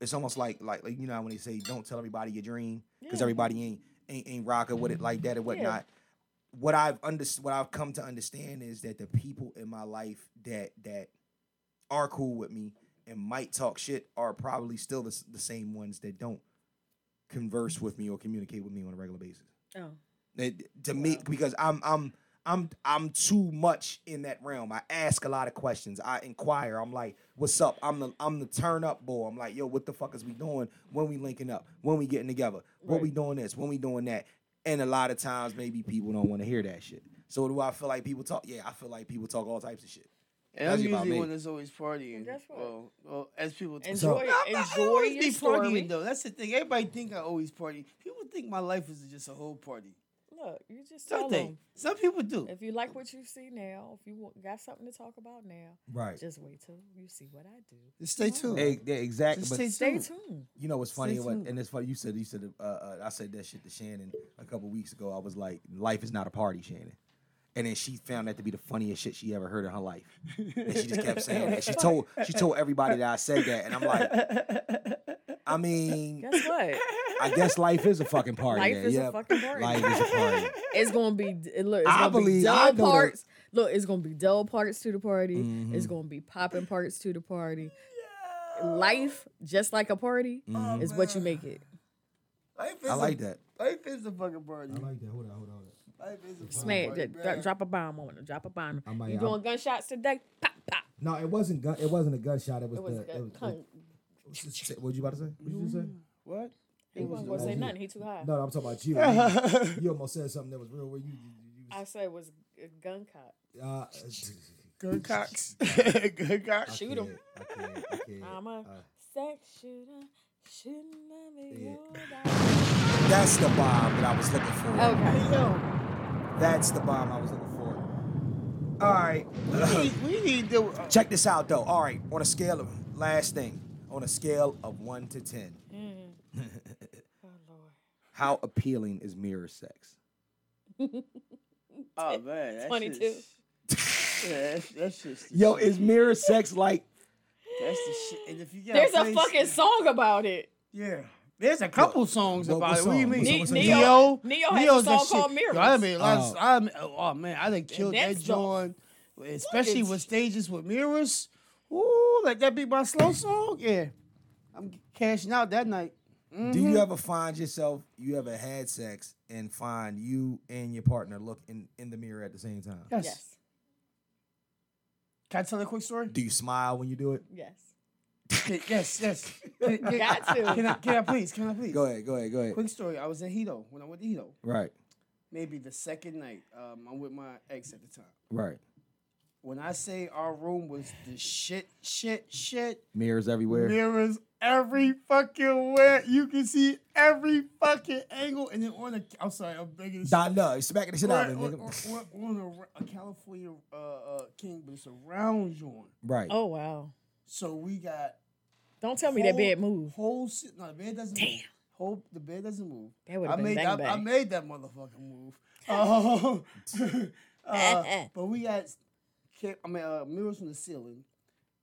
[SPEAKER 1] it's almost like like, like you know how when they say don't tell everybody your dream because everybody ain't, ain't ain't rocking with it like that and whatnot. What I've under what I've come to understand is that the people in my life that that are cool with me and might talk shit are probably still the, s- the same ones that don't converse with me or communicate with me on a regular basis.
[SPEAKER 2] Oh.
[SPEAKER 1] It, to me, because I'm I'm I'm I'm too much in that realm. I ask a lot of questions. I inquire. I'm like, what's up? I'm the I'm the turn up boy. I'm like, yo, what the fuck is we doing? When we linking up? When we getting together? When we doing this? When we doing that? And a lot of times, maybe people don't want to hear that shit. So do I feel like people talk? Yeah, I feel like people talk all types of shit.
[SPEAKER 3] And I'm
[SPEAKER 1] That's about
[SPEAKER 3] usually
[SPEAKER 1] me.
[SPEAKER 3] one that's always partying.
[SPEAKER 2] Guess what?
[SPEAKER 3] Well, well, as people
[SPEAKER 2] Enjoy,
[SPEAKER 1] So-
[SPEAKER 3] I
[SPEAKER 2] enjoy
[SPEAKER 3] always be
[SPEAKER 2] your story.
[SPEAKER 3] partying though. That's the thing. Everybody think I always party. People think my life is just a whole party.
[SPEAKER 2] Look, you just tell
[SPEAKER 3] Don't they?
[SPEAKER 2] them.
[SPEAKER 3] Some people do.
[SPEAKER 2] If you like what you see now, if you want, got something to talk about now,
[SPEAKER 1] Right.
[SPEAKER 2] just wait till you see what I do.
[SPEAKER 3] Stay tuned.
[SPEAKER 1] They, they- exactly.
[SPEAKER 3] Just
[SPEAKER 1] but-
[SPEAKER 3] stay,
[SPEAKER 2] Stay
[SPEAKER 3] tuned.
[SPEAKER 2] tuned.
[SPEAKER 1] You know what's funny?
[SPEAKER 3] Stay
[SPEAKER 1] What,
[SPEAKER 3] tuned.
[SPEAKER 1] and it's funny. You said you said uh, uh, I said that shit to Shannon a couple weeks ago. I was like, "Life is not a party, Shannon," And then she found that to be the funniest shit she ever heard in her life. And she just kept saying that. She told she told everybody that I said that, and I'm like, I mean,
[SPEAKER 2] Guess what?
[SPEAKER 1] I guess life is a fucking party.
[SPEAKER 2] Life
[SPEAKER 1] then.
[SPEAKER 2] is a
[SPEAKER 1] yeah.
[SPEAKER 2] fucking party.
[SPEAKER 1] Life is a party.
[SPEAKER 2] It's gonna be it look. It's
[SPEAKER 1] I
[SPEAKER 2] gonna
[SPEAKER 1] believe-
[SPEAKER 2] be
[SPEAKER 1] I
[SPEAKER 2] dull
[SPEAKER 1] know that-
[SPEAKER 2] parts. Look, it's gonna be dull parts to the party.
[SPEAKER 5] Mm-hmm.
[SPEAKER 2] It's gonna be popping parts to the party. Life, just like a party,
[SPEAKER 5] Mm-hmm.
[SPEAKER 2] is what you make it.
[SPEAKER 3] Life is
[SPEAKER 1] I like
[SPEAKER 3] a,
[SPEAKER 1] that.
[SPEAKER 3] Life is a fucking party.
[SPEAKER 5] like that. Hold on, hold on.
[SPEAKER 3] Life is a fucking
[SPEAKER 2] Smack,
[SPEAKER 3] party.
[SPEAKER 2] d-
[SPEAKER 3] bruh.
[SPEAKER 2] d- drop a bomb on it. Drop a bomb.
[SPEAKER 5] I might-
[SPEAKER 2] you
[SPEAKER 5] I-
[SPEAKER 2] doing gunshots today? Pop, pop.
[SPEAKER 5] No, it wasn't gun. It wasn't a gunshot. It was,
[SPEAKER 2] It was
[SPEAKER 5] the. It was,
[SPEAKER 2] good. Cunt.
[SPEAKER 5] what was you about to say? What you just say?
[SPEAKER 3] What?
[SPEAKER 2] He wasn't gonna say nothing. He too high.
[SPEAKER 5] No, no, I'm talking about you. you. You almost said something that was real. Where you, you,
[SPEAKER 2] I said it was a gun cop.
[SPEAKER 5] you uh,
[SPEAKER 3] Good cocks. Good cocks.
[SPEAKER 2] Shoot him.
[SPEAKER 5] I can't, I can't.
[SPEAKER 2] I'm a sex shooter. Shouldn't I be
[SPEAKER 5] Yeah.
[SPEAKER 2] your dog?
[SPEAKER 1] That's the bomb that I was looking for.
[SPEAKER 2] Okay.
[SPEAKER 3] Yo,
[SPEAKER 1] That's the bomb I was looking for. All right.
[SPEAKER 3] we need- we need to. Uh,
[SPEAKER 1] Check this out though. All right, on a scale of last thing, on a scale of one to ten,
[SPEAKER 2] Mm. Oh, Lord.
[SPEAKER 1] how appealing is mirror sex?
[SPEAKER 3] oh man, that's
[SPEAKER 2] 22.
[SPEAKER 3] That's, that's just.
[SPEAKER 1] Yo, is mirror sex like?
[SPEAKER 3] That's the shit. And if you got
[SPEAKER 2] There's a
[SPEAKER 3] place-
[SPEAKER 2] fucking song about it.
[SPEAKER 3] Yeah. There's a couple songs
[SPEAKER 5] what-
[SPEAKER 3] about
[SPEAKER 5] what
[SPEAKER 3] it. What do you
[SPEAKER 5] song?
[SPEAKER 3] mean?
[SPEAKER 5] What song-
[SPEAKER 2] Ne-
[SPEAKER 5] what's that
[SPEAKER 2] Neo,
[SPEAKER 3] Neo.
[SPEAKER 2] Neo has a song called
[SPEAKER 3] Mirror.
[SPEAKER 2] Mirrors.
[SPEAKER 3] I mean, a lot
[SPEAKER 5] Oh.
[SPEAKER 3] of, I mean, oh man, I done killed
[SPEAKER 2] that
[SPEAKER 3] that
[SPEAKER 2] song-
[SPEAKER 3] John, especially
[SPEAKER 2] is-
[SPEAKER 3] with stages with mirrors. Ooh, like that be my slow song. Yeah, I'm cashing out that night.
[SPEAKER 1] Do
[SPEAKER 2] Mm-hmm.
[SPEAKER 1] you ever find yourself? You ever had sex and find you and your partner look in, in the mirror at the same time?
[SPEAKER 3] Yes.
[SPEAKER 2] yes.
[SPEAKER 3] Can I tell a quick story?
[SPEAKER 1] Do you smile when you do it?
[SPEAKER 2] Yes.
[SPEAKER 3] yes, yes. Can, can-
[SPEAKER 2] Got to.
[SPEAKER 3] can I, can I please? Can I please?
[SPEAKER 1] Go ahead, go ahead, go ahead.
[SPEAKER 3] Quick story. I was in Hito when I went to Hito.
[SPEAKER 1] Right,
[SPEAKER 3] Maybe the second night. Um, I'm with my ex at the time.
[SPEAKER 1] right.
[SPEAKER 3] When I say our room was the shit, shit, shit.
[SPEAKER 1] Mirrors everywhere.
[SPEAKER 3] Mirrors every fucking where. You can see every fucking angle. And then on a, I'm sorry, I'm begging this.
[SPEAKER 1] Nah, no, smacking the shit out of
[SPEAKER 3] on,
[SPEAKER 1] it,
[SPEAKER 3] on,
[SPEAKER 1] nigga.
[SPEAKER 3] on- on a, ra- a California uh, uh, king, but it's a round joint.
[SPEAKER 1] Right.
[SPEAKER 2] Oh, wow.
[SPEAKER 3] So we got
[SPEAKER 2] Don't tell me that
[SPEAKER 3] whole-
[SPEAKER 2] bed moved.
[SPEAKER 3] Whole shit. No, the bed doesn't move. Whole, the bed doesn't move.
[SPEAKER 2] That would've
[SPEAKER 3] I
[SPEAKER 2] been
[SPEAKER 3] made
[SPEAKER 2] bang
[SPEAKER 3] I, I
[SPEAKER 2] bang.
[SPEAKER 3] made that motherfucking move. Oh. Uh, but we got ca- I mean, uh, mirrors on the ceiling,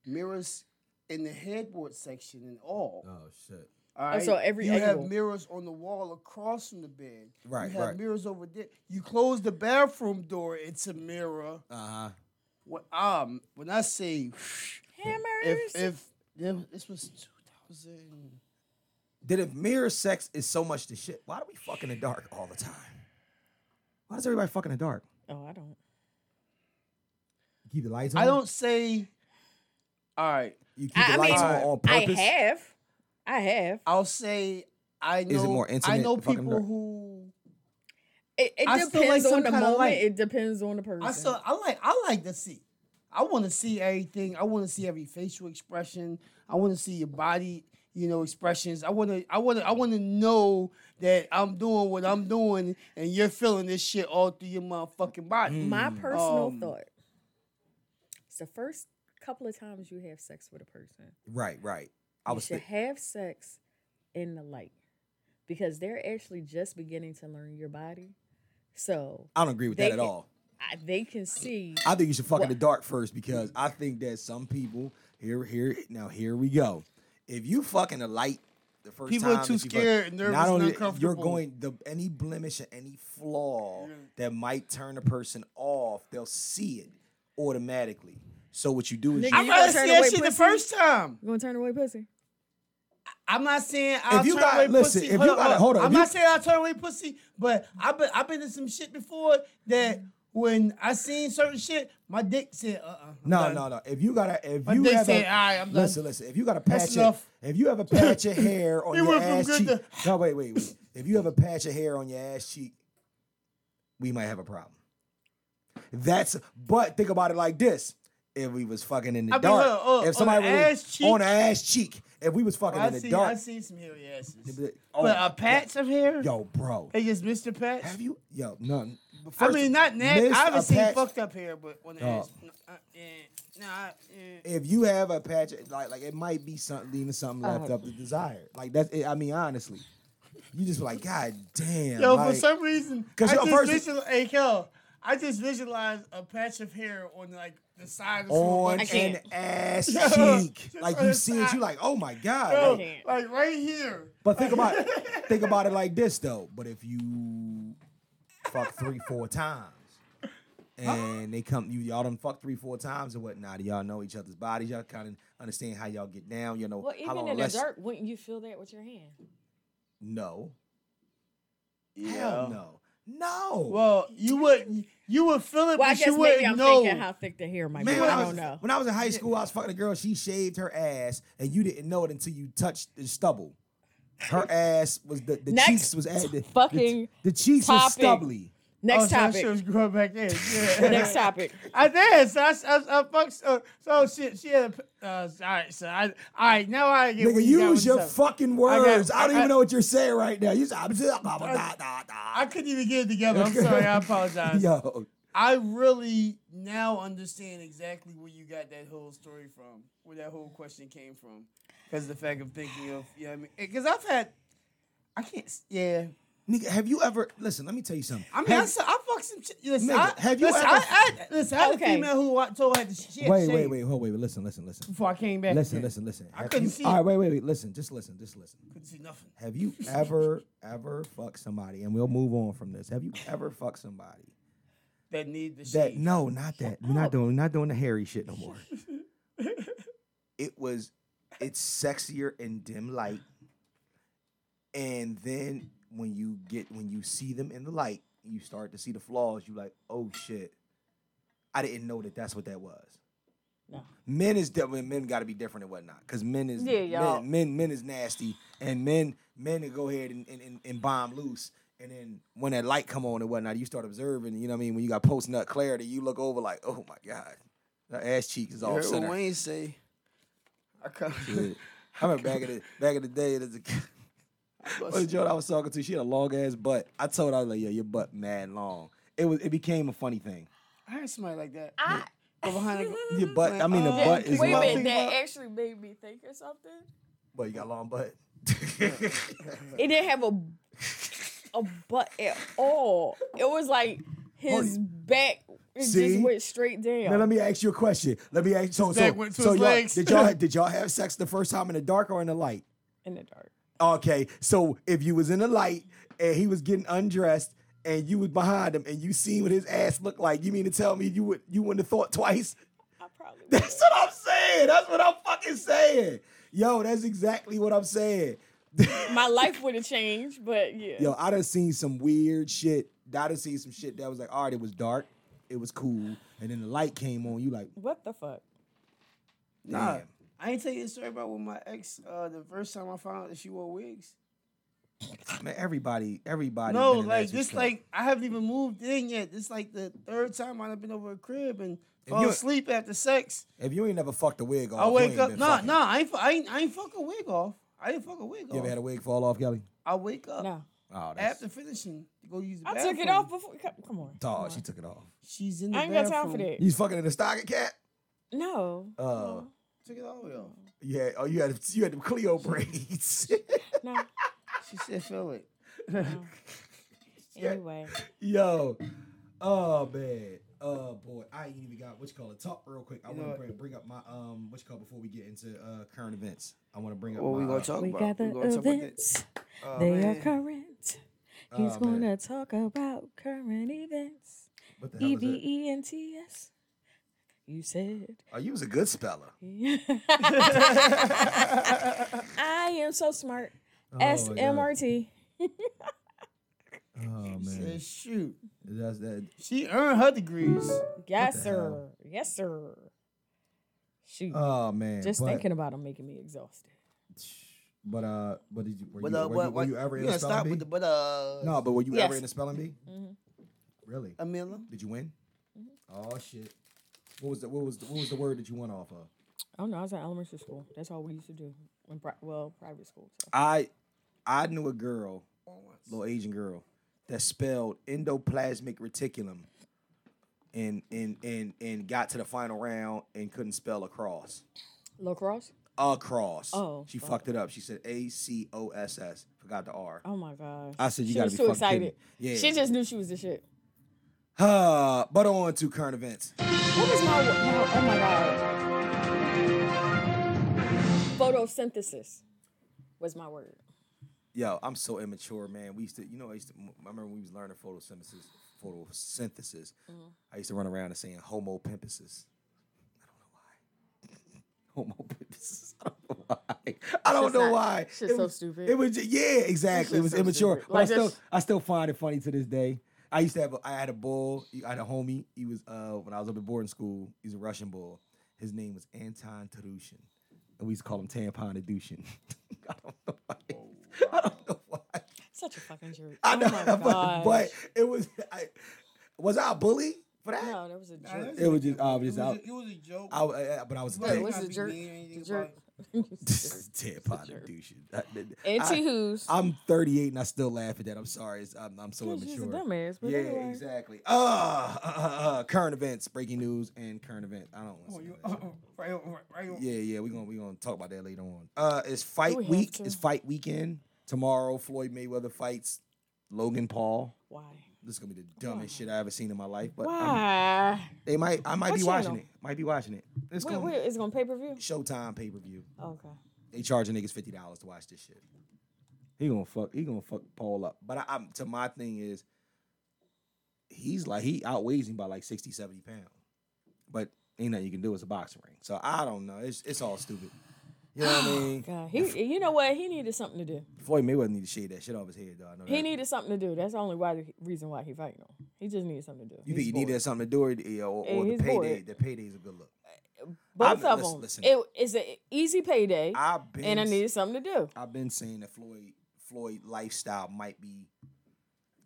[SPEAKER 3] mirrors in the headboard section and all.
[SPEAKER 1] Oh shit.
[SPEAKER 3] all right?
[SPEAKER 2] so every
[SPEAKER 3] you
[SPEAKER 2] angle.
[SPEAKER 3] have mirrors on the wall across from the bed.
[SPEAKER 1] Right,
[SPEAKER 3] You have
[SPEAKER 1] right.
[SPEAKER 3] mirrors over there. You close the bathroom door, it's a mirror.
[SPEAKER 1] Uh huh.
[SPEAKER 3] What um when I say
[SPEAKER 2] Hammers.
[SPEAKER 3] if if yeah, this was two thousand
[SPEAKER 1] Then if mirror sex is so much the shit, why do we fuck in the dark all the time? Why does everybody fuck in the dark?
[SPEAKER 2] oh, I don't.
[SPEAKER 5] Keep the lights on.
[SPEAKER 3] I don't say. All right,
[SPEAKER 1] You keep the
[SPEAKER 2] I, I mean,
[SPEAKER 1] lights on on
[SPEAKER 2] I
[SPEAKER 1] purpose.
[SPEAKER 2] have. I have.
[SPEAKER 3] I'll say. I know.
[SPEAKER 1] it more
[SPEAKER 3] I
[SPEAKER 1] intimate
[SPEAKER 3] know
[SPEAKER 1] to fucking
[SPEAKER 3] people
[SPEAKER 1] dark?
[SPEAKER 3] who.
[SPEAKER 2] It, it
[SPEAKER 3] I still like
[SPEAKER 2] depends
[SPEAKER 3] some
[SPEAKER 2] on the
[SPEAKER 3] kinda
[SPEAKER 2] moment.
[SPEAKER 3] light.
[SPEAKER 2] It depends on the person.
[SPEAKER 3] I still. I like. I like to see. I want to see everything. I want to see every facial expression. I want to see your body. You know, expressions. I want to. I want to. I want to know that I'm doing what I'm doing, and you're feeling this shit all through your motherfucking body.
[SPEAKER 1] Mm.
[SPEAKER 2] My personal
[SPEAKER 3] Um,
[SPEAKER 2] thought. It's the first couple of times you have sex with a person.
[SPEAKER 1] Right, right. I
[SPEAKER 2] you
[SPEAKER 1] was
[SPEAKER 2] should
[SPEAKER 1] thi-
[SPEAKER 2] have sex in the light because they're actually just beginning to learn your body. So
[SPEAKER 1] I don't agree with
[SPEAKER 2] They
[SPEAKER 1] that at
[SPEAKER 2] can-
[SPEAKER 1] all.
[SPEAKER 2] I, they can see.
[SPEAKER 1] I think you should fuck in the
[SPEAKER 2] Well-
[SPEAKER 1] dark first because I think that some people here here now here we go. If you fuck in the light the first
[SPEAKER 3] People
[SPEAKER 1] time,
[SPEAKER 3] are too
[SPEAKER 1] if you fuck-
[SPEAKER 3] scared and nervous
[SPEAKER 1] not
[SPEAKER 3] and
[SPEAKER 1] only you're
[SPEAKER 3] uncomfortable.
[SPEAKER 1] going the any blemish or any flaw that might turn a person off, they'll see it automatically. So what you do is
[SPEAKER 2] Nigga,
[SPEAKER 1] you,
[SPEAKER 3] I'd
[SPEAKER 2] You
[SPEAKER 3] rather
[SPEAKER 2] gonna
[SPEAKER 3] see
[SPEAKER 2] turn
[SPEAKER 3] that
[SPEAKER 2] away
[SPEAKER 3] shit the
[SPEAKER 2] pussy?
[SPEAKER 3] first time.
[SPEAKER 2] You gonna turn away pussy?
[SPEAKER 3] I'm not saying I'll
[SPEAKER 1] you
[SPEAKER 3] turn
[SPEAKER 1] got-
[SPEAKER 3] away
[SPEAKER 1] listen,
[SPEAKER 3] pussy.
[SPEAKER 1] if
[SPEAKER 3] hold
[SPEAKER 1] you
[SPEAKER 3] on,
[SPEAKER 1] got-
[SPEAKER 3] hold on.
[SPEAKER 1] hold on, if
[SPEAKER 3] I'm
[SPEAKER 1] you-
[SPEAKER 3] not saying I'll turn away pussy, but I've been I've been in some shit before that when I seen certain shit, my dick said, uh uh
[SPEAKER 1] no, no, no. If you gotta, if
[SPEAKER 3] My
[SPEAKER 1] you
[SPEAKER 3] dick
[SPEAKER 1] have
[SPEAKER 3] said,
[SPEAKER 1] a,
[SPEAKER 3] "All right, I'm done."
[SPEAKER 1] listen, listen. If you got a
[SPEAKER 3] That's
[SPEAKER 1] patch, your,
[SPEAKER 3] enough.
[SPEAKER 1] if you have a patch of hair on
[SPEAKER 3] We
[SPEAKER 1] your
[SPEAKER 3] went from
[SPEAKER 1] ass
[SPEAKER 3] good
[SPEAKER 1] cheek,
[SPEAKER 3] to-
[SPEAKER 1] no, wait, wait, wait. If you have a patch of hair on your ass cheek, we might have a problem. That's but think about it like this: if we was fucking in the
[SPEAKER 3] I mean,
[SPEAKER 1] dark,
[SPEAKER 3] look, look, on
[SPEAKER 1] if somebody
[SPEAKER 3] the
[SPEAKER 1] was
[SPEAKER 3] ass cheek-
[SPEAKER 1] on the ass cheek, if we was fucking
[SPEAKER 3] I
[SPEAKER 1] in the
[SPEAKER 3] seen I
[SPEAKER 1] dark,
[SPEAKER 3] seen some hairy asses.
[SPEAKER 1] but-
[SPEAKER 3] but uh,
[SPEAKER 1] oh,
[SPEAKER 3] a patch of hair?
[SPEAKER 1] yo, bro,
[SPEAKER 3] They just missed a patch.
[SPEAKER 1] have you, yo, no.
[SPEAKER 3] I mean not nasty.
[SPEAKER 1] miss
[SPEAKER 3] I
[SPEAKER 1] a
[SPEAKER 3] haven't seen
[SPEAKER 1] patch-
[SPEAKER 3] fucked up hair, but on the
[SPEAKER 1] Dog.
[SPEAKER 3] ass. No, uh, eh, nah, eh.
[SPEAKER 1] if you have a patch, like like it might be something leaving something
[SPEAKER 2] Oh.
[SPEAKER 1] left up to desire. Like that's it. I mean, honestly, you just like, God damn.
[SPEAKER 3] Yo,
[SPEAKER 1] like,
[SPEAKER 3] for some reason, I
[SPEAKER 1] 'Cause, yo,
[SPEAKER 3] just
[SPEAKER 1] first-
[SPEAKER 3] visual, hey, yo, I just visualized a patch of hair on like the side of
[SPEAKER 1] on
[SPEAKER 3] someone's-
[SPEAKER 2] I can't.
[SPEAKER 1] an ass cheek. like you
[SPEAKER 3] Just
[SPEAKER 1] see it,
[SPEAKER 3] on
[SPEAKER 1] you like, oh my god.
[SPEAKER 3] Bro,
[SPEAKER 1] Like,
[SPEAKER 2] can't.
[SPEAKER 3] like right here.
[SPEAKER 1] but think about think about it like this though. But if you fuck three, four times, and they come, you y'all done fuck three, four times and whatnot. Y'all know each other's bodies. Y'all kind of understand how y'all get down. You know
[SPEAKER 2] Well,
[SPEAKER 1] how
[SPEAKER 2] even
[SPEAKER 1] long
[SPEAKER 2] in the
[SPEAKER 1] less.
[SPEAKER 2] dirt, wouldn't you feel that with your hand?
[SPEAKER 1] No, hell no, no.
[SPEAKER 3] Well, Oh, you would you would feel it,
[SPEAKER 2] Well, I
[SPEAKER 3] but you
[SPEAKER 2] guess maybe
[SPEAKER 3] wouldn't
[SPEAKER 2] I'm
[SPEAKER 3] know.
[SPEAKER 2] thinking how thick the hair might be.
[SPEAKER 1] Man, when
[SPEAKER 2] I
[SPEAKER 1] I,
[SPEAKER 2] don't
[SPEAKER 1] was,
[SPEAKER 2] know.
[SPEAKER 1] when I was in high school, I was fucking a girl. She shaved her ass, and you didn't know it until you touched the stubble. Her ass was the, the
[SPEAKER 2] Next
[SPEAKER 1] cheeks was at the
[SPEAKER 2] fucking
[SPEAKER 1] the, the cheeks was
[SPEAKER 2] topic.
[SPEAKER 1] stubbly.
[SPEAKER 2] Next
[SPEAKER 3] oh, so that
[SPEAKER 2] topic.
[SPEAKER 3] shit was growing back in. Yeah.
[SPEAKER 2] Next topic.
[SPEAKER 3] I did. So I, I, I fucked. So, so she, she had a. Uh, all right. So I. All right. Now I get. where
[SPEAKER 1] Nigga,
[SPEAKER 3] you got with
[SPEAKER 1] use your
[SPEAKER 3] this up.
[SPEAKER 1] fucking
[SPEAKER 3] I got-
[SPEAKER 1] words. I, don't
[SPEAKER 3] I-
[SPEAKER 1] even know what you're saying right now. You just da, da,
[SPEAKER 3] I
[SPEAKER 1] da,
[SPEAKER 3] couldn't even get it together. I'm sorry. I apologize.
[SPEAKER 1] Yo,
[SPEAKER 3] I really now understand exactly where you got that whole story from, where that whole question came from, because of the fact of thinking of. Yeah, I mean, because I've had. I can't. s- Yeah.
[SPEAKER 1] nigga, have you ever? Listen, let me tell you something.
[SPEAKER 3] I mean, I, saw, I fucked some. Ch- listen,
[SPEAKER 1] Nigga,
[SPEAKER 3] I,
[SPEAKER 1] have you
[SPEAKER 3] listen,
[SPEAKER 1] ever-
[SPEAKER 3] I, I, listen, I had
[SPEAKER 2] Okay.
[SPEAKER 3] a female who I told her to sh- she had
[SPEAKER 1] wait,
[SPEAKER 3] to
[SPEAKER 1] wait,
[SPEAKER 3] shave
[SPEAKER 1] wait, hold, wait, wait. Listen, listen, listen,
[SPEAKER 3] Before I came back.
[SPEAKER 1] listen,
[SPEAKER 3] Yeah.
[SPEAKER 1] listen, listen.
[SPEAKER 3] I
[SPEAKER 1] Have
[SPEAKER 3] couldn't
[SPEAKER 1] you-
[SPEAKER 3] see
[SPEAKER 1] All
[SPEAKER 3] it.
[SPEAKER 1] right, wait, wait, wait. Listen, just listen, just listen.
[SPEAKER 3] Couldn't see nothing.
[SPEAKER 1] Have you ever, ever fucked somebody? And we'll move on from this. Have you ever fucked somebody
[SPEAKER 3] That need the
[SPEAKER 1] that?
[SPEAKER 3] shave.
[SPEAKER 1] No, not that. We're not doing, not doing the hairy shit no more. it was, it's sexier in dim light, and then when you get when you see them in the light, you start to see the flaws. You like, oh shit, I didn't know that that's what that was.
[SPEAKER 2] No.
[SPEAKER 1] Men is different. Men got to be different and whatnot. Cause men is
[SPEAKER 2] Yeah, y'all.
[SPEAKER 1] Men, men men is nasty, and men men to go ahead and, and, and, and bomb loose. And then when that light come on and whatnot, you start observing. You know what I mean? When you got post nut clarity, you look over like, oh my god, her ass cheeks is off center.
[SPEAKER 3] Wayne say. I come.
[SPEAKER 1] Yeah. I remember back in the back in the day, there's a what the joke I was talking to. She had a long ass butt. I told her I was like, yo, your butt mad long. It was it became a funny thing.
[SPEAKER 3] I heard somebody like that.
[SPEAKER 2] Ah.
[SPEAKER 3] Go behind the-
[SPEAKER 1] Your butt, I mean, the
[SPEAKER 3] Oh,
[SPEAKER 1] butt is
[SPEAKER 3] wait a
[SPEAKER 1] long.
[SPEAKER 3] minute. Well-
[SPEAKER 2] actually made me think of something.
[SPEAKER 1] But you got a long butt.
[SPEAKER 2] It didn't have a a butt at all. It was like his back it
[SPEAKER 1] Oh, See?
[SPEAKER 2] just went straight down.
[SPEAKER 1] Now let me ask you a question. Let me ask. So, so,
[SPEAKER 3] back went to
[SPEAKER 1] so
[SPEAKER 3] his
[SPEAKER 1] y'all,
[SPEAKER 3] legs.
[SPEAKER 1] did y'all did y'all have sex the first time in the dark or in the light?
[SPEAKER 2] in the dark.
[SPEAKER 1] Okay, so if you was in the light and he was getting undressed and you was behind him and you seen what his ass looked like, you mean to tell me you would you wouldn't have thought twice?
[SPEAKER 2] I probably would.
[SPEAKER 1] That's what I'm saying. That's what I'm fucking saying. Yo, that's exactly what I'm saying.
[SPEAKER 2] my life would have changed, but yeah.
[SPEAKER 1] Yo, I done seen some weird shit. I done seen some shit that was like, all right, it was dark, it was cool, and then the light came on. You like,
[SPEAKER 2] What the fuck?
[SPEAKER 3] Nah,
[SPEAKER 1] Damn.
[SPEAKER 3] I ain't tell you the story about when my ex. Uh, the first time I found out that she wore wigs.
[SPEAKER 1] man, everybody, everybody.
[SPEAKER 3] No,
[SPEAKER 1] been in
[SPEAKER 3] like
[SPEAKER 1] that some
[SPEAKER 3] this,
[SPEAKER 1] shit.
[SPEAKER 3] like I haven't even moved in yet. This like the third time I've been over a crib and fall
[SPEAKER 1] you-
[SPEAKER 3] asleep after sex.
[SPEAKER 1] if you ain't never fucked a wig off,
[SPEAKER 3] I
[SPEAKER 1] you
[SPEAKER 3] wake
[SPEAKER 1] ain't
[SPEAKER 3] up.
[SPEAKER 1] been
[SPEAKER 3] Nah,
[SPEAKER 1] fucking.
[SPEAKER 3] nah, I ain't, fu- I ain't, I ain't fuck a wig off. I didn't fuck a wig
[SPEAKER 1] You ever had
[SPEAKER 3] off.
[SPEAKER 1] a wig fall off, Kelly?
[SPEAKER 3] I wake up
[SPEAKER 2] No.
[SPEAKER 1] Oh, that's
[SPEAKER 3] after finishing to go use the
[SPEAKER 2] I
[SPEAKER 3] bathroom.
[SPEAKER 2] took it off before. Come, come on. come
[SPEAKER 1] dog.
[SPEAKER 2] on.
[SPEAKER 1] Oh, She took it off.
[SPEAKER 3] She's in the
[SPEAKER 2] I ain't got
[SPEAKER 3] bathroom.
[SPEAKER 2] time for that.
[SPEAKER 1] You was fucking in a stocking cat?
[SPEAKER 2] No.
[SPEAKER 1] Uh,
[SPEAKER 3] Took it all the way off.
[SPEAKER 1] yeah. Oh, you had you had the Cleo braids.
[SPEAKER 2] No.
[SPEAKER 3] She said, "Feel it."
[SPEAKER 2] Anyway.
[SPEAKER 1] Yo, oh man, oh boy, I ain't even got what you call it. Talk real quick. I want
[SPEAKER 3] know-
[SPEAKER 1] to bring, bring up my um what you call it before we get into uh current events. I want to bring up.
[SPEAKER 3] What
[SPEAKER 1] my,
[SPEAKER 3] we
[SPEAKER 1] uh,
[SPEAKER 3] gonna talk
[SPEAKER 2] We
[SPEAKER 3] about?
[SPEAKER 2] got the
[SPEAKER 3] we gonna talk about
[SPEAKER 2] events.
[SPEAKER 3] that. Oh,
[SPEAKER 2] they
[SPEAKER 3] man.
[SPEAKER 2] are current. He's
[SPEAKER 1] Oh,
[SPEAKER 2] going
[SPEAKER 1] man.
[SPEAKER 2] to talk about current events.
[SPEAKER 1] What the hell
[SPEAKER 2] E
[SPEAKER 1] is
[SPEAKER 2] V
[SPEAKER 1] it?
[SPEAKER 2] E N T S. You said.
[SPEAKER 1] Oh, you was a good speller.
[SPEAKER 2] I am so smart.
[SPEAKER 1] Oh, my God.
[SPEAKER 2] S M R T.
[SPEAKER 1] Oh man,
[SPEAKER 3] Said, Shoot,
[SPEAKER 1] that's that.
[SPEAKER 3] she earned her degrees.
[SPEAKER 2] Yes,
[SPEAKER 1] the
[SPEAKER 2] sir.
[SPEAKER 1] hell?
[SPEAKER 2] Yes, sir. Shoot.
[SPEAKER 1] Oh man,
[SPEAKER 2] Just
[SPEAKER 1] but,
[SPEAKER 2] thinking about him making me exhausted.
[SPEAKER 1] But uh, but did you were,
[SPEAKER 3] But
[SPEAKER 1] you,
[SPEAKER 3] uh,
[SPEAKER 1] were, you,
[SPEAKER 3] what,
[SPEAKER 1] were
[SPEAKER 3] what?
[SPEAKER 1] you ever in a
[SPEAKER 3] gotta
[SPEAKER 1] spelling
[SPEAKER 3] stop
[SPEAKER 1] bee?
[SPEAKER 3] with the but uh.
[SPEAKER 1] no, but were you ever
[SPEAKER 2] Yes. Mm-hmm.
[SPEAKER 1] in a spelling bee? Really?
[SPEAKER 3] Amila.
[SPEAKER 1] Did you win? Oh shit! What was the what was the, what was the word that you won off of?
[SPEAKER 2] I don't know. Oh, I was in elementary school. That's all we used to do. In pri- well, private school. So.
[SPEAKER 1] I I knew a girl,
[SPEAKER 3] Oh,
[SPEAKER 1] little Asian girl, that spelled endoplasmic reticulum, and and and and got to the final round and couldn't spell across.
[SPEAKER 2] Lacrosse?
[SPEAKER 1] Across.
[SPEAKER 2] Oh,
[SPEAKER 1] she
[SPEAKER 2] fuck.
[SPEAKER 1] fucked it up. She said A C O S S. Forgot the R.
[SPEAKER 2] Oh my gosh.
[SPEAKER 1] I said, "You
[SPEAKER 2] she
[SPEAKER 1] gotta
[SPEAKER 2] was
[SPEAKER 1] be fucking
[SPEAKER 2] too
[SPEAKER 1] kidding
[SPEAKER 2] excited.
[SPEAKER 1] me." Yeah.
[SPEAKER 2] She just knew she was the shit.
[SPEAKER 1] Uh, but on to current events.
[SPEAKER 2] What was my, my oh my god. Photosynthesis was my word.
[SPEAKER 1] Yo, I'm so immature, man. We used to, you know, I used to. I remember when we was learning photosynthesis. Photosynthesis.
[SPEAKER 2] Mm-hmm.
[SPEAKER 1] I used to run around and saying "homo pimpesis." I don't know why. homo pimpesis. I don't know why. I don't
[SPEAKER 2] Shit's
[SPEAKER 1] know
[SPEAKER 2] not-
[SPEAKER 1] why.
[SPEAKER 2] shit's
[SPEAKER 1] It
[SPEAKER 2] so
[SPEAKER 1] was-
[SPEAKER 2] stupid.
[SPEAKER 1] It was ju- yeah, exactly. It
[SPEAKER 2] shit's
[SPEAKER 1] was
[SPEAKER 2] so
[SPEAKER 1] immature,
[SPEAKER 2] stupid.
[SPEAKER 1] but I
[SPEAKER 2] Like,
[SPEAKER 1] still,
[SPEAKER 2] that's-
[SPEAKER 1] I still find it funny to this day. I used to have, a, I had a bull. I had a homie. He was uh when I was up at boarding school. He's a Russian bull. His name was Anton Tarushin, and we used to call him Tampon Adushin. I don't know why.
[SPEAKER 2] Oh,
[SPEAKER 1] I don't know why.
[SPEAKER 2] Such a fucking jerk.
[SPEAKER 1] I know,
[SPEAKER 2] oh my
[SPEAKER 1] but,
[SPEAKER 2] god.
[SPEAKER 1] but it was. I, was I a bully for that?
[SPEAKER 2] no, that was a jerk.
[SPEAKER 1] It was just, I was just,
[SPEAKER 3] It was
[SPEAKER 1] I,
[SPEAKER 3] a- it was a joke.
[SPEAKER 1] I, I- but I was a
[SPEAKER 3] Right,
[SPEAKER 1] dick.
[SPEAKER 2] What's the
[SPEAKER 3] Can't be
[SPEAKER 2] jerk?
[SPEAKER 3] mean or anything
[SPEAKER 2] The jerk.
[SPEAKER 1] Dead pot of douche. I-
[SPEAKER 2] Auntie
[SPEAKER 1] I-
[SPEAKER 2] Who's.
[SPEAKER 1] I'm 38 and I still laugh at that. I'm sorry. It's, I'm, I'm so
[SPEAKER 2] She's a
[SPEAKER 1] immature.
[SPEAKER 2] dumbass, but
[SPEAKER 1] yeah,
[SPEAKER 2] anyway.
[SPEAKER 1] exactly. Uh, uh, uh, uh, current events, breaking news, and current events. I don't
[SPEAKER 3] Oh,
[SPEAKER 1] want
[SPEAKER 3] you-
[SPEAKER 1] to.
[SPEAKER 3] uh, uh, right on, right- right on.
[SPEAKER 1] Yeah, yeah, we're gonna we gonna talk about that later on. Uh it's fight
[SPEAKER 2] oh. we have
[SPEAKER 1] week,
[SPEAKER 2] to?
[SPEAKER 1] it's fight weekend. Tomorrow, Floyd Mayweather fights Logan Paul.
[SPEAKER 2] Why?
[SPEAKER 1] This is gonna be the dumbest shit I ever seen in my life, but I'm-
[SPEAKER 2] Why?
[SPEAKER 1] they might I might
[SPEAKER 2] What
[SPEAKER 1] be
[SPEAKER 2] channel?
[SPEAKER 1] watching it. Might be watching it. It's
[SPEAKER 2] Wait,
[SPEAKER 1] gonna
[SPEAKER 2] wait, it's gonna pay per view?
[SPEAKER 1] Showtime pay per view.
[SPEAKER 2] Okay.
[SPEAKER 1] They charging niggas fifty dollars to watch this shit. He gonna fuck. He gonna fuck Paul up. But I, I'm to my thing is, he's like he outweighs him by like 60, 70 pounds. But ain't nothing you can do. It's a boxing ring. So I don't know. It's it's all stupid. You know what I mean?
[SPEAKER 2] God, he, you know what? He needed something to do.
[SPEAKER 1] Floyd Mayweather need to shave that shit off his head though. I know
[SPEAKER 2] He
[SPEAKER 1] that.
[SPEAKER 2] needed something to do. That's the only why, reason why he fighting him. He just needed something to do.
[SPEAKER 1] you think you need that something to do it, yeah, or, or
[SPEAKER 2] Hey,
[SPEAKER 1] the
[SPEAKER 2] he's bored.
[SPEAKER 1] payday? The payday's a good look.
[SPEAKER 2] Both
[SPEAKER 1] I'm-
[SPEAKER 2] of them.
[SPEAKER 1] listen, listen.
[SPEAKER 2] It, it's an easy payday,
[SPEAKER 1] I've been
[SPEAKER 2] and I
[SPEAKER 1] s-
[SPEAKER 2] needed something to do.
[SPEAKER 1] I've been saying that Floyd Floyd lifestyle might be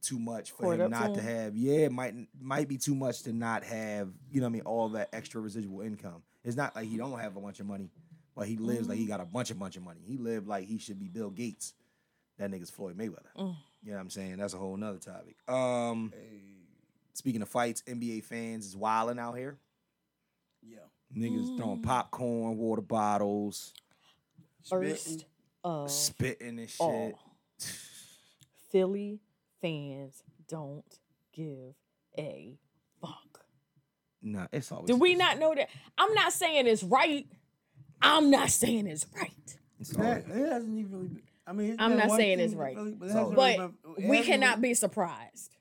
[SPEAKER 1] too much for
[SPEAKER 2] Caught
[SPEAKER 1] him
[SPEAKER 2] up
[SPEAKER 1] not to
[SPEAKER 2] to him.
[SPEAKER 1] have. Yeah, it might might be too much to not have. You know what I mean? All that extra residual income. It's not like he don't have a bunch of money, but he lives like he
[SPEAKER 2] Mm-hmm.
[SPEAKER 1] got a bunch of bunch of money. He lived like he should be Bill Gates. That nigga's Floyd Mayweather.
[SPEAKER 2] Mm.
[SPEAKER 1] You know what I'm saying? That's a whole nother topic. Um, speaking of fights, NBA fans is wilding out here.
[SPEAKER 3] Yeah.
[SPEAKER 1] Niggas
[SPEAKER 2] Mm.
[SPEAKER 1] throwing popcorn, water bottles,
[SPEAKER 2] First of
[SPEAKER 1] spitting and shit.
[SPEAKER 2] all, Philly fans don't give a fuck.
[SPEAKER 1] Nah, it's always
[SPEAKER 2] Do we not know that? I'm not saying it's right. I'm not saying it's right.
[SPEAKER 1] it's always-
[SPEAKER 3] That, that hasn't even really been, I mean, it's
[SPEAKER 2] I'm
[SPEAKER 3] been
[SPEAKER 2] not
[SPEAKER 3] one
[SPEAKER 2] saying
[SPEAKER 3] thing
[SPEAKER 2] it's
[SPEAKER 3] with the
[SPEAKER 2] right,
[SPEAKER 3] Philly, but, it
[SPEAKER 1] So-
[SPEAKER 3] hasn't
[SPEAKER 2] But
[SPEAKER 3] really been- it
[SPEAKER 2] we
[SPEAKER 3] hasn't really-
[SPEAKER 2] cannot be surprised.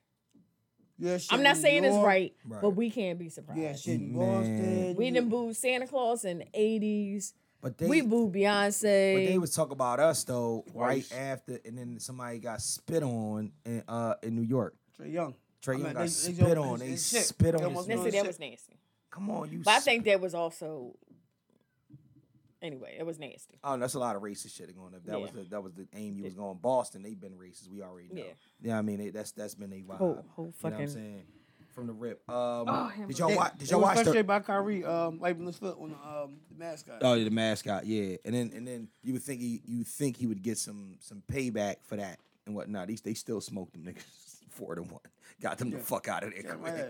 [SPEAKER 3] Yeah, shit
[SPEAKER 2] I'm not
[SPEAKER 3] in
[SPEAKER 2] saying it's
[SPEAKER 3] York,
[SPEAKER 2] right, but
[SPEAKER 1] Right.
[SPEAKER 2] we can't be surprised.
[SPEAKER 3] Yeah, shit in
[SPEAKER 1] Man.
[SPEAKER 3] Boston.
[SPEAKER 2] We done booed Santa Claus in the 80s.
[SPEAKER 1] But they,
[SPEAKER 2] we booed Beyonce.
[SPEAKER 1] but they was talking about us though right
[SPEAKER 3] Twice.
[SPEAKER 1] after, and then somebody got spit on in uh in New York.
[SPEAKER 3] Trey Young.
[SPEAKER 1] Trey
[SPEAKER 3] I
[SPEAKER 1] Young
[SPEAKER 3] mean,
[SPEAKER 1] got
[SPEAKER 3] they- they
[SPEAKER 1] spit
[SPEAKER 3] don't-
[SPEAKER 1] on. They
[SPEAKER 3] it's- it's sick.
[SPEAKER 1] spit
[SPEAKER 3] They
[SPEAKER 1] on.
[SPEAKER 3] almost
[SPEAKER 1] his
[SPEAKER 3] know
[SPEAKER 2] Nancy,
[SPEAKER 1] man.
[SPEAKER 2] that
[SPEAKER 3] shit.
[SPEAKER 2] was nasty.
[SPEAKER 1] Come on, you.
[SPEAKER 2] But I
[SPEAKER 1] s-
[SPEAKER 2] think that was also anyway, it was nasty.
[SPEAKER 1] Oh, that's a lot of racist shit going. If that was
[SPEAKER 2] Yeah.
[SPEAKER 1] the, that was the aim you was going. Boston, they've been racist. We already know. Yeah,
[SPEAKER 2] Yeah.
[SPEAKER 1] I mean they, that's that's been a vibe.
[SPEAKER 2] Whole-
[SPEAKER 1] You
[SPEAKER 2] whole
[SPEAKER 1] know what I'm
[SPEAKER 2] fucking-
[SPEAKER 1] saying from the rip. Um, did
[SPEAKER 3] They-
[SPEAKER 1] y'all watch? Did
[SPEAKER 3] they
[SPEAKER 1] y'all
[SPEAKER 3] was
[SPEAKER 1] watch the?
[SPEAKER 3] frustrated by Kyrie um, wiping his foot on the, um, the mascot.
[SPEAKER 1] Oh, yeah, the mascot, yeah. And then and then you would think he you would think he would get some some payback for that and whatnot. These they still smoked them niggas four to one. Got them the fuck out of there. quick.
[SPEAKER 3] Yeah.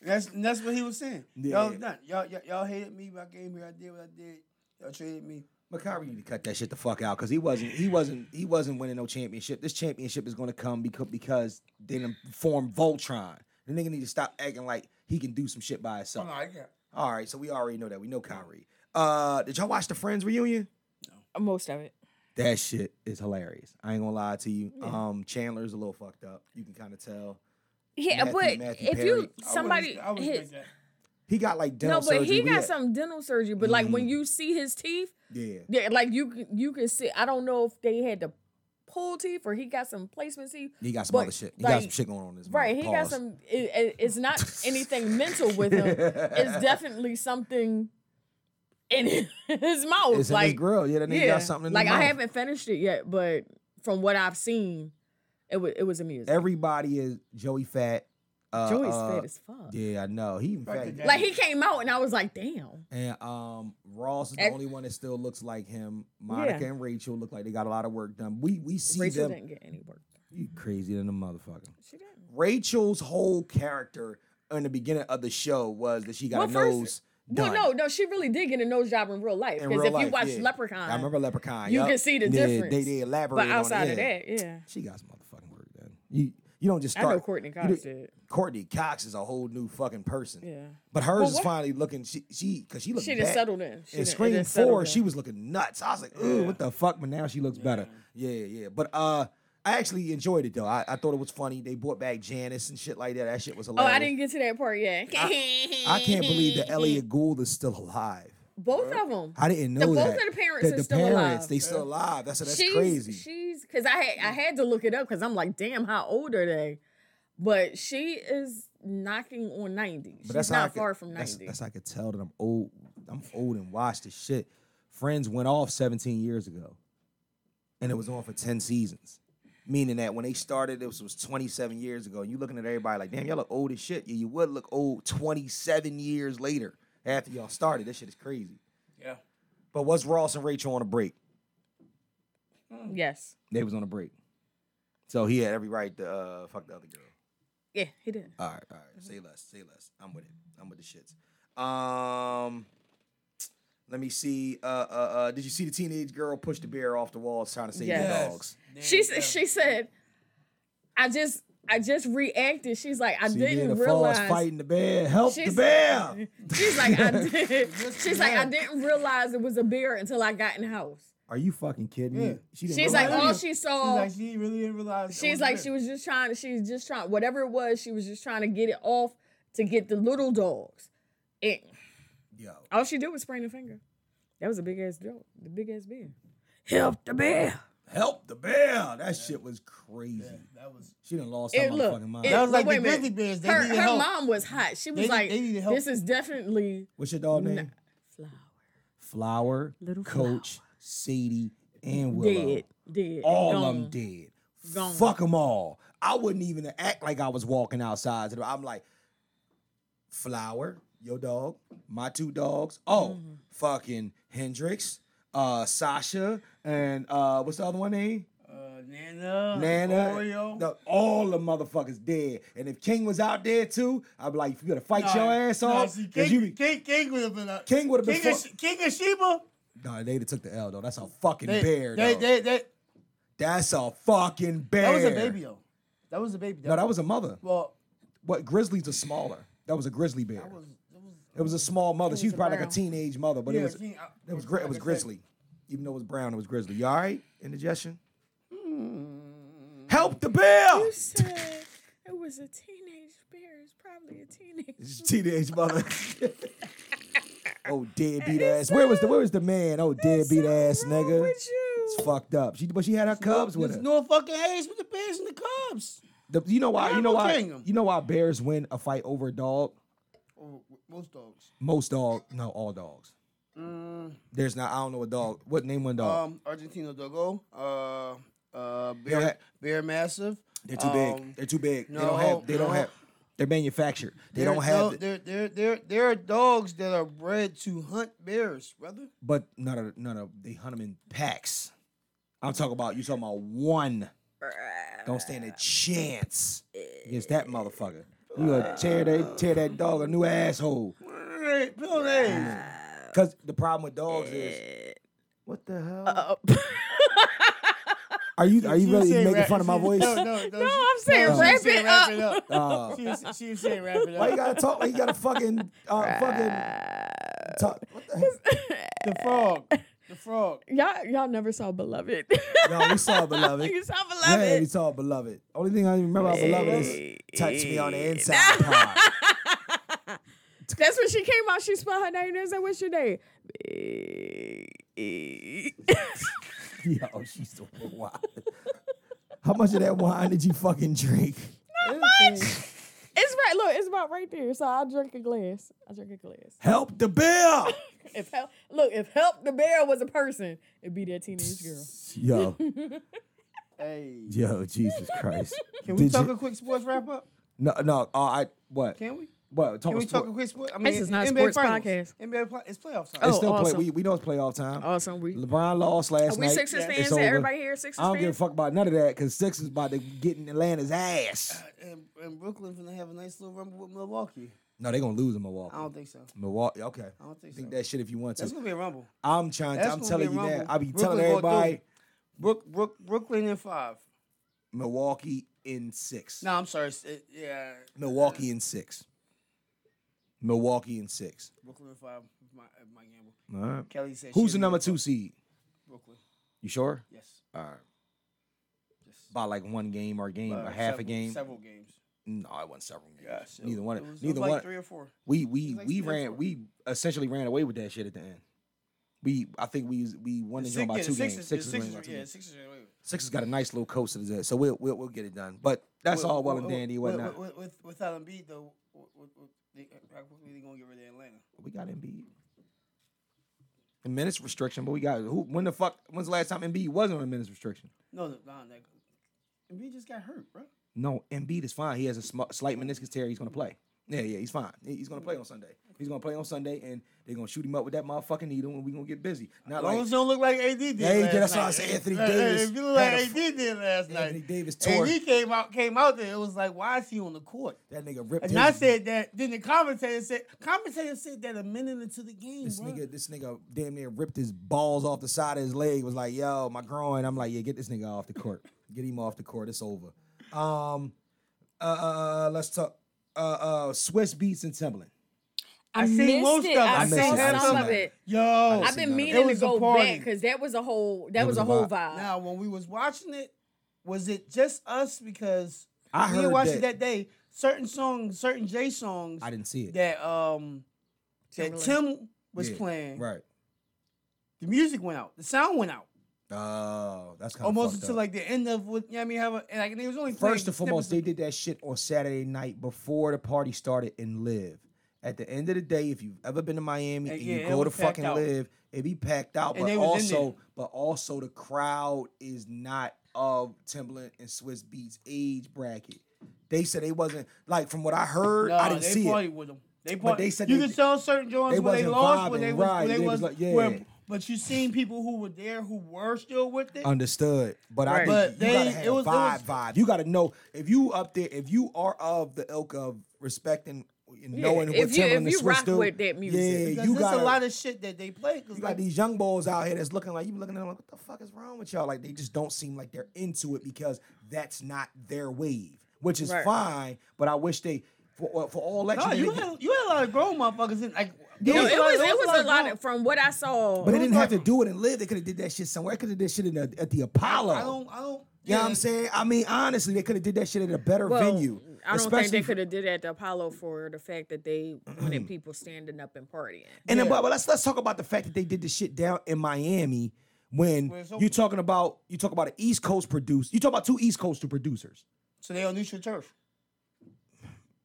[SPEAKER 3] That's and that's what he was saying.
[SPEAKER 1] Yeah.
[SPEAKER 3] Y'all, not, y'all, y'all, y'all hated me. When I came here. I did what I did. Y'all traded me.
[SPEAKER 1] But Kyrie need to cut that shit the fuck out because he wasn't he wasn't he wasn't winning no championship. This championship is gonna come because because they done formed Voltron. The nigga need to stop acting like he can do some shit by himself. All right, so we already know that. We know Kyrie. Uh, did y'all watch the Friends reunion?
[SPEAKER 2] Most of it.
[SPEAKER 1] That shit is hilarious. I ain't gonna lie to you. Um, Chandler's a little fucked up. You can kind of tell.
[SPEAKER 2] Yeah,
[SPEAKER 1] Matthew-
[SPEAKER 2] but
[SPEAKER 1] Matthew
[SPEAKER 2] if you
[SPEAKER 1] Perry.
[SPEAKER 2] somebody
[SPEAKER 3] I wouldn't
[SPEAKER 2] his,
[SPEAKER 3] expect that.
[SPEAKER 1] He got like dental
[SPEAKER 2] no, but
[SPEAKER 1] surgery. We
[SPEAKER 2] he got
[SPEAKER 1] had- Mm-hmm.
[SPEAKER 2] some dental surgery. But like when you see his teeth,
[SPEAKER 1] Yeah.
[SPEAKER 2] yeah, like you c- you can see. I don't know if they had to pull teeth or he got some placement teeth.
[SPEAKER 1] He got some
[SPEAKER 2] but,
[SPEAKER 1] other shit. He got
[SPEAKER 2] like,
[SPEAKER 1] some shit going on in his mouth.
[SPEAKER 2] Right, he got
[SPEAKER 1] Pause.
[SPEAKER 2] some. It, it- it's not anything mental with him. It's definitely something in his mouth.
[SPEAKER 1] It's in
[SPEAKER 2] like
[SPEAKER 1] his grill. Yeah, that nigga got something in his
[SPEAKER 2] like I
[SPEAKER 1] mouth.
[SPEAKER 2] haven't finished it yet, but from what I've seen, it was it was amusing.
[SPEAKER 1] Everybody is Joey Fat. Uh,
[SPEAKER 2] Joey's
[SPEAKER 1] uh,
[SPEAKER 2] fat as fuck.
[SPEAKER 1] Yeah, I know. He in fact,
[SPEAKER 3] that-
[SPEAKER 2] Like he came out and I was like, damn.
[SPEAKER 1] and um, Ross is the
[SPEAKER 2] Ev-
[SPEAKER 1] only one that still looks like him. Monica
[SPEAKER 2] Yeah.
[SPEAKER 1] and Rachel look like they got a lot of work done. We we see
[SPEAKER 2] Rachel
[SPEAKER 1] them.
[SPEAKER 2] didn't get any work.
[SPEAKER 1] You crazy than a motherfucker.
[SPEAKER 2] She didn't.
[SPEAKER 1] Rachel's whole character in the beginning of the show was that she got
[SPEAKER 2] Well,
[SPEAKER 1] a
[SPEAKER 2] first-
[SPEAKER 1] nose
[SPEAKER 2] Well,
[SPEAKER 1] done.
[SPEAKER 2] no, no, she really did get a nose job in real life.
[SPEAKER 1] in
[SPEAKER 2] Because
[SPEAKER 1] real
[SPEAKER 2] if you
[SPEAKER 1] life,
[SPEAKER 2] watch
[SPEAKER 1] yeah.
[SPEAKER 2] Leprechaun,
[SPEAKER 1] I remember Leprechaun.
[SPEAKER 2] you
[SPEAKER 1] yup.
[SPEAKER 2] can see the
[SPEAKER 1] Yeah,
[SPEAKER 2] difference.
[SPEAKER 1] They, they elaborate
[SPEAKER 2] But outside
[SPEAKER 1] on it.
[SPEAKER 2] of
[SPEAKER 1] yeah.
[SPEAKER 2] that, yeah.
[SPEAKER 1] She got some motherfucking work done. You You don't just
[SPEAKER 2] I know
[SPEAKER 1] start.
[SPEAKER 2] Courtney
[SPEAKER 1] you
[SPEAKER 2] Cox
[SPEAKER 1] don't-
[SPEAKER 2] did.
[SPEAKER 1] Courtney Cox is a whole new fucking person.
[SPEAKER 2] Yeah.
[SPEAKER 1] But hers is
[SPEAKER 2] what-
[SPEAKER 1] finally looking. She she because she looked.
[SPEAKER 2] She done
[SPEAKER 1] bad.
[SPEAKER 2] settled in. She done-
[SPEAKER 1] in
[SPEAKER 2] it
[SPEAKER 1] Scream
[SPEAKER 2] done settled
[SPEAKER 1] Four,
[SPEAKER 2] in.
[SPEAKER 1] she was looking nuts. I was like, ooh, what the fuck? But now she looks better. Yeah, yeah. But uh, I actually enjoyed it though. I, I thought it was funny. They brought back Janice and shit like that. That shit was
[SPEAKER 2] Oh,
[SPEAKER 1] hilarious.
[SPEAKER 2] I didn't get to that part yet.
[SPEAKER 1] I can't believe that Elliot Gould is still alive.
[SPEAKER 2] both of them.
[SPEAKER 1] I didn't know
[SPEAKER 2] The both
[SPEAKER 1] that.
[SPEAKER 2] of the parents
[SPEAKER 1] the
[SPEAKER 2] are still alive.
[SPEAKER 1] parents, They still alive. That's that's
[SPEAKER 2] she's,
[SPEAKER 1] crazy. Mm.
[SPEAKER 2] She's because I had I had to look it up because I'm like, damn, how old are they? But she is knocking on ninety. She's
[SPEAKER 1] but that's how I
[SPEAKER 2] not
[SPEAKER 1] could-
[SPEAKER 2] far from
[SPEAKER 1] that's-
[SPEAKER 2] ninety.
[SPEAKER 1] That's, how I could tell that I'm old. I'm old and watched this shit. Friends went off 17 years ago, and it was on for 10 seasons. Meaning that when they started, it was, was 27 years ago. And you looking at everybody like, damn, y'all look old as shit. Yeah, you would look old 27 years later after y'all started. This shit is crazy.
[SPEAKER 7] Yeah.
[SPEAKER 1] But was Ross and Rachel on a break?
[SPEAKER 2] yes.
[SPEAKER 1] They was on a break. So he had every right to uh, fuck the other girl.
[SPEAKER 2] Yeah, he did.
[SPEAKER 1] All right, all right.
[SPEAKER 2] Mm-hmm.
[SPEAKER 1] Say less, say less. I'm with it. I'm with the shits. Um, let me see. Uh, uh, uh did you see the teenage girl push the bear off the wall trying to save
[SPEAKER 2] Yes.
[SPEAKER 1] the dogs?
[SPEAKER 2] She s- she said, I just I just reacted. She's like, I didn't realize.
[SPEAKER 1] fighting the bear. Help the
[SPEAKER 2] She's-
[SPEAKER 1] bear.
[SPEAKER 2] She's like, I did. She's like, I didn't realize it was a bear until I got in the house.
[SPEAKER 1] Are you fucking kidding me?
[SPEAKER 3] Yeah.
[SPEAKER 1] She didn't
[SPEAKER 2] She's like, "Oh."
[SPEAKER 1] realize-
[SPEAKER 2] all she saw.
[SPEAKER 3] like she really didn't realize. it
[SPEAKER 2] She's
[SPEAKER 3] was
[SPEAKER 2] like,
[SPEAKER 3] her.
[SPEAKER 2] she was just trying, she's just trying, whatever it was, she was just trying to get it off to get the little dogs. And
[SPEAKER 1] Yo,
[SPEAKER 2] all she did was sprain her finger. That was a big ass dog, the big ass bear. Help the bear.
[SPEAKER 1] help the bear. That shit was crazy.
[SPEAKER 3] That was
[SPEAKER 1] She done lost her
[SPEAKER 2] It look.
[SPEAKER 1] motherfucking mind.
[SPEAKER 2] it-
[SPEAKER 3] That was like
[SPEAKER 2] wait
[SPEAKER 3] the
[SPEAKER 2] a minute.
[SPEAKER 3] grizzly bears, they
[SPEAKER 2] her
[SPEAKER 3] needed
[SPEAKER 2] her
[SPEAKER 3] help.
[SPEAKER 2] mom was hot. She was
[SPEAKER 3] They-
[SPEAKER 2] like,
[SPEAKER 3] they needed help.
[SPEAKER 2] this is definitely
[SPEAKER 1] What's your dog name?
[SPEAKER 2] flower.
[SPEAKER 1] Flower,
[SPEAKER 2] Little
[SPEAKER 1] Coach, Sadie, and Willow.
[SPEAKER 2] Dead. Dead.
[SPEAKER 1] all of
[SPEAKER 2] gone.
[SPEAKER 1] them dead. Fuck 'em Fuck them all. I wouldn't even act like I was walking outside. to the- I'm like, Flower, your dog, my two dogs. Oh,
[SPEAKER 3] Mm-hmm.
[SPEAKER 1] fucking Hendrix, uh, Sasha, and uh, what's the other one name?
[SPEAKER 3] uh, Nana,
[SPEAKER 1] Nana.
[SPEAKER 3] Oreo.
[SPEAKER 1] No, all the motherfuckers dead. And if King was out there too, I'd be like, you better fight your ass off.
[SPEAKER 3] see,
[SPEAKER 1] 'cause
[SPEAKER 3] Oh, King,
[SPEAKER 1] you be-
[SPEAKER 3] King, King would have been a
[SPEAKER 1] Oh, King would've been
[SPEAKER 3] King, of,
[SPEAKER 1] fuck-
[SPEAKER 3] Sh- King of Sheba.
[SPEAKER 1] no, they took the L though. That's a fucking
[SPEAKER 3] They,
[SPEAKER 1] bear.
[SPEAKER 3] They,
[SPEAKER 1] dog.
[SPEAKER 3] they, they,
[SPEAKER 1] That's a fucking bear.
[SPEAKER 3] that was a baby though. That was a baby.
[SPEAKER 1] No, that was a mother.
[SPEAKER 3] well.
[SPEAKER 1] What grizzlies are smaller. That was a grizzly bear. it was a small mother. She was probably like a
[SPEAKER 2] brown.
[SPEAKER 1] teenage mother, but
[SPEAKER 3] Yeah,
[SPEAKER 1] it was
[SPEAKER 3] teen- I-
[SPEAKER 1] it was gri-
[SPEAKER 3] like
[SPEAKER 1] it was
[SPEAKER 3] I said.
[SPEAKER 1] grizzly. Even though it was brown, it was grizzly. You all right? Indigestion? Help the bear!
[SPEAKER 2] You said it was a teenage bear. It's probably a teenage
[SPEAKER 1] It's your teenage mother. oh deadbeat ass. Where was the where was the man? Oh deadbeat ass
[SPEAKER 2] wrong
[SPEAKER 1] nigga.
[SPEAKER 2] with you.
[SPEAKER 1] It's fucked up. She but she had her cubs with her.
[SPEAKER 3] There's no fucking Hayes with the Bears and the Cubs.
[SPEAKER 1] The- you know why? You know
[SPEAKER 3] Animal
[SPEAKER 1] why?
[SPEAKER 3] Kingdom.
[SPEAKER 1] You know why bears win a fight over a dog?
[SPEAKER 3] most dogs.
[SPEAKER 1] Most dog, no, all dogs. There's not. I don't know a dog. What name one dog?
[SPEAKER 3] Mm. Um, Argentino Dogo, uh, uh,
[SPEAKER 1] don't
[SPEAKER 3] Bear,
[SPEAKER 1] have-
[SPEAKER 3] Bear Massive.
[SPEAKER 1] They're too
[SPEAKER 3] um,
[SPEAKER 1] big. They're too big. they don't have. They
[SPEAKER 3] no,
[SPEAKER 1] don't
[SPEAKER 3] no.
[SPEAKER 1] have. They're manufactured. They
[SPEAKER 3] There-
[SPEAKER 1] don't have.
[SPEAKER 3] no,
[SPEAKER 1] the-
[SPEAKER 3] There, there, there, there are dogs that are bred to hunt bears, brother.
[SPEAKER 1] but none of none of they hunt them in packs. I'm talking about you. Talking about one. Don't stand a chance against that motherfucker. You gonna tear that tear that dog a new asshole.
[SPEAKER 3] Bill Hayes.
[SPEAKER 1] Cause the problem with dogs is what the hell? are you are you
[SPEAKER 3] was
[SPEAKER 1] really
[SPEAKER 3] saying
[SPEAKER 1] making
[SPEAKER 3] rap-
[SPEAKER 1] fun of my
[SPEAKER 3] she was-
[SPEAKER 1] voice?
[SPEAKER 3] No, no, no.
[SPEAKER 2] No,
[SPEAKER 3] she-
[SPEAKER 2] I'm saying
[SPEAKER 3] she was
[SPEAKER 2] wrap
[SPEAKER 3] saying
[SPEAKER 2] it
[SPEAKER 3] wrap
[SPEAKER 2] up.
[SPEAKER 3] it up.
[SPEAKER 1] Uh,
[SPEAKER 3] She was, she was saying wrap it
[SPEAKER 1] why you
[SPEAKER 3] up.
[SPEAKER 1] gotta talk like you gotta fucking uh, fucking talk? What the hell?
[SPEAKER 3] The frog. The frog.
[SPEAKER 2] Y'all, y'all never saw Beloved.
[SPEAKER 1] No, we saw beloved.
[SPEAKER 2] you saw
[SPEAKER 1] Yeah,
[SPEAKER 2] Beloved.
[SPEAKER 1] it's all beloved. Only thing I remember about beloved is touch me on the inside part.
[SPEAKER 2] That's when she came out. She spelled her name. They said, "What's your name?"
[SPEAKER 1] Yo, she's so wild. How much of that wine did you fucking drink?
[SPEAKER 2] It's right. Look, it's about right there. So I drink a glass. I drink a glass.
[SPEAKER 1] Help the bear.
[SPEAKER 2] If help, look, if help the bear was a person, it'd be that teenage girl.
[SPEAKER 1] Yo,
[SPEAKER 3] Hey.
[SPEAKER 1] yo, Jesus Christ.
[SPEAKER 3] Can we
[SPEAKER 1] Did
[SPEAKER 3] talk
[SPEAKER 1] you-
[SPEAKER 3] a quick sports wrap up?
[SPEAKER 1] No, no. Uh, I what?
[SPEAKER 3] Can we?
[SPEAKER 1] What?
[SPEAKER 3] Can we talk a
[SPEAKER 1] sport-
[SPEAKER 3] quick sport? I mean,
[SPEAKER 2] This is not a
[SPEAKER 3] NBA
[SPEAKER 2] sports
[SPEAKER 3] finals.
[SPEAKER 2] podcast.
[SPEAKER 3] NBA pl- it's playoff time.
[SPEAKER 1] It's
[SPEAKER 2] Oh,
[SPEAKER 1] still play.
[SPEAKER 2] awesome.
[SPEAKER 1] We, we know it's playoff time.
[SPEAKER 2] Awesome. We
[SPEAKER 1] LeBron lost last
[SPEAKER 2] Are we
[SPEAKER 1] night.
[SPEAKER 2] Sixers
[SPEAKER 1] It's
[SPEAKER 2] fans?
[SPEAKER 1] over.
[SPEAKER 2] Everybody here Sixers
[SPEAKER 1] I don't give a
[SPEAKER 2] fans?
[SPEAKER 1] fuck about none of that because Sixers about to get in Atlanta's ass.
[SPEAKER 3] And, and Brooklyn's gonna have a nice little rumble with Milwaukee.
[SPEAKER 1] No, they're Oh, gonna lose in Milwaukee.
[SPEAKER 3] I don't think so.
[SPEAKER 1] Milwaukee. Okay. I
[SPEAKER 3] don't think so.
[SPEAKER 1] that shit if you want to.
[SPEAKER 3] Oh. That's gonna be a rumble.
[SPEAKER 1] I'm trying.
[SPEAKER 3] That's
[SPEAKER 1] I'm
[SPEAKER 3] gonna
[SPEAKER 1] telling
[SPEAKER 3] be
[SPEAKER 1] you
[SPEAKER 3] a
[SPEAKER 1] now.
[SPEAKER 3] rumble.
[SPEAKER 1] I be
[SPEAKER 3] Brooklyn
[SPEAKER 1] telling
[SPEAKER 3] gonna do
[SPEAKER 1] everybody.
[SPEAKER 3] Brook, Brook, Brooklyn in five.
[SPEAKER 1] Milwaukee in six.
[SPEAKER 3] No, I'm sorry. s- it- yeah,
[SPEAKER 1] Milwaukee in six. Milwaukee in six.
[SPEAKER 3] Brooklyn in five. if My, if my gamble.
[SPEAKER 1] All right.
[SPEAKER 3] Kelly said.
[SPEAKER 1] Who's the
[SPEAKER 3] Shitty
[SPEAKER 1] number
[SPEAKER 3] in
[SPEAKER 1] two seed?
[SPEAKER 3] Brooklyn.
[SPEAKER 1] You sure?
[SPEAKER 3] Yes.
[SPEAKER 1] All right.
[SPEAKER 3] yes.
[SPEAKER 1] By like one game or a game,
[SPEAKER 3] Uh,
[SPEAKER 1] a half a
[SPEAKER 3] several-
[SPEAKER 1] game.
[SPEAKER 3] Several games.
[SPEAKER 1] No, I won several games.
[SPEAKER 3] Yes. it-
[SPEAKER 1] neither one.
[SPEAKER 3] It was, it
[SPEAKER 1] neither
[SPEAKER 3] was like
[SPEAKER 1] one.
[SPEAKER 3] Three or four.
[SPEAKER 1] we we
[SPEAKER 3] like
[SPEAKER 1] we
[SPEAKER 3] three or
[SPEAKER 1] ran.
[SPEAKER 3] four.
[SPEAKER 1] We essentially ran away with that shit at the end. We I think we we won the game by
[SPEAKER 3] yeah,
[SPEAKER 1] two
[SPEAKER 3] Sixers-
[SPEAKER 1] games.
[SPEAKER 3] the
[SPEAKER 1] Sixers,
[SPEAKER 3] Sixers
[SPEAKER 1] ran by
[SPEAKER 3] were-
[SPEAKER 1] two
[SPEAKER 3] yeah,
[SPEAKER 1] games.
[SPEAKER 3] Sixers were- wait, wait.
[SPEAKER 1] Sixers got a nice little coast to that, so we'll, we'll we'll get it done. But that's
[SPEAKER 3] With-
[SPEAKER 1] all well and
[SPEAKER 3] with-
[SPEAKER 1] dandy,
[SPEAKER 3] with-
[SPEAKER 1] whatnot.
[SPEAKER 3] With with with Allen Embiid though, with, with, with, they, how quickly they gonna get rid of Atlanta?
[SPEAKER 1] We got Embiid. A minutes restriction, but we got who? When the fuck? When's the last time Embiid wasn't on a minutes restriction?
[SPEAKER 3] No, no, nah, that Embiid just got hurt, bro.
[SPEAKER 1] No, Embiid is fine. He has a sm- slight meniscus tear. He's gonna play. Yeah, yeah, he's fine. He- He's gonna play on Sunday. He's gonna play on Sunday, and they're gonna shoot him up with that motherfucking needle, and we're gonna get busy. Not
[SPEAKER 3] As long
[SPEAKER 1] like
[SPEAKER 3] as it don't look like AD did.
[SPEAKER 1] Yeah, he
[SPEAKER 3] last
[SPEAKER 1] did. That's why I
[SPEAKER 3] night.
[SPEAKER 1] said Anthony
[SPEAKER 3] Hey, hey,
[SPEAKER 1] Davis
[SPEAKER 3] If you look like
[SPEAKER 1] had a
[SPEAKER 3] AD did last night,
[SPEAKER 1] Anthony Davis tore.
[SPEAKER 3] AD came out came out there. It was like, why is he on the court?
[SPEAKER 1] that nigga ripped.
[SPEAKER 3] And I
[SPEAKER 1] his-
[SPEAKER 3] said that. Then the commentator said, commentator said that a minute into the game,
[SPEAKER 1] This
[SPEAKER 3] bro.
[SPEAKER 1] nigga, this nigga damn near ripped his balls off the side of his leg. Was like, yo, my groin. I'm like, yeah, get this nigga off the court. Get him off the court. It's over. Um, uh, uh, uh, let's talk. Uh, uh, Swiss Beats and Timbaland.
[SPEAKER 2] I,
[SPEAKER 3] I seen
[SPEAKER 2] missed
[SPEAKER 3] most
[SPEAKER 2] it.
[SPEAKER 3] of
[SPEAKER 2] I,
[SPEAKER 3] it.
[SPEAKER 1] I
[SPEAKER 2] saw
[SPEAKER 1] missed it. I
[SPEAKER 2] some
[SPEAKER 1] seen
[SPEAKER 2] of
[SPEAKER 1] it.
[SPEAKER 2] it.
[SPEAKER 3] Yo,
[SPEAKER 2] I've
[SPEAKER 1] seen none of
[SPEAKER 2] been
[SPEAKER 1] it.
[SPEAKER 3] It
[SPEAKER 2] meaning to
[SPEAKER 3] was a
[SPEAKER 2] go
[SPEAKER 3] party.
[SPEAKER 2] back because that was a whole that
[SPEAKER 1] was
[SPEAKER 2] was, a
[SPEAKER 1] a
[SPEAKER 2] whole
[SPEAKER 1] vibe.
[SPEAKER 2] vibe.
[SPEAKER 3] Now, when we was watching it, was it just us because
[SPEAKER 1] I
[SPEAKER 3] we
[SPEAKER 1] heard
[SPEAKER 3] watched it
[SPEAKER 1] that.
[SPEAKER 3] that day? Certain songs, certain J songs
[SPEAKER 1] I didn't see it.
[SPEAKER 3] that um that Tim was
[SPEAKER 1] Yeah,
[SPEAKER 3] playing.
[SPEAKER 1] Right.
[SPEAKER 3] The music went out. The sound went out
[SPEAKER 1] Oh, that's kind of
[SPEAKER 3] almost until like the end of what. You know what I mean, have a, and like and it was only playing
[SPEAKER 1] First and foremost, they
[SPEAKER 3] snippets
[SPEAKER 1] did that shit on Saturday night before the party started in Live. At the end of the day, if you've ever been to Miami
[SPEAKER 3] Uh,
[SPEAKER 1] and
[SPEAKER 3] yeah,
[SPEAKER 1] you
[SPEAKER 3] it
[SPEAKER 1] go to
[SPEAKER 3] was packed
[SPEAKER 1] fucking
[SPEAKER 3] out.
[SPEAKER 1] Live, it be packed out.
[SPEAKER 3] And
[SPEAKER 1] but
[SPEAKER 3] they was in
[SPEAKER 1] also,
[SPEAKER 3] there.
[SPEAKER 1] but also the crowd is not of Timbaland and Swiss Beats age bracket. They said they wasn't like from what I heard.
[SPEAKER 3] of-
[SPEAKER 1] I
[SPEAKER 3] Nah,
[SPEAKER 1] didn't
[SPEAKER 3] they
[SPEAKER 1] see
[SPEAKER 3] party
[SPEAKER 1] it.
[SPEAKER 3] With them. They part,
[SPEAKER 1] they said
[SPEAKER 3] you
[SPEAKER 1] they-
[SPEAKER 3] could tell certain joints
[SPEAKER 1] they
[SPEAKER 3] when they
[SPEAKER 1] wasn't
[SPEAKER 3] lost, when
[SPEAKER 1] vibing,
[SPEAKER 3] they was,
[SPEAKER 1] right.
[SPEAKER 3] when they
[SPEAKER 1] They
[SPEAKER 3] was,
[SPEAKER 1] was like, yeah.
[SPEAKER 3] where- but you seen people who were there who were still with
[SPEAKER 1] Uh,
[SPEAKER 3] it.
[SPEAKER 1] Understood, but I think
[SPEAKER 3] Right. But
[SPEAKER 1] you
[SPEAKER 3] they-
[SPEAKER 1] gotta have
[SPEAKER 3] it was-
[SPEAKER 1] a
[SPEAKER 3] it
[SPEAKER 1] vibe.
[SPEAKER 3] was-
[SPEAKER 1] vibe. You gotta know if you up there, if you are of the ilk of respecting, and knowing
[SPEAKER 2] if
[SPEAKER 1] what
[SPEAKER 2] you-
[SPEAKER 1] Timbaland
[SPEAKER 2] if
[SPEAKER 1] and
[SPEAKER 2] you
[SPEAKER 1] Swiss
[SPEAKER 2] rock
[SPEAKER 1] do.
[SPEAKER 2] with that music.
[SPEAKER 1] yeah,
[SPEAKER 3] Because
[SPEAKER 1] you
[SPEAKER 3] there's
[SPEAKER 1] got
[SPEAKER 3] a lot of shit that they play. Cause
[SPEAKER 1] You got
[SPEAKER 3] like,
[SPEAKER 1] these young boys out here that's looking like you looking at them like, what the fuck is wrong with y'all? Like they just don't seem like they're into it because that's not their wave, which is
[SPEAKER 2] Right.
[SPEAKER 1] fine. But I wish they for uh, for all that.
[SPEAKER 3] no,
[SPEAKER 1] shit,
[SPEAKER 3] you
[SPEAKER 1] they-
[SPEAKER 3] had, you had a lot of grown motherfuckers in. Like, there
[SPEAKER 2] it, was,
[SPEAKER 3] a
[SPEAKER 2] it
[SPEAKER 3] lot-
[SPEAKER 2] was
[SPEAKER 3] there
[SPEAKER 2] a lot of, from what I saw.
[SPEAKER 1] but they
[SPEAKER 3] it was
[SPEAKER 1] didn't have to
[SPEAKER 3] like-
[SPEAKER 1] do it and live. They could have did that shit somewhere. I could have did that shit in the, at the Apollo.
[SPEAKER 3] grown- I don't. I don't.
[SPEAKER 1] you know what I'm saying? I mean, honestly, they could have did that shit at a better
[SPEAKER 2] Well,
[SPEAKER 1] venue.
[SPEAKER 2] I don't think
[SPEAKER 1] especially
[SPEAKER 2] they
[SPEAKER 1] f-
[SPEAKER 2] could have did that at the Apollo for the fact that they wanted people standing up and partying.
[SPEAKER 1] And then, but, but let's let's talk about the fact that they did this shit down in Miami when
[SPEAKER 3] Where it's
[SPEAKER 1] you're
[SPEAKER 3] open.
[SPEAKER 1] talking about you talk about an East Coast producer. You talk about two East Coast producers.
[SPEAKER 3] So they on neutral turf.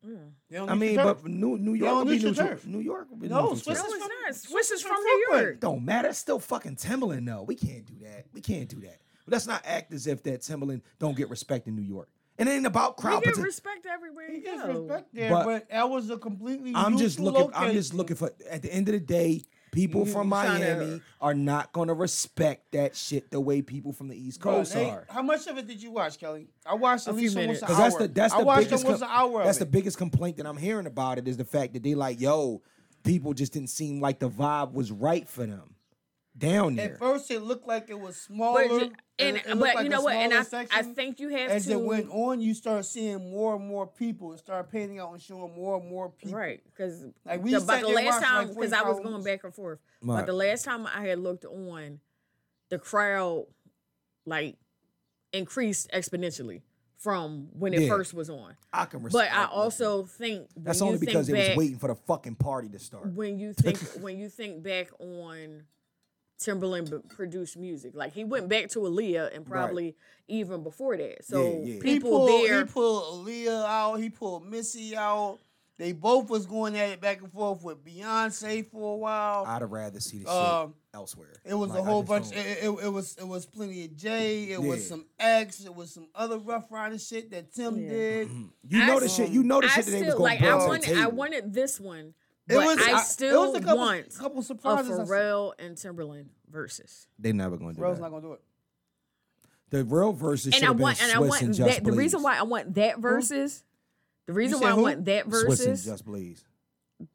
[SPEAKER 2] Mm.
[SPEAKER 3] They on
[SPEAKER 1] I
[SPEAKER 3] neutral
[SPEAKER 1] mean,
[SPEAKER 3] turf.
[SPEAKER 1] but New New York
[SPEAKER 3] don't
[SPEAKER 1] would be
[SPEAKER 3] neutral
[SPEAKER 1] neutral.
[SPEAKER 3] turf.
[SPEAKER 1] New York would be
[SPEAKER 3] No,
[SPEAKER 1] neutral
[SPEAKER 3] Swiss
[SPEAKER 1] turf.
[SPEAKER 2] No,
[SPEAKER 3] is
[SPEAKER 2] it's
[SPEAKER 3] from-
[SPEAKER 2] not. Swiss is
[SPEAKER 3] from
[SPEAKER 2] from New
[SPEAKER 3] Brooklyn.
[SPEAKER 2] York.
[SPEAKER 1] Don't matter. It's still fucking Timberland though. We can't do that. We can't do that. But let's not act as if that Timberland don't get respect in New York. And it ain't about crowd.
[SPEAKER 2] You get
[SPEAKER 1] partic-
[SPEAKER 2] respect everywhere
[SPEAKER 3] He
[SPEAKER 2] you
[SPEAKER 3] gets
[SPEAKER 2] go.
[SPEAKER 3] respect there,
[SPEAKER 1] But-
[SPEAKER 3] but, that was a completely.
[SPEAKER 1] I'm just
[SPEAKER 3] neutral
[SPEAKER 1] looking. I'm just
[SPEAKER 3] location.
[SPEAKER 1] looking for. At the end of the day, people from
[SPEAKER 2] tryna-
[SPEAKER 1] Miami are not gonna respect that shit the way people from the East Coast
[SPEAKER 3] They-
[SPEAKER 1] are.
[SPEAKER 3] How much of it did you watch, Kelly? I watched at
[SPEAKER 2] few
[SPEAKER 3] least almost
[SPEAKER 2] minutes.
[SPEAKER 3] an hour.
[SPEAKER 1] Because that's the that's
[SPEAKER 3] I
[SPEAKER 1] the
[SPEAKER 3] watched
[SPEAKER 1] biggest
[SPEAKER 3] almost
[SPEAKER 1] com-
[SPEAKER 3] an hour.
[SPEAKER 1] That's
[SPEAKER 3] of
[SPEAKER 1] the
[SPEAKER 3] it.
[SPEAKER 1] biggest complaint that I'm hearing about it is the fact that they like, yo, people just didn't seem like the vibe was right for them down there.
[SPEAKER 3] At first, it looked like it was smaller.
[SPEAKER 2] But, ju- and,
[SPEAKER 3] it- it looked
[SPEAKER 2] but
[SPEAKER 3] like
[SPEAKER 2] you
[SPEAKER 3] a
[SPEAKER 2] know what? And I, I
[SPEAKER 3] smaller section.
[SPEAKER 2] think you have
[SPEAKER 3] as
[SPEAKER 2] to
[SPEAKER 3] it went on, you start seeing more and more people and start painting out and showing more and more people.
[SPEAKER 2] Right, because
[SPEAKER 3] Like, we
[SPEAKER 2] the,
[SPEAKER 3] sat
[SPEAKER 2] but the
[SPEAKER 3] there
[SPEAKER 2] last
[SPEAKER 3] watching,
[SPEAKER 2] time,
[SPEAKER 3] like,
[SPEAKER 2] because I was
[SPEAKER 3] 45
[SPEAKER 2] going
[SPEAKER 3] hours.
[SPEAKER 2] back and forth.
[SPEAKER 1] Right.
[SPEAKER 2] But the last time I had looked on, the crowd like increased exponentially from when it
[SPEAKER 1] Yeah.
[SPEAKER 2] first was on.
[SPEAKER 1] I can respect.
[SPEAKER 2] But I
[SPEAKER 1] that.
[SPEAKER 2] also think when
[SPEAKER 1] that's
[SPEAKER 2] you
[SPEAKER 1] only
[SPEAKER 2] think
[SPEAKER 1] because it
[SPEAKER 2] back,
[SPEAKER 1] was waiting for the fucking party to start.
[SPEAKER 2] when you think when you think back on Timberland b- produced music, like he went back to Aaliyah and probably even before that. So
[SPEAKER 1] yeah. He
[SPEAKER 3] He
[SPEAKER 2] people
[SPEAKER 3] pulled,
[SPEAKER 2] there,
[SPEAKER 3] he pulled Aaliyah out. He pulled Missy out. They both was going at it back and forth with Beyonce for a while.
[SPEAKER 1] I'd have rather see this shit
[SPEAKER 3] Um,
[SPEAKER 1] elsewhere.
[SPEAKER 3] it was
[SPEAKER 1] Like,
[SPEAKER 3] a
[SPEAKER 1] I
[SPEAKER 3] whole
[SPEAKER 1] just
[SPEAKER 3] bunch. It,
[SPEAKER 1] don't-
[SPEAKER 3] it, it was it was plenty of J. It was
[SPEAKER 1] Yeah.
[SPEAKER 3] some X. It was some other Rough Rider shit that Tim did.
[SPEAKER 1] you know the shit. You know the
[SPEAKER 2] I
[SPEAKER 1] shit that they was
[SPEAKER 2] still
[SPEAKER 1] going
[SPEAKER 2] like.
[SPEAKER 1] to
[SPEAKER 2] I
[SPEAKER 1] bring to
[SPEAKER 2] wanted,
[SPEAKER 1] the
[SPEAKER 2] I
[SPEAKER 1] table.
[SPEAKER 2] wanted this one,
[SPEAKER 3] It
[SPEAKER 2] but
[SPEAKER 3] was- I- it
[SPEAKER 2] I
[SPEAKER 3] was
[SPEAKER 2] still
[SPEAKER 3] a couple-
[SPEAKER 2] want
[SPEAKER 3] couple
[SPEAKER 2] a
[SPEAKER 3] surprises I saw.
[SPEAKER 2] Pharrell and Timberland versus.
[SPEAKER 1] They never going to do
[SPEAKER 3] Bro's
[SPEAKER 1] that.
[SPEAKER 3] not gonna do it.
[SPEAKER 1] the real versus should
[SPEAKER 2] And I
[SPEAKER 1] have been
[SPEAKER 2] want,
[SPEAKER 1] Swiss
[SPEAKER 2] and I want
[SPEAKER 1] and Just
[SPEAKER 2] that. The
[SPEAKER 1] Blaze.
[SPEAKER 2] reason why I want that versus, the reason
[SPEAKER 3] said
[SPEAKER 2] why I
[SPEAKER 3] who?
[SPEAKER 2] want that
[SPEAKER 1] Swiss and
[SPEAKER 2] versus
[SPEAKER 1] Just Blaze.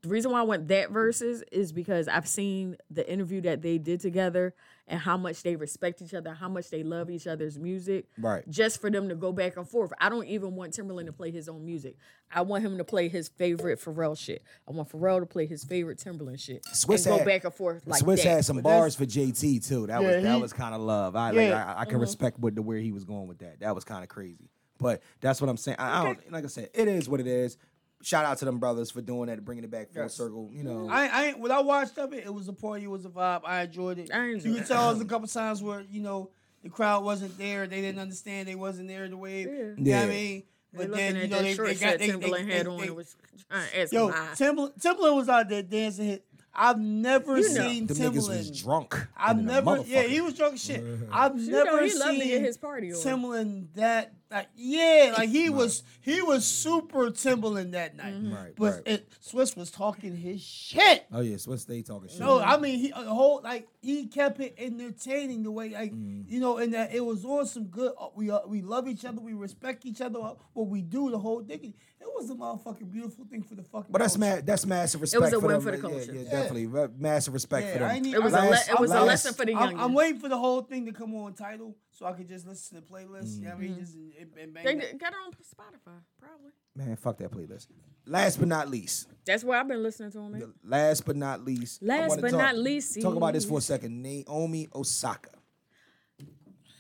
[SPEAKER 2] the reason why I went that verses is because I've seen the interview that they did together and how much they respect each other, how much they love each other's music.
[SPEAKER 1] Right.
[SPEAKER 2] Just for them to go back and forth. I don't even want Timberland to play his own music. I want him to play his favorite Pharrell shit. I want Pharrell to play his favorite Timberland shit.
[SPEAKER 1] Swiss
[SPEAKER 2] and go
[SPEAKER 1] had-
[SPEAKER 2] back and forth like
[SPEAKER 1] Swiss
[SPEAKER 2] that.
[SPEAKER 1] had some bars for JT too. That
[SPEAKER 3] Yeah,
[SPEAKER 1] was that
[SPEAKER 3] he-
[SPEAKER 1] was kind of love. I like,
[SPEAKER 3] Yeah. Mm-hmm.
[SPEAKER 1] I, I can respect what the where he was going with that. That was kind of crazy. But that's what I'm saying. I, I don't like I said. It is what it is. Shout out to them brothers for doing that, bringing it back full circle. You know,
[SPEAKER 3] I, I ain't- when I watched of it, it was a party, it was a vibe. I enjoyed it.
[SPEAKER 2] I enjoyed
[SPEAKER 3] you
[SPEAKER 2] it.
[SPEAKER 3] could tell there's a couple times where you know the crowd wasn't there, they didn't understand, they wasn't there the way. You know what I
[SPEAKER 1] Yeah.
[SPEAKER 3] mean,
[SPEAKER 2] They
[SPEAKER 3] but
[SPEAKER 2] looking
[SPEAKER 3] then you
[SPEAKER 2] at
[SPEAKER 3] know
[SPEAKER 2] that
[SPEAKER 3] they,
[SPEAKER 2] short
[SPEAKER 3] they
[SPEAKER 2] set
[SPEAKER 3] got they, they,
[SPEAKER 2] Timberland
[SPEAKER 3] they,
[SPEAKER 2] had
[SPEAKER 3] they-
[SPEAKER 2] on and was trying to ask
[SPEAKER 3] Yo,
[SPEAKER 2] him why.
[SPEAKER 3] Timberland, Timberland was out there dancing. Hit. I've never
[SPEAKER 2] You know.
[SPEAKER 3] seen
[SPEAKER 1] the niggas was
[SPEAKER 3] Timberland.
[SPEAKER 1] drunk.
[SPEAKER 3] I've
[SPEAKER 1] than a
[SPEAKER 3] never, yeah, he
[SPEAKER 1] motherfucker.
[SPEAKER 3] was drunk as shit. I've
[SPEAKER 2] know,
[SPEAKER 3] never
[SPEAKER 2] he
[SPEAKER 3] seen
[SPEAKER 2] loved to get his party on.
[SPEAKER 3] Timberland that, like, yeah, like he was, he was super Timberland that night.
[SPEAKER 2] Mm-hmm.
[SPEAKER 1] Right,
[SPEAKER 3] but
[SPEAKER 1] right.
[SPEAKER 3] It, Swiss was talking his shit.
[SPEAKER 1] Oh yeah, Swiss they talking shit.
[SPEAKER 3] No, I mean he the whole like he kept it entertaining the way like
[SPEAKER 1] Mm.
[SPEAKER 3] you know, and that it was on some good. uh, We uh, we love each other, we respect each other. uh, What we do, the whole thing. It was a motherfucking beautiful thing for the fucking.
[SPEAKER 1] But Oh, that's
[SPEAKER 3] culture.
[SPEAKER 1] mad. That's massive
[SPEAKER 2] a
[SPEAKER 1] respect.
[SPEAKER 2] win
[SPEAKER 1] them.
[SPEAKER 2] for the
[SPEAKER 1] Yeah,
[SPEAKER 2] culture.
[SPEAKER 1] Yeah,
[SPEAKER 3] Yeah.
[SPEAKER 1] definitely. Re- Massive respect
[SPEAKER 3] Yeah,
[SPEAKER 1] for
[SPEAKER 3] I
[SPEAKER 1] them.
[SPEAKER 3] need-
[SPEAKER 2] it was a
[SPEAKER 1] Last-
[SPEAKER 2] le- it was a
[SPEAKER 1] last-
[SPEAKER 2] lesson for the
[SPEAKER 3] I'm,
[SPEAKER 2] young.
[SPEAKER 3] I'm waiting for the whole thing to come on title so I could just listen to the playlist. You know what I mean? Just and, and
[SPEAKER 2] Mm-hmm.
[SPEAKER 3] bang.
[SPEAKER 2] They
[SPEAKER 3] it.
[SPEAKER 2] did- got it on Spotify probably.
[SPEAKER 1] Man, fuck that playlist. Last but not least,
[SPEAKER 2] That's why I've been listening to him. Man.
[SPEAKER 1] last but not least, I
[SPEAKER 2] Last
[SPEAKER 1] wanna
[SPEAKER 2] but
[SPEAKER 1] talk-
[SPEAKER 2] not least,
[SPEAKER 1] Talk about this for a second. Naomi Osaka.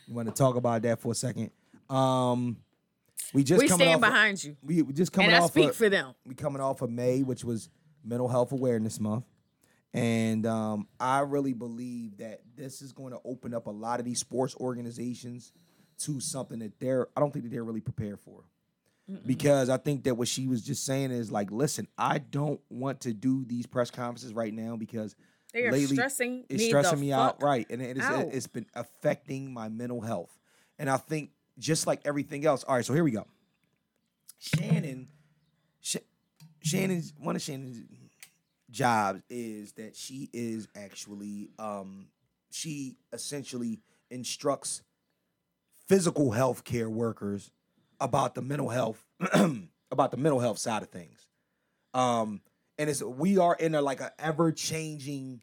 [SPEAKER 1] You want to talk about that for a second? Um, we just
[SPEAKER 2] We
[SPEAKER 1] coming
[SPEAKER 2] stand
[SPEAKER 1] off of-
[SPEAKER 2] behind you,
[SPEAKER 1] we we just coming
[SPEAKER 2] and I
[SPEAKER 1] off.
[SPEAKER 2] speak
[SPEAKER 1] of,
[SPEAKER 2] for them.
[SPEAKER 1] we coming off of May, which was Mental Health Awareness Month. And um, I really believe that this is going to open up a lot of these sports organizations to something that they're I don't think that they're really prepared for. Because I think that what she was just saying is like, listen, I don't want to do these press conferences right now because
[SPEAKER 2] They are
[SPEAKER 1] lately
[SPEAKER 2] stressing
[SPEAKER 1] it's
[SPEAKER 2] me
[SPEAKER 1] stressing
[SPEAKER 2] the
[SPEAKER 1] me out,
[SPEAKER 2] fuck
[SPEAKER 1] right? And it is,
[SPEAKER 2] out.
[SPEAKER 1] it's been affecting my mental health. And I think just like everything else. All right, so here we go. Shannon, Sh- Shannon's one of Shannon's jobs is that she is actually um she essentially instructs physical health care workers about the mental health about the mental health side of things. Um and it's we are in a like a ever changing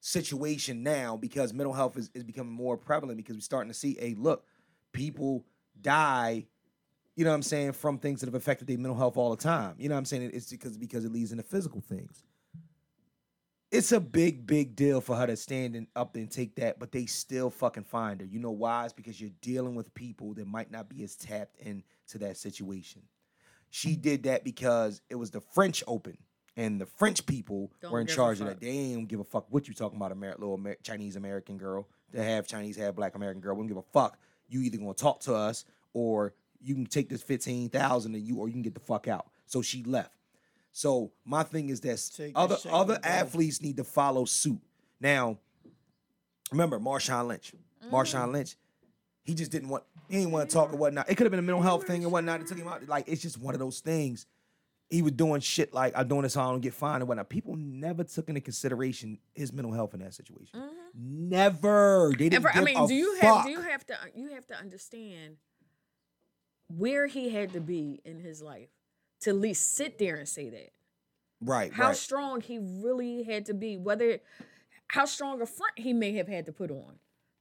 [SPEAKER 1] situation now because mental health is, is becoming more prevalent because we're starting to see a look people die you know what i'm saying from things that have affected their mental health all the time you know what i'm saying it's because because it leads into physical things it's a big big deal for her to stand and up and take that but they still fucking find her you know why it's because you're dealing with people that might not be as tapped into that situation she did that because it was the French Open, and the French people
[SPEAKER 2] Don't
[SPEAKER 1] were in
[SPEAKER 2] give a
[SPEAKER 1] charge of
[SPEAKER 2] fuck.
[SPEAKER 1] that. They didn't give a fuck what you talking about, Amer- little Amer- Chinese American girl, the half Chinese, half Black American girl. We don't give a fuck. You either gonna talk to us, or you can take this fifteen thousand and you, or you can get the fuck out. So she left. So my thing is that s-
[SPEAKER 3] Take that
[SPEAKER 1] other
[SPEAKER 3] shit
[SPEAKER 1] other
[SPEAKER 3] and go.
[SPEAKER 1] athletes need to follow suit. Now, remember Marshawn Lynch.
[SPEAKER 2] Mm.
[SPEAKER 1] Marshawn Lynch, he just didn't want he didn't want to talk or whatnot. It could have been a mental health thing and whatnot. It took him out. Like it's just one of those things. He was doing shit like I'm doing this so I don't get fined and whatnot. People never took into consideration his mental health in that situation. Never. They didn't.
[SPEAKER 2] Ever, Mm-hmm. I
[SPEAKER 1] give
[SPEAKER 2] mean,
[SPEAKER 1] a
[SPEAKER 2] do you have
[SPEAKER 1] fuck.
[SPEAKER 2] do you have to you have to understand where he had to be in his life to at least sit there and say that
[SPEAKER 1] right?
[SPEAKER 2] how
[SPEAKER 1] right.
[SPEAKER 2] strong he really had to be, whether how strong a front he may have had to put on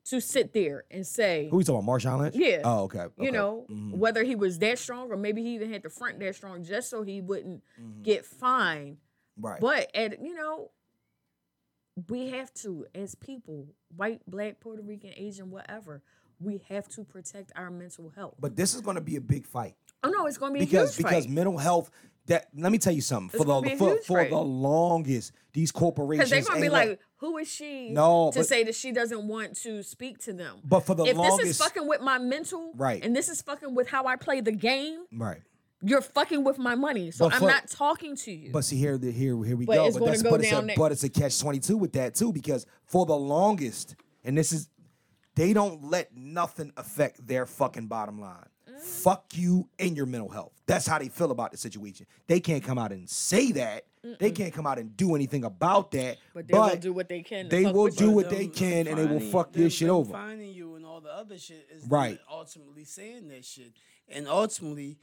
[SPEAKER 2] to sit there and say
[SPEAKER 1] Who we talking about? Marshawn Lynch.
[SPEAKER 2] Yeah.
[SPEAKER 1] Oh, okay. okay. mm-hmm.
[SPEAKER 2] you know, whether he was that strong or maybe he even had to front that strong just so he wouldn't
[SPEAKER 1] Mm-hmm.
[SPEAKER 2] get fined.
[SPEAKER 1] Right.
[SPEAKER 2] But at you know, we have to, as people, white, black, Puerto Rican, Asian, whatever, we have to protect our mental health.
[SPEAKER 1] But this is going to be a big fight.
[SPEAKER 2] oh no, it's gonna be
[SPEAKER 1] because
[SPEAKER 2] a huge
[SPEAKER 1] because
[SPEAKER 2] fight.
[SPEAKER 1] mental health that let me tell you something for
[SPEAKER 2] gonna
[SPEAKER 1] the
[SPEAKER 2] be a
[SPEAKER 1] for,
[SPEAKER 2] huge
[SPEAKER 1] for the
[SPEAKER 2] fight.
[SPEAKER 1] longest these corporations
[SPEAKER 2] Because they're gonna be
[SPEAKER 1] ain't let-
[SPEAKER 2] like, who is she
[SPEAKER 1] No,
[SPEAKER 2] to
[SPEAKER 1] but-
[SPEAKER 2] say that she doesn't want to speak to them?
[SPEAKER 1] But for the
[SPEAKER 2] if this is
[SPEAKER 1] longest-
[SPEAKER 2] fucking with my mental,
[SPEAKER 1] Right.
[SPEAKER 2] and this is fucking with how I play the game,
[SPEAKER 1] right.
[SPEAKER 2] you're fucking with my money. So
[SPEAKER 1] But
[SPEAKER 2] I'm
[SPEAKER 1] for-
[SPEAKER 2] not talking to you.
[SPEAKER 1] But see here the- here here we
[SPEAKER 2] But
[SPEAKER 1] go.
[SPEAKER 2] it's
[SPEAKER 1] but
[SPEAKER 2] gonna
[SPEAKER 1] that's
[SPEAKER 2] go
[SPEAKER 1] but it's a
[SPEAKER 2] down there.
[SPEAKER 1] but it's a catch twenty two with that too because for the longest and this is they don't let nothing affect their fucking bottom line.
[SPEAKER 2] Mm.
[SPEAKER 1] Fuck you and your mental health. That's how they feel about the situation. They can't come out and say that. They can't come out and do anything about that.
[SPEAKER 2] But they will do what they can to
[SPEAKER 1] They
[SPEAKER 2] fuck
[SPEAKER 1] will
[SPEAKER 2] with
[SPEAKER 1] do
[SPEAKER 2] you.
[SPEAKER 1] what they can, and they will
[SPEAKER 3] Finding-
[SPEAKER 1] fuck
[SPEAKER 3] them-
[SPEAKER 1] this shit
[SPEAKER 3] them
[SPEAKER 1] over.
[SPEAKER 3] Finding you and all the other shit is them
[SPEAKER 1] Right.
[SPEAKER 3] Ultimately saying that shit, and ultimately,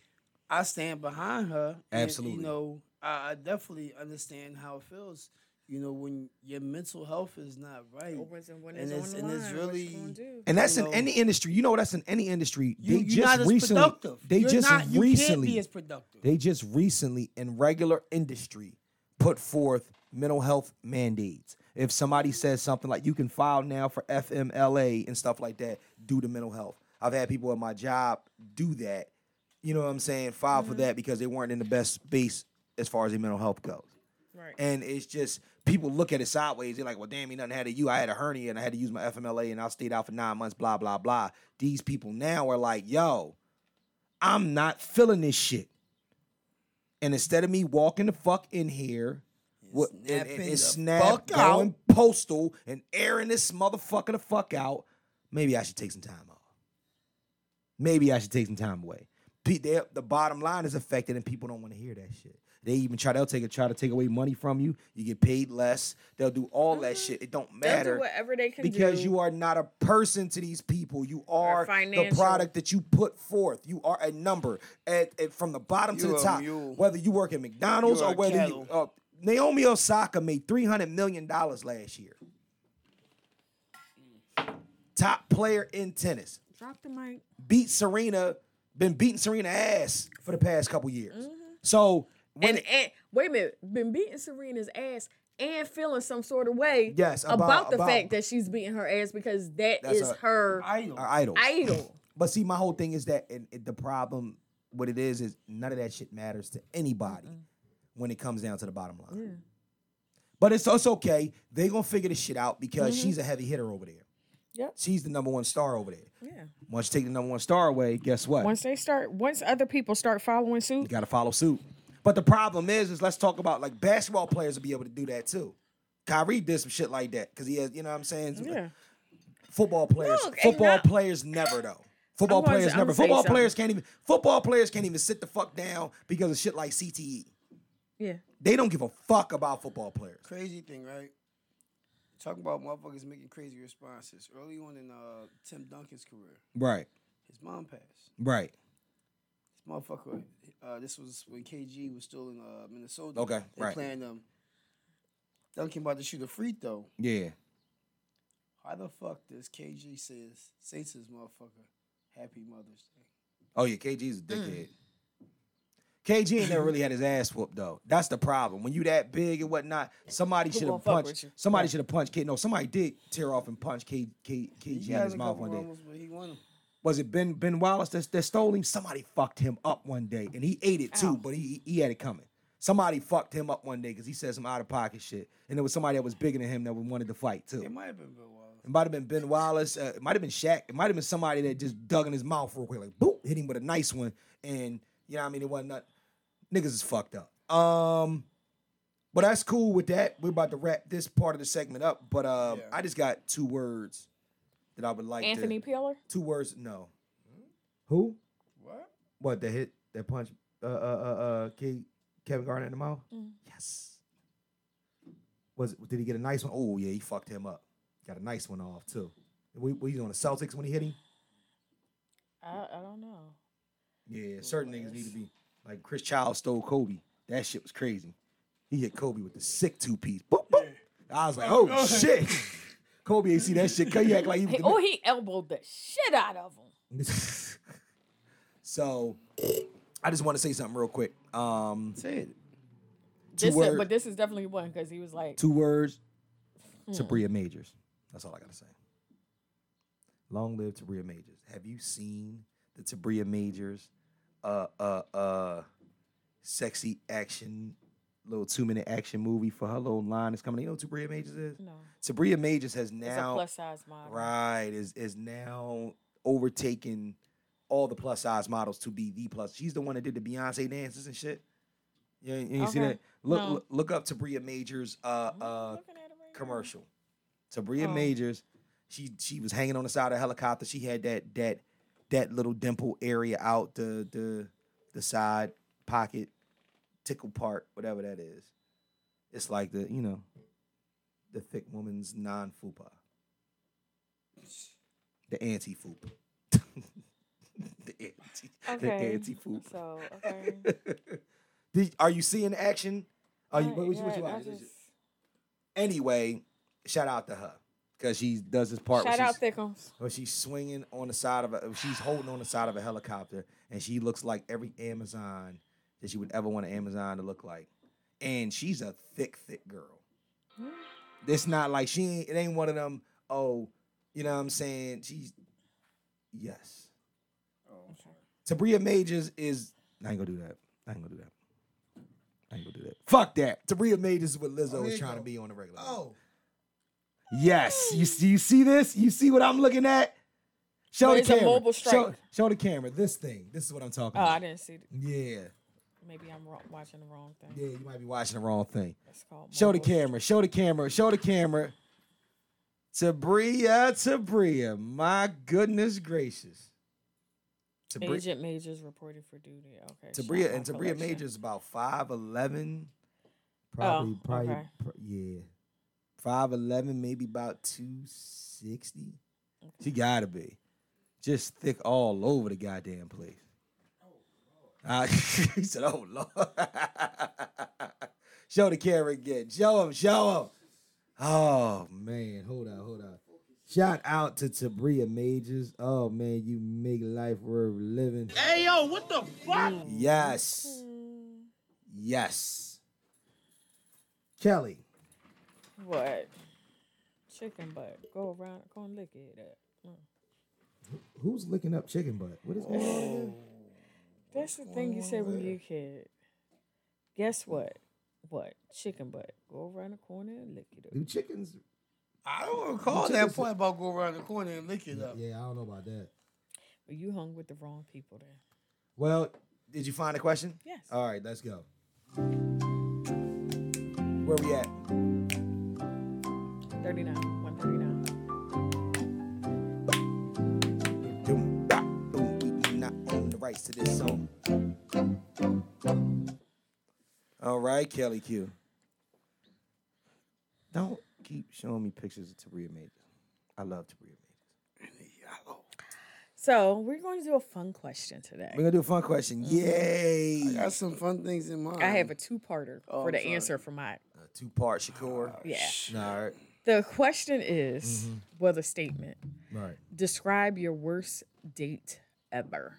[SPEAKER 3] I stand behind her. and,
[SPEAKER 1] Absolutely.
[SPEAKER 3] you know, I, I definitely understand how it feels. You know, when your mental health is not right,
[SPEAKER 2] Opens and when
[SPEAKER 3] and
[SPEAKER 2] it's,
[SPEAKER 3] it's,
[SPEAKER 2] on
[SPEAKER 3] and
[SPEAKER 2] the
[SPEAKER 3] it's
[SPEAKER 2] line, what you
[SPEAKER 3] really
[SPEAKER 2] gonna do?
[SPEAKER 1] And that's
[SPEAKER 3] know,
[SPEAKER 1] in any industry. You know that's in any industry.
[SPEAKER 3] you,
[SPEAKER 1] they
[SPEAKER 3] you're
[SPEAKER 1] just
[SPEAKER 3] not as
[SPEAKER 1] recently
[SPEAKER 3] productive.
[SPEAKER 1] they
[SPEAKER 3] You're
[SPEAKER 1] just
[SPEAKER 3] not, you
[SPEAKER 1] recently
[SPEAKER 3] can't be as productive.
[SPEAKER 1] they just recently in regular industry put forth mental health mandates. If somebody says something like you can file now for FMLA and stuff like that due to mental health. I've had people at my job do that. You know what I'm saying? File for that because they weren't in the best space as far as their mental health goes.
[SPEAKER 2] Right.
[SPEAKER 1] And it's just people look at it sideways. They're like, well, damn, he nothing had to you. I had a hernia and I had to use my FMLA and I stayed out for nine months, blah, blah, blah. These people now are like, yo, I'm not feeling this shit. And instead of me walking the fuck in here, what and, and,
[SPEAKER 3] snapping
[SPEAKER 1] and
[SPEAKER 3] the
[SPEAKER 1] snap
[SPEAKER 3] fuck
[SPEAKER 1] going postal and airing this motherfucker the fuck out, maybe I should take some time off. Maybe I should take some time away. Pe- they- The bottom line is affected, and people don't want to hear that shit. They even try. They'll take a try to take away money from you. You get paid less. They'll do all that shit. It don't
[SPEAKER 2] Mm-hmm. They'll
[SPEAKER 1] matter
[SPEAKER 2] do whatever they can
[SPEAKER 1] because
[SPEAKER 2] do.
[SPEAKER 1] you are not a person to these people. You are the
[SPEAKER 2] financial.
[SPEAKER 1] product that you put forth. You are a number at, at- from the bottom to
[SPEAKER 3] You
[SPEAKER 1] the
[SPEAKER 3] a
[SPEAKER 1] top.
[SPEAKER 3] mule.
[SPEAKER 1] Whether you work at McDonald's
[SPEAKER 3] You are
[SPEAKER 1] or whether you,
[SPEAKER 3] cattle.
[SPEAKER 1] uh, Naomi Osaka made three hundred million dollars last year. Top player in tennis
[SPEAKER 2] Drop the mic.
[SPEAKER 1] beat Serena, been beating Serena ass for the past couple years. So when
[SPEAKER 2] Mm-hmm. and, and wait a minute, been beating Serena's ass and feeling some sort of way
[SPEAKER 1] Yes,
[SPEAKER 2] about,
[SPEAKER 1] about-
[SPEAKER 2] the
[SPEAKER 1] about-
[SPEAKER 2] fact that she's beating her ass because that
[SPEAKER 1] That's
[SPEAKER 2] is
[SPEAKER 1] a-
[SPEAKER 2] her
[SPEAKER 3] Idle.
[SPEAKER 1] our idol.
[SPEAKER 2] idol.
[SPEAKER 1] But see, my whole thing is that and, and the problem, what it is, is none of that shit matters to anybody when it comes down to the bottom line. But it's it's okay. They gonna figure this shit out because she's a heavy hitter over there.
[SPEAKER 2] Mm-hmm. Yep.
[SPEAKER 1] She's the number one star over there.
[SPEAKER 2] Yeah.
[SPEAKER 1] Once you take the number one star away, guess what?
[SPEAKER 2] Once they start, once other people start following suit,
[SPEAKER 1] You gotta follow suit. But the problem is, is let's talk about like basketball players will be able to do that too. Kyrie did some shit like that because he has, you know what I'm saying?
[SPEAKER 2] yeah.
[SPEAKER 1] Football players,
[SPEAKER 2] Look, and
[SPEAKER 1] football
[SPEAKER 2] now-
[SPEAKER 1] players never though. Football
[SPEAKER 2] gonna
[SPEAKER 1] players
[SPEAKER 2] say- I'm
[SPEAKER 1] never.
[SPEAKER 2] gonna say
[SPEAKER 1] Football
[SPEAKER 2] something.
[SPEAKER 1] players can't even. Football players can't even sit the fuck down because of shit like CTE.
[SPEAKER 2] Yeah.
[SPEAKER 1] They don't give a fuck about football players.
[SPEAKER 3] crazy thing, right? Talking about motherfuckers making crazy responses. Early on in uh, Tim Duncan's career,
[SPEAKER 1] Right.
[SPEAKER 3] his mom passed.
[SPEAKER 1] Right.
[SPEAKER 3] This motherfucker, uh, this was when KG was still in uh, Minnesota.
[SPEAKER 1] Okay,
[SPEAKER 3] they
[SPEAKER 1] right.
[SPEAKER 3] Playing um, Duncan about to shoot a free throw.
[SPEAKER 1] Yeah.
[SPEAKER 3] How the fuck does KG says say to this motherfucker, "Happy Mother's Day"?
[SPEAKER 1] Oh yeah, KG's a
[SPEAKER 2] Mm.
[SPEAKER 1] dickhead. KG ain't never really had his ass whooped though. That's the problem. When you that big and whatnot, somebody should
[SPEAKER 2] gonna
[SPEAKER 1] have
[SPEAKER 2] fuck
[SPEAKER 1] punched.
[SPEAKER 2] with you?
[SPEAKER 1] Somebody should have punched K. No, somebody did tear off and punch K, K, KG in
[SPEAKER 3] had
[SPEAKER 1] his
[SPEAKER 3] a
[SPEAKER 1] mouth
[SPEAKER 3] couple
[SPEAKER 1] one day.
[SPEAKER 3] Rumbles, but he won 'em.
[SPEAKER 1] Was it Ben Ben Wallace that, that stole him? Somebody fucked him up one day, and he ate it too, but he he had it coming. Somebody fucked him up one day because he said some out of pocket shit, and there was somebody that was bigger than him that wanted to fight too.
[SPEAKER 3] It might have been Bill Wallace.
[SPEAKER 1] It might have been Ben Wallace. Uh, it might have been Shaq. It might have been somebody that just dug in his mouth real quick, like boop, hit him with a nice one. And you know what I mean? It wasn't nothing. Niggas is fucked up. Um, but that's cool with that. We're about to wrap this part of the segment up. But um, I just got two words that I would like
[SPEAKER 2] Anthony
[SPEAKER 1] to.
[SPEAKER 2] Peeler.
[SPEAKER 1] Two words. No. Who?
[SPEAKER 3] What?
[SPEAKER 1] What? The hit that punch? Uh, uh, uh, uh Ke- Kevin Garnett in the mouth. Yes. Was it, did he get a nice one? Oh yeah, he fucked him up. Got a nice one off too. We were you on the Celtics when he hit him?
[SPEAKER 2] I, I don't know.
[SPEAKER 1] Yeah, certain niggas need to be like Chris Child stole Kobe. That shit was crazy. He hit Kobe with the sick two piece. Boop, boop. I was like, oh shit. Kobe ain't see that shit. He act like he was
[SPEAKER 2] He,
[SPEAKER 1] the
[SPEAKER 2] oh, he elbowed the shit out of him.
[SPEAKER 1] so. I just want to say something real quick. Um,
[SPEAKER 3] Say it.
[SPEAKER 2] This is-
[SPEAKER 1] word-
[SPEAKER 2] but this is definitely one because he was like,
[SPEAKER 1] Two words.
[SPEAKER 2] Mm.
[SPEAKER 1] Tabria Majors. That's all I gotta say. Long live Tabria Majors. Have you seen the Tabria Majors uh uh uh sexy action little two minute action movie for her little line is coming? You know who Tabria Majors is?
[SPEAKER 2] no,
[SPEAKER 1] Tabria Majors has
[SPEAKER 2] it's
[SPEAKER 1] now
[SPEAKER 2] a plus size model.
[SPEAKER 1] Right, is is now overtaking all the plus size models to be the plus. She's the one that did the Beyonce dances and shit. You ain't, you ain't seen
[SPEAKER 2] Okay,
[SPEAKER 1] that? Look,
[SPEAKER 2] no.
[SPEAKER 1] look look up Tabria Majors uh uh
[SPEAKER 2] Looking at it right now.
[SPEAKER 1] commercial. Tabria
[SPEAKER 2] Oh.
[SPEAKER 1] Majors, she she was hanging on the side of a helicopter. She had that that that little dimple area out the the the side pocket tickle part, whatever that is. It's like the you know the thick woman's non fupa, the anti fupa, the anti the
[SPEAKER 2] Okay,
[SPEAKER 1] anti fupa.
[SPEAKER 2] So okay,
[SPEAKER 1] Did, are you seeing action? Are you,
[SPEAKER 2] Right,
[SPEAKER 1] what, what you- what you
[SPEAKER 2] right, I
[SPEAKER 1] watching?
[SPEAKER 2] just-
[SPEAKER 1] Anyway, shout out to her because she does this part.
[SPEAKER 2] Shout
[SPEAKER 1] where
[SPEAKER 2] out
[SPEAKER 1] she's-
[SPEAKER 2] Thickums.
[SPEAKER 1] Well, she's swinging on the side of a, she's holding on the side of a helicopter, and she looks like every Amazon that you would ever want an Amazon to look like. And she's a thick, thick girl.
[SPEAKER 5] Mm.
[SPEAKER 1] It's not like she ain't, it ain't one of them, oh, you know what I'm saying? She's, yes.
[SPEAKER 5] Oh,
[SPEAKER 1] Tabria Majors is, I ain't gonna do that. I ain't gonna do that. I ain't gonna do that. Fuck that. Tabria Majors is what Lizzo
[SPEAKER 5] there
[SPEAKER 1] is
[SPEAKER 5] Oh, you
[SPEAKER 1] trying to
[SPEAKER 5] go.
[SPEAKER 1] be on the regular.
[SPEAKER 5] Oh,
[SPEAKER 1] Yes. You see, you see this? You see what I'm looking at? Show
[SPEAKER 2] But
[SPEAKER 1] the
[SPEAKER 2] it's a
[SPEAKER 1] camera.
[SPEAKER 2] mobile
[SPEAKER 1] show,
[SPEAKER 2] strike.
[SPEAKER 1] show the camera. This thing. This is what I'm talking
[SPEAKER 3] Uh.
[SPEAKER 2] Oh, I
[SPEAKER 1] about.
[SPEAKER 2] didn't see. th-
[SPEAKER 1] Yeah.
[SPEAKER 2] Maybe I'm wrong, watching the wrong thing.
[SPEAKER 1] Yeah, you might be watching the wrong thing.
[SPEAKER 2] It's called
[SPEAKER 1] Show the
[SPEAKER 2] Mobile Strike.
[SPEAKER 1] camera. Show the camera. Show the camera. Tabria, Tabria. My goodness gracious. Tabria,
[SPEAKER 2] Agent Majors reported for duty. Okay. shout
[SPEAKER 1] Tabria
[SPEAKER 2] out
[SPEAKER 1] and Tabria
[SPEAKER 2] collection.
[SPEAKER 1] Major's about 5'11. Probably, probably,
[SPEAKER 2] okay.
[SPEAKER 1] pr- yeah. 5'11, maybe about 260. She gotta be. Just thick all over the goddamn place. Uh, he said, oh, Lord. show the camera again. Show him, show him. Oh, man. Hold on, hold on. Shout out to Tabria Majors. Oh, man, you make life worth living.
[SPEAKER 4] Hey yo, what the fuck?
[SPEAKER 1] Yes. Yes. Kelly.
[SPEAKER 2] What? Chicken butt. Go around. Go and lick it up. Mm.
[SPEAKER 1] Who's licking up chicken butt? What is going on? again?
[SPEAKER 2] That's the thing you said when you were a kid. Guess what? What? Chicken butt. Go around the corner and lick it
[SPEAKER 3] Mm.
[SPEAKER 2] up.
[SPEAKER 1] Do chickens?
[SPEAKER 3] I don't recall that point about go around the corner and lick it up.
[SPEAKER 1] Yeah, I don't know about that.
[SPEAKER 2] Well, you hung with the wrong people there.
[SPEAKER 1] Well, did you find a question?
[SPEAKER 2] Yes.
[SPEAKER 3] Uh,
[SPEAKER 1] All right, let's go. Where we at?
[SPEAKER 2] 39. 139.
[SPEAKER 1] Doom, bop, boom, we do not own the rights to this song. All right, Kelly Q. Don't keep showing me pictures of Tabria Majors. I love Tabria Majors.
[SPEAKER 2] So, we're going to do a fun question today.
[SPEAKER 1] We're gonna do a fun question. Yay!
[SPEAKER 3] I got some fun things in mind.
[SPEAKER 2] I have a two parter for
[SPEAKER 3] Oh, I'm
[SPEAKER 2] the
[SPEAKER 3] sorry.
[SPEAKER 2] answer for my.
[SPEAKER 1] Two part Shakur.
[SPEAKER 2] Yeah.
[SPEAKER 1] All right.
[SPEAKER 2] The question is well, the statement
[SPEAKER 1] All right.
[SPEAKER 2] describe your worst date ever.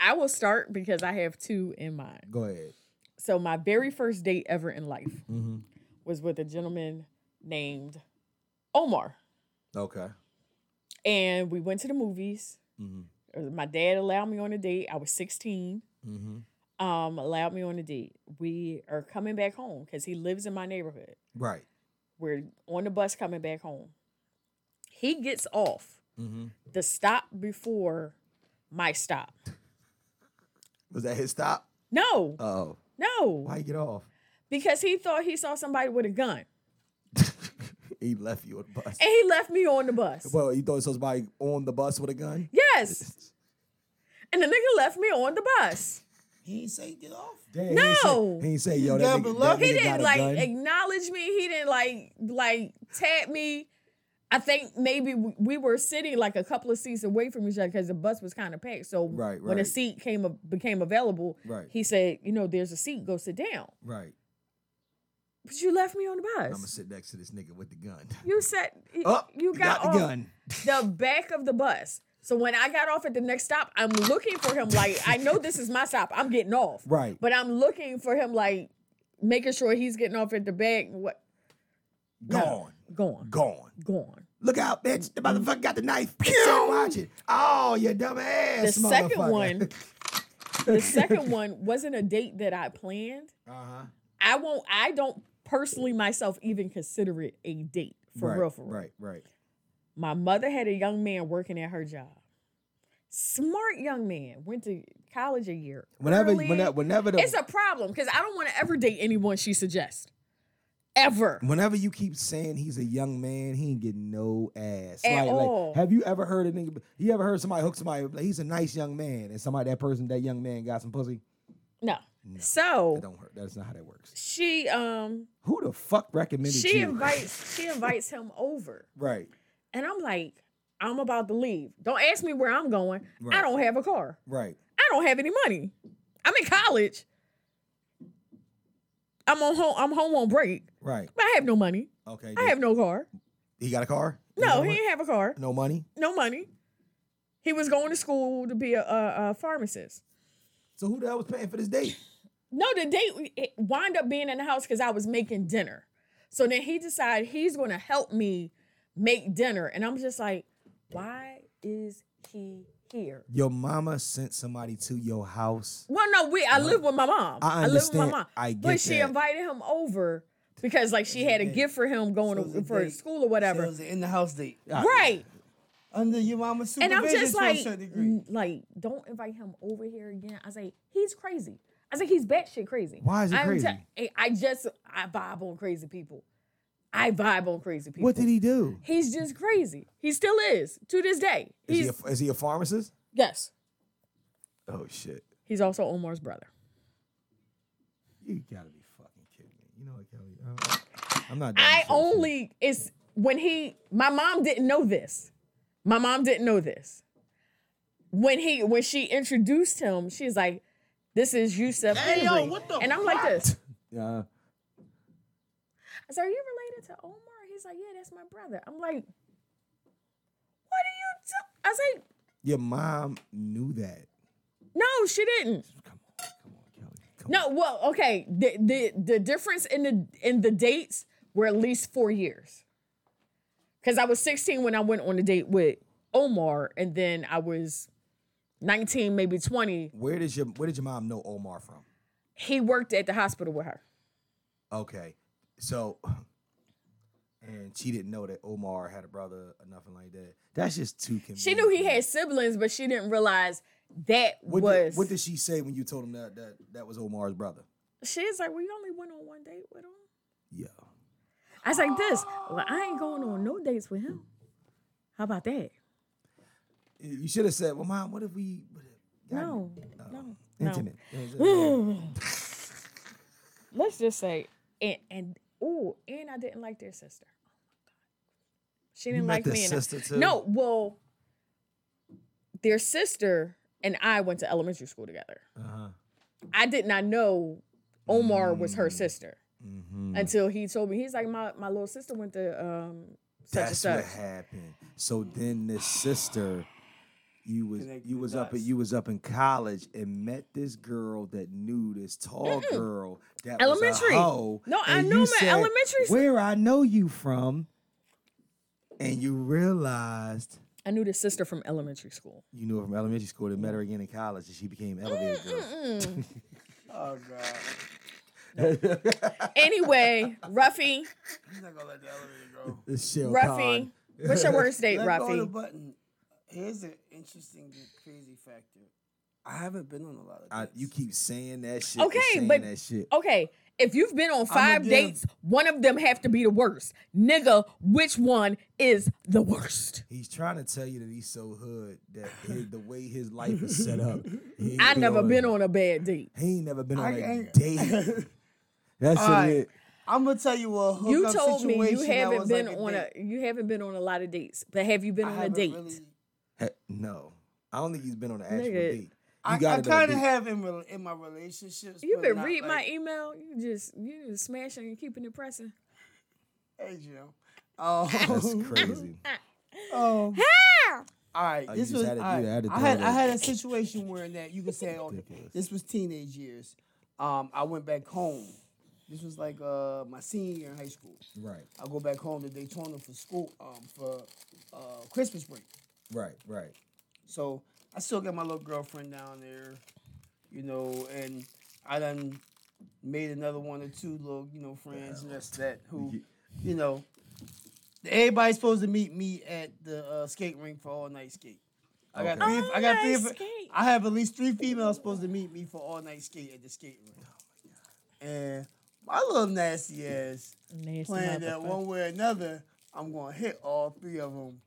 [SPEAKER 2] I will start because I have two in mind.
[SPEAKER 1] Go ahead.
[SPEAKER 2] so my very first date ever in life was with a gentleman named Omar,
[SPEAKER 1] Okay.
[SPEAKER 2] and we went to the movies. Uh, My dad allowed me on a date. I was 16. Um, allowed me on a date. We are coming back home because he lives in my neighborhood.
[SPEAKER 1] Right.
[SPEAKER 2] We're on the bus coming back home. He gets off
[SPEAKER 1] Mm-hmm.
[SPEAKER 2] the stop before my stop.
[SPEAKER 1] Was that his stop?
[SPEAKER 2] No,
[SPEAKER 1] Oh.
[SPEAKER 2] no,
[SPEAKER 1] Why you get off?
[SPEAKER 2] because he thought he saw somebody with a gun,
[SPEAKER 1] he left you on the bus.
[SPEAKER 2] and he left me on the bus.
[SPEAKER 1] Well, you thought somebody on the bus with a gun?
[SPEAKER 2] Yes. And the nigga left me on the bus.
[SPEAKER 3] He ain't say get off.
[SPEAKER 1] Damn,
[SPEAKER 2] No.
[SPEAKER 1] He ain't say, yo, that
[SPEAKER 3] got
[SPEAKER 1] nigga, that
[SPEAKER 3] beloved.
[SPEAKER 1] nigga
[SPEAKER 2] Oh,
[SPEAKER 3] He
[SPEAKER 2] He
[SPEAKER 1] got
[SPEAKER 2] didn't
[SPEAKER 1] a
[SPEAKER 2] like
[SPEAKER 1] gun.
[SPEAKER 2] acknowledge me. He didn't like like tap me. I think maybe we we were sitting like a couple of seats away from each other because the bus was kind of packed. So
[SPEAKER 1] Right,
[SPEAKER 2] when a
[SPEAKER 1] right.
[SPEAKER 2] seat came a- became available,
[SPEAKER 1] Right.
[SPEAKER 2] he said, "You know, there's a seat. Go sit down."
[SPEAKER 1] Right.
[SPEAKER 2] But you left me on the
[SPEAKER 1] I'm
[SPEAKER 2] bus.
[SPEAKER 1] gonna sit next to this nigga with the gun.
[SPEAKER 2] you said y-
[SPEAKER 1] Oh,
[SPEAKER 2] you
[SPEAKER 1] he
[SPEAKER 2] got,
[SPEAKER 1] got
[SPEAKER 2] off
[SPEAKER 1] the gun.
[SPEAKER 2] the back of the bus. So when I got off at the next stop, I'm looking for him. Like I know this is my stop. I'm getting off.
[SPEAKER 1] Right.
[SPEAKER 2] But I'm looking for him. Like making sure he's getting off at the back. What
[SPEAKER 1] Gone.
[SPEAKER 2] gone?
[SPEAKER 1] Gone.
[SPEAKER 2] Gone.
[SPEAKER 1] Look out, bitch. The motherfucker got the knife. Sit, watch it. Oh, you dumb ass.
[SPEAKER 2] The second
[SPEAKER 1] motherfucker.
[SPEAKER 2] one. the second one wasn't a date that I planned.
[SPEAKER 1] Uh-huh.
[SPEAKER 2] I won't. I don't personally myself even consider it a date for
[SPEAKER 1] right,
[SPEAKER 2] real. For real.
[SPEAKER 1] Right, right.
[SPEAKER 2] My mother had a young man working at her job. Smart young man went to college a year.
[SPEAKER 1] Whenever,
[SPEAKER 2] early.
[SPEAKER 1] whenever, whenever the
[SPEAKER 2] it's a problem because I don't want to ever date anyone she suggests. Ever.
[SPEAKER 1] Whenever you keep saying he's a young man, he ain't getting no ass.
[SPEAKER 2] At
[SPEAKER 1] like,
[SPEAKER 2] all.
[SPEAKER 1] like, have you ever heard a nigga? You ever heard somebody hook somebody? up, Like, he's a nice young man, and somebody that person, that young man, got some pussy.
[SPEAKER 2] No.
[SPEAKER 1] That
[SPEAKER 2] So
[SPEAKER 1] don't hurt. That's not how that works.
[SPEAKER 2] she um
[SPEAKER 1] Who the fuck recommended
[SPEAKER 2] she
[SPEAKER 1] you?
[SPEAKER 2] invites she invites him over.
[SPEAKER 1] right,
[SPEAKER 2] And I'm like, I'm about to leave. Don't ask me where I'm going. I
[SPEAKER 1] Right.
[SPEAKER 2] don't have a car.
[SPEAKER 1] right,
[SPEAKER 2] I don't have any money. I'm in college. I'm on home. I'm home on break.
[SPEAKER 1] Right.
[SPEAKER 2] But I have no money.
[SPEAKER 1] Okay.
[SPEAKER 2] I have no car.
[SPEAKER 1] he got a car?
[SPEAKER 2] No, he
[SPEAKER 1] money?
[SPEAKER 2] didn't have a car.
[SPEAKER 1] No money.
[SPEAKER 2] No money. He was going to school to be a, a, a pharmacist.
[SPEAKER 1] So who the hell was paying for this date?
[SPEAKER 2] No, the date it wound up being in the house because I was making dinner. So then he decided he's going to help me make dinner, and I'm just like, why is he here?
[SPEAKER 1] Your mama sent somebody to your house.
[SPEAKER 2] Well, no, we. I live with my mom.
[SPEAKER 1] I
[SPEAKER 2] live with my
[SPEAKER 1] understand.
[SPEAKER 2] mom.
[SPEAKER 1] I
[SPEAKER 2] but
[SPEAKER 1] get
[SPEAKER 2] she
[SPEAKER 1] that.
[SPEAKER 2] invited him over because, like, she had a gift for him
[SPEAKER 3] So
[SPEAKER 2] going
[SPEAKER 3] it was a
[SPEAKER 2] to, for
[SPEAKER 3] date.
[SPEAKER 2] school or whatever.
[SPEAKER 3] So it was an in the house date
[SPEAKER 2] right.
[SPEAKER 3] under your mama's
[SPEAKER 2] and
[SPEAKER 3] supervision
[SPEAKER 2] I'm just
[SPEAKER 3] to a
[SPEAKER 2] like,
[SPEAKER 3] certain degree.
[SPEAKER 2] "N- like, don't invite him over here again. I say he's crazy. I say he's batshit crazy.
[SPEAKER 1] Why is he
[SPEAKER 2] I'm
[SPEAKER 1] crazy?
[SPEAKER 2] te- I just I vibe on crazy people. I vibe on crazy people.
[SPEAKER 1] What did he do?
[SPEAKER 2] He's just crazy. He still is to this day.
[SPEAKER 1] Is
[SPEAKER 2] He's
[SPEAKER 1] he, a, is he a pharmacist?
[SPEAKER 2] yes.
[SPEAKER 1] Oh shit!
[SPEAKER 2] He's also Omar's brother.
[SPEAKER 1] You gotta be fucking kidding me. You know what, Kelly? I'm- I'm not. doing
[SPEAKER 2] I
[SPEAKER 1] this shit.
[SPEAKER 2] only it's when he my mom didn't know this. My mom didn't know this. When he when she introduced him, she's like, "This is Yusuf Henry," and I'm like this.
[SPEAKER 1] Uh,
[SPEAKER 2] I said, "Are you related to Omar?" He's like, "Yeah, that's my brother." I'm like, "What are you?" Do-? I say,
[SPEAKER 1] your mom knew that.
[SPEAKER 2] "No, she didn't."
[SPEAKER 1] Come on, come on, Kelly. Come
[SPEAKER 2] No, well, okay. The the the difference in the in the dates were at least four years. Cause I was 16 when I went on a date with Omar, and then I was 19, maybe 20.
[SPEAKER 1] on. Where did your Where did your mom know Omar from?
[SPEAKER 2] He worked at the hospital with her.
[SPEAKER 1] Okay, so, and she didn't know that Omar had a brother or nothing like that. That's just too convenient.
[SPEAKER 2] She knew he had siblings, but she didn't realize that
[SPEAKER 1] What
[SPEAKER 2] was
[SPEAKER 1] did, what did she say when you told him that that that was Omar's brother?
[SPEAKER 2] she's like, We only went on one date with him.
[SPEAKER 1] Yeah.
[SPEAKER 2] I was like this. Well, I ain't going on no dates with him. How about that?
[SPEAKER 1] You should have said, "Well, mom, what if we?" What if, God,
[SPEAKER 2] No, no,
[SPEAKER 1] intimate.
[SPEAKER 2] Let's just say, and and oh, and I didn't like their sister. Oh my god, she didn't
[SPEAKER 1] met
[SPEAKER 2] like
[SPEAKER 1] their
[SPEAKER 2] me. and I-
[SPEAKER 1] sister, too?
[SPEAKER 2] No, well, their sister and I went to elementary school together.
[SPEAKER 1] Uh-huh.
[SPEAKER 2] I did not know Omar was
[SPEAKER 1] Mm-hmm.
[SPEAKER 2] her sister until he told me. He's like my my little sister went to um such
[SPEAKER 1] That's
[SPEAKER 2] and
[SPEAKER 1] what
[SPEAKER 2] such.
[SPEAKER 1] happened. So then this sister, you was
[SPEAKER 3] Connecting
[SPEAKER 1] you
[SPEAKER 3] the
[SPEAKER 1] was up at
[SPEAKER 3] dots.
[SPEAKER 1] you was up in college and met this girl that knew this tall girl that Was
[SPEAKER 2] Elementary.
[SPEAKER 1] a hoe,
[SPEAKER 2] No, I
[SPEAKER 1] and
[SPEAKER 2] knew
[SPEAKER 1] you
[SPEAKER 2] my
[SPEAKER 1] said,
[SPEAKER 2] elementary s-
[SPEAKER 1] Where I know you from, and you realized
[SPEAKER 2] I knew the sister from elementary school.
[SPEAKER 1] you knew her from elementary school. and met her again in college, and she became elevator girl.
[SPEAKER 3] Oh god,
[SPEAKER 2] Anyway, Ruffy,
[SPEAKER 3] he's not gonna let the elevator go.
[SPEAKER 1] This shell
[SPEAKER 2] Ruffy, what's your worst date,
[SPEAKER 3] Let go of the
[SPEAKER 2] Ruffy?
[SPEAKER 3] button. Here's an interesting, crazy factor. I haven't been on a lot of.
[SPEAKER 1] I,
[SPEAKER 3] dates.
[SPEAKER 1] you keep saying that shit.
[SPEAKER 2] Okay,
[SPEAKER 1] Okay, saying
[SPEAKER 2] but-
[SPEAKER 1] that shit.
[SPEAKER 2] Okay, if you've been on 5
[SPEAKER 3] give-
[SPEAKER 2] dates, one of them have to be the worst. Nigga, which one is the worst?
[SPEAKER 1] He's trying to tell you that he's so hood that his, the way his life is set up. he ain't
[SPEAKER 2] I never been
[SPEAKER 1] a-
[SPEAKER 2] on a bad date.
[SPEAKER 1] He ain't never been on
[SPEAKER 3] I
[SPEAKER 1] a
[SPEAKER 3] ain't-
[SPEAKER 1] date. That's
[SPEAKER 3] All right.
[SPEAKER 1] it.
[SPEAKER 3] I'm gonna tell you a hookup
[SPEAKER 2] You told me
[SPEAKER 3] situation.
[SPEAKER 2] you
[SPEAKER 3] that
[SPEAKER 2] haven't
[SPEAKER 3] was
[SPEAKER 2] been
[SPEAKER 3] like
[SPEAKER 2] on
[SPEAKER 3] date.
[SPEAKER 2] a you haven't been on a lot of dates, but have you been
[SPEAKER 3] I
[SPEAKER 2] on a
[SPEAKER 3] haven't
[SPEAKER 2] date?
[SPEAKER 3] really-
[SPEAKER 1] He- No, I don't think he's been on an actual
[SPEAKER 2] Nigga,
[SPEAKER 1] date. You
[SPEAKER 3] I, I
[SPEAKER 1] gotta been on a
[SPEAKER 3] kind of
[SPEAKER 1] date.
[SPEAKER 3] have in, rel- in my relationships.
[SPEAKER 2] You
[SPEAKER 3] but
[SPEAKER 2] been
[SPEAKER 3] not
[SPEAKER 2] reading
[SPEAKER 3] like,
[SPEAKER 2] my email. You just you just smashing and keeping it pressing.
[SPEAKER 3] Hey, Jim. Oh,
[SPEAKER 1] That's crazy.
[SPEAKER 3] oh. All right,
[SPEAKER 1] Oh, you
[SPEAKER 3] this
[SPEAKER 1] just
[SPEAKER 3] was
[SPEAKER 1] had to do
[SPEAKER 3] all right,
[SPEAKER 1] that. I had to
[SPEAKER 3] I
[SPEAKER 1] throw
[SPEAKER 3] had I
[SPEAKER 1] that.
[SPEAKER 3] had a situation where in that you could say oh,
[SPEAKER 1] Ridiculous.
[SPEAKER 3] this was teenage years. Um, I went back home. This was like uh my senior year in high school.
[SPEAKER 1] right,
[SPEAKER 3] I go back home to Daytona for school um for uh Christmas break.
[SPEAKER 1] right, right.
[SPEAKER 3] So I still got my little girlfriend down there, you know, and I done made another one or two little, you know, friends and that's that who, you know, everybody's supposed to meet me at the uh, skate rink for all night skate. I got
[SPEAKER 1] Okay.
[SPEAKER 3] three. I got three.
[SPEAKER 2] All-night
[SPEAKER 3] of-
[SPEAKER 2] skate.
[SPEAKER 3] I have at least three females supposed to meet me for all night skate at the skate rink. And my little nasty ass
[SPEAKER 2] Nasty
[SPEAKER 3] playing that
[SPEAKER 2] motherfucker.
[SPEAKER 3] one way or another, I'm gonna hit all three of them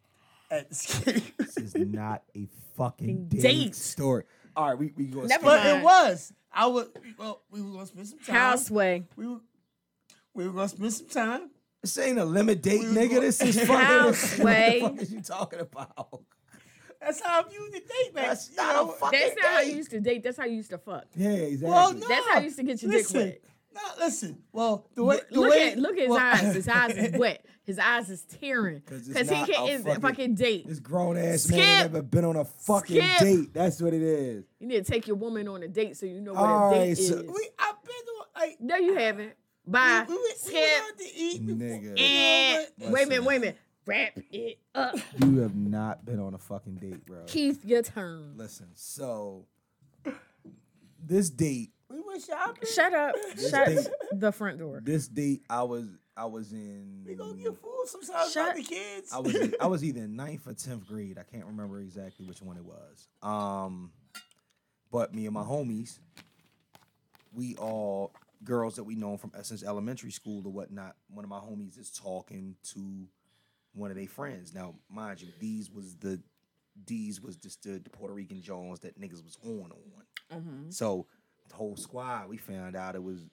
[SPEAKER 3] at the skate. rink.
[SPEAKER 1] This is not a fucking date,
[SPEAKER 2] Date.
[SPEAKER 1] story. All right, we we going.
[SPEAKER 2] Never
[SPEAKER 3] But
[SPEAKER 2] mind.
[SPEAKER 3] it was. I was. Well, we were gonna spend some time.
[SPEAKER 2] Houseway.
[SPEAKER 3] We were. We were gonna spend some time.
[SPEAKER 1] This ain't a limit date,
[SPEAKER 3] We was
[SPEAKER 1] nigga.
[SPEAKER 3] going-
[SPEAKER 1] This is fucking.
[SPEAKER 2] Houseway.
[SPEAKER 1] What the fuck is you talking about?
[SPEAKER 3] That's how I viewed the date back.
[SPEAKER 1] That's
[SPEAKER 3] you
[SPEAKER 1] not
[SPEAKER 3] know?
[SPEAKER 1] a fucking
[SPEAKER 2] That's not how you
[SPEAKER 1] date.
[SPEAKER 2] used to date. That's how you used to fuck.
[SPEAKER 1] Yeah, exactly.
[SPEAKER 3] Well, no.
[SPEAKER 2] That's how you used to get your
[SPEAKER 3] listen,
[SPEAKER 2] dick wet.
[SPEAKER 3] No, listen. Well, Oh, the way the
[SPEAKER 2] Look
[SPEAKER 3] way
[SPEAKER 2] at look at his
[SPEAKER 3] well,
[SPEAKER 2] eyes. His eyes is wet. His eyes is tearing
[SPEAKER 1] 'Cause it's
[SPEAKER 2] because he
[SPEAKER 1] not
[SPEAKER 2] can't
[SPEAKER 1] a
[SPEAKER 2] end
[SPEAKER 1] fucking-
[SPEAKER 2] fucking, date.
[SPEAKER 1] This grown ass
[SPEAKER 2] Skip.
[SPEAKER 1] man ain't never been on a fucking
[SPEAKER 2] Skip.
[SPEAKER 1] date. That's what it is.
[SPEAKER 2] You need to take your woman on a date so you know what
[SPEAKER 1] All
[SPEAKER 2] a
[SPEAKER 1] right,
[SPEAKER 2] date
[SPEAKER 1] so-
[SPEAKER 2] is.
[SPEAKER 3] We I've been on like
[SPEAKER 2] no, you haven't. Bye.
[SPEAKER 3] we, we, went- we
[SPEAKER 2] Skip.
[SPEAKER 3] went out to eat before.
[SPEAKER 1] Nigga.
[SPEAKER 3] You know
[SPEAKER 2] Eh,
[SPEAKER 3] what?
[SPEAKER 2] wait a minute. Wait a minute. Wrap it up.
[SPEAKER 1] You have not been on a fucking date, bro.
[SPEAKER 2] Keith, your turn.
[SPEAKER 1] Listen, so this date,
[SPEAKER 3] We went shopping.
[SPEAKER 2] Shut up.
[SPEAKER 1] date-
[SPEAKER 2] Shut the front door.
[SPEAKER 1] this date, I was, I was in.
[SPEAKER 3] We go get food sometimes
[SPEAKER 2] Shut-
[SPEAKER 3] about the kids.
[SPEAKER 1] I was in- I was either in ninth or tenth grade. I can't remember exactly which one it was. Um, but me and my homies, we all girls that we know from Essence Elementary School or whatnot. One of my homies is talking to one of their friends. Now, mind you, these was the these was just the, the Puerto Rican Jones that niggas was on on. So the whole squad, we found out it was.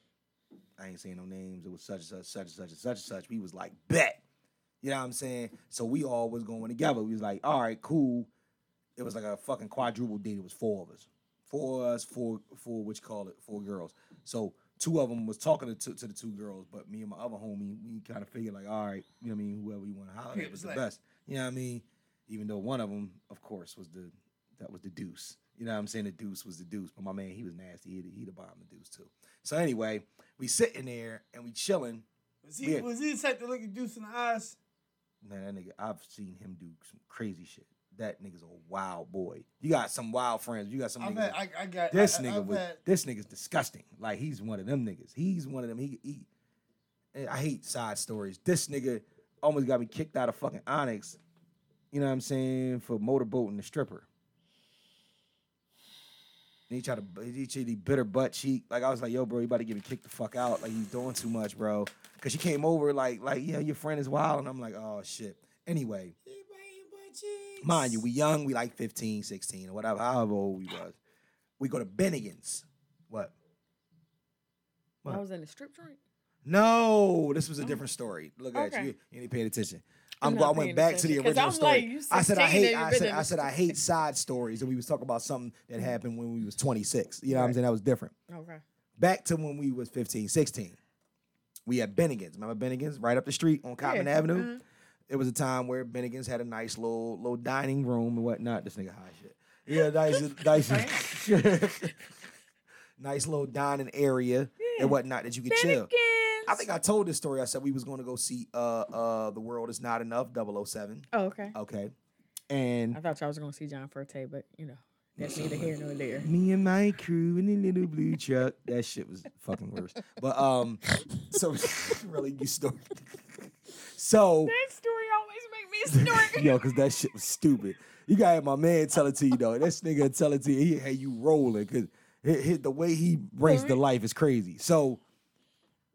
[SPEAKER 1] I ain't saying no names. It was such and such, such and such and such and such. We was like, bet. You know what I'm saying? So we all was going together. We was like, all right, cool. It was like a fucking quadruple date. It was four of us, four of us, four, four, which call it four girls. So two of them was talking to, to, the two girls, but me and my other homie, we kind of figured like, all right, you know what I mean? Whoever you want to holler at was the best. You know what I mean? Even though one of them, of course, was the that was the deuce. You know what I'm saying? The deuce was the deuce, but my man, he was nasty. He'd he'd have bombed the deuce too. So anyway, we sitting there and we chilling.
[SPEAKER 3] was he
[SPEAKER 1] yeah.
[SPEAKER 3] was he the type to look at Deuce in the eyes?
[SPEAKER 1] Man, that nigga, I've seen him do some crazy shit. That nigga's a wild boy. You got some wild friends. You got some
[SPEAKER 3] I've
[SPEAKER 1] niggas.
[SPEAKER 3] had, I, I got
[SPEAKER 1] this
[SPEAKER 3] I, I-
[SPEAKER 1] nigga
[SPEAKER 3] I've
[SPEAKER 1] was
[SPEAKER 3] had,
[SPEAKER 1] this nigga's disgusting. Like he's one of them niggas. He's one of them. He, he and I hate side stories. This nigga almost got me kicked out of fucking Onyx. You know what I'm saying for motorboating the stripper. And he tried to b- he tried to bitter butt cheek. Like I was like, yo, bro, you about to get me kicked the fuck out. Like you doing too much, bro. Cause she came over like like yeah, your friend is wild, and I'm like, oh shit. Anyway, mind you, we young, we like 15, 16, or whatever, however old we was. We go to Bennigan's. What?
[SPEAKER 2] Oh, I was in a strip joint.
[SPEAKER 1] No, this was a different story. Look at
[SPEAKER 2] Okay.
[SPEAKER 1] you. You ain't paying attention. I'm,
[SPEAKER 2] not
[SPEAKER 1] go- I went
[SPEAKER 2] paying
[SPEAKER 1] back to the
[SPEAKER 2] attention, 'cause
[SPEAKER 1] original
[SPEAKER 2] I'm
[SPEAKER 1] story.
[SPEAKER 2] like, you
[SPEAKER 1] I said I
[SPEAKER 2] 16
[SPEAKER 1] hate.
[SPEAKER 2] and
[SPEAKER 1] I
[SPEAKER 2] you've
[SPEAKER 1] said
[SPEAKER 2] been
[SPEAKER 1] I said I hate side stories, and we was talking about something that happened when we was 26. You know what I'm saying? That was different.
[SPEAKER 2] Okay.
[SPEAKER 1] Back to when we was 15, 16. We had Bennigan's. Remember Bennigan's? Right up the street on Cotman
[SPEAKER 2] Yeah, Mm-hmm.
[SPEAKER 1] Avenue. It was a time where Bennigan's had a nice little little dining room and whatnot. This nigga high shit. Yeah, nice, nice, nice little dining area and whatnot that you could chill. I think I told this story. I said we was going to go see uh uh the world is not enough 007.
[SPEAKER 2] Oh, okay.
[SPEAKER 1] Okay, and
[SPEAKER 2] I thought y'all was gonna see John Forte, but you know, that's neither here nor there.
[SPEAKER 1] me and my crew in a little blue truck. That shit was fucking worse. But um, so really you story. So
[SPEAKER 2] That story always make me snort.
[SPEAKER 1] yo, cause that shit was stupid. You gotta have my man tell it to you though. This nigga tell it to you. He had you rolling cause hi- hi- the way he brings the life is crazy. So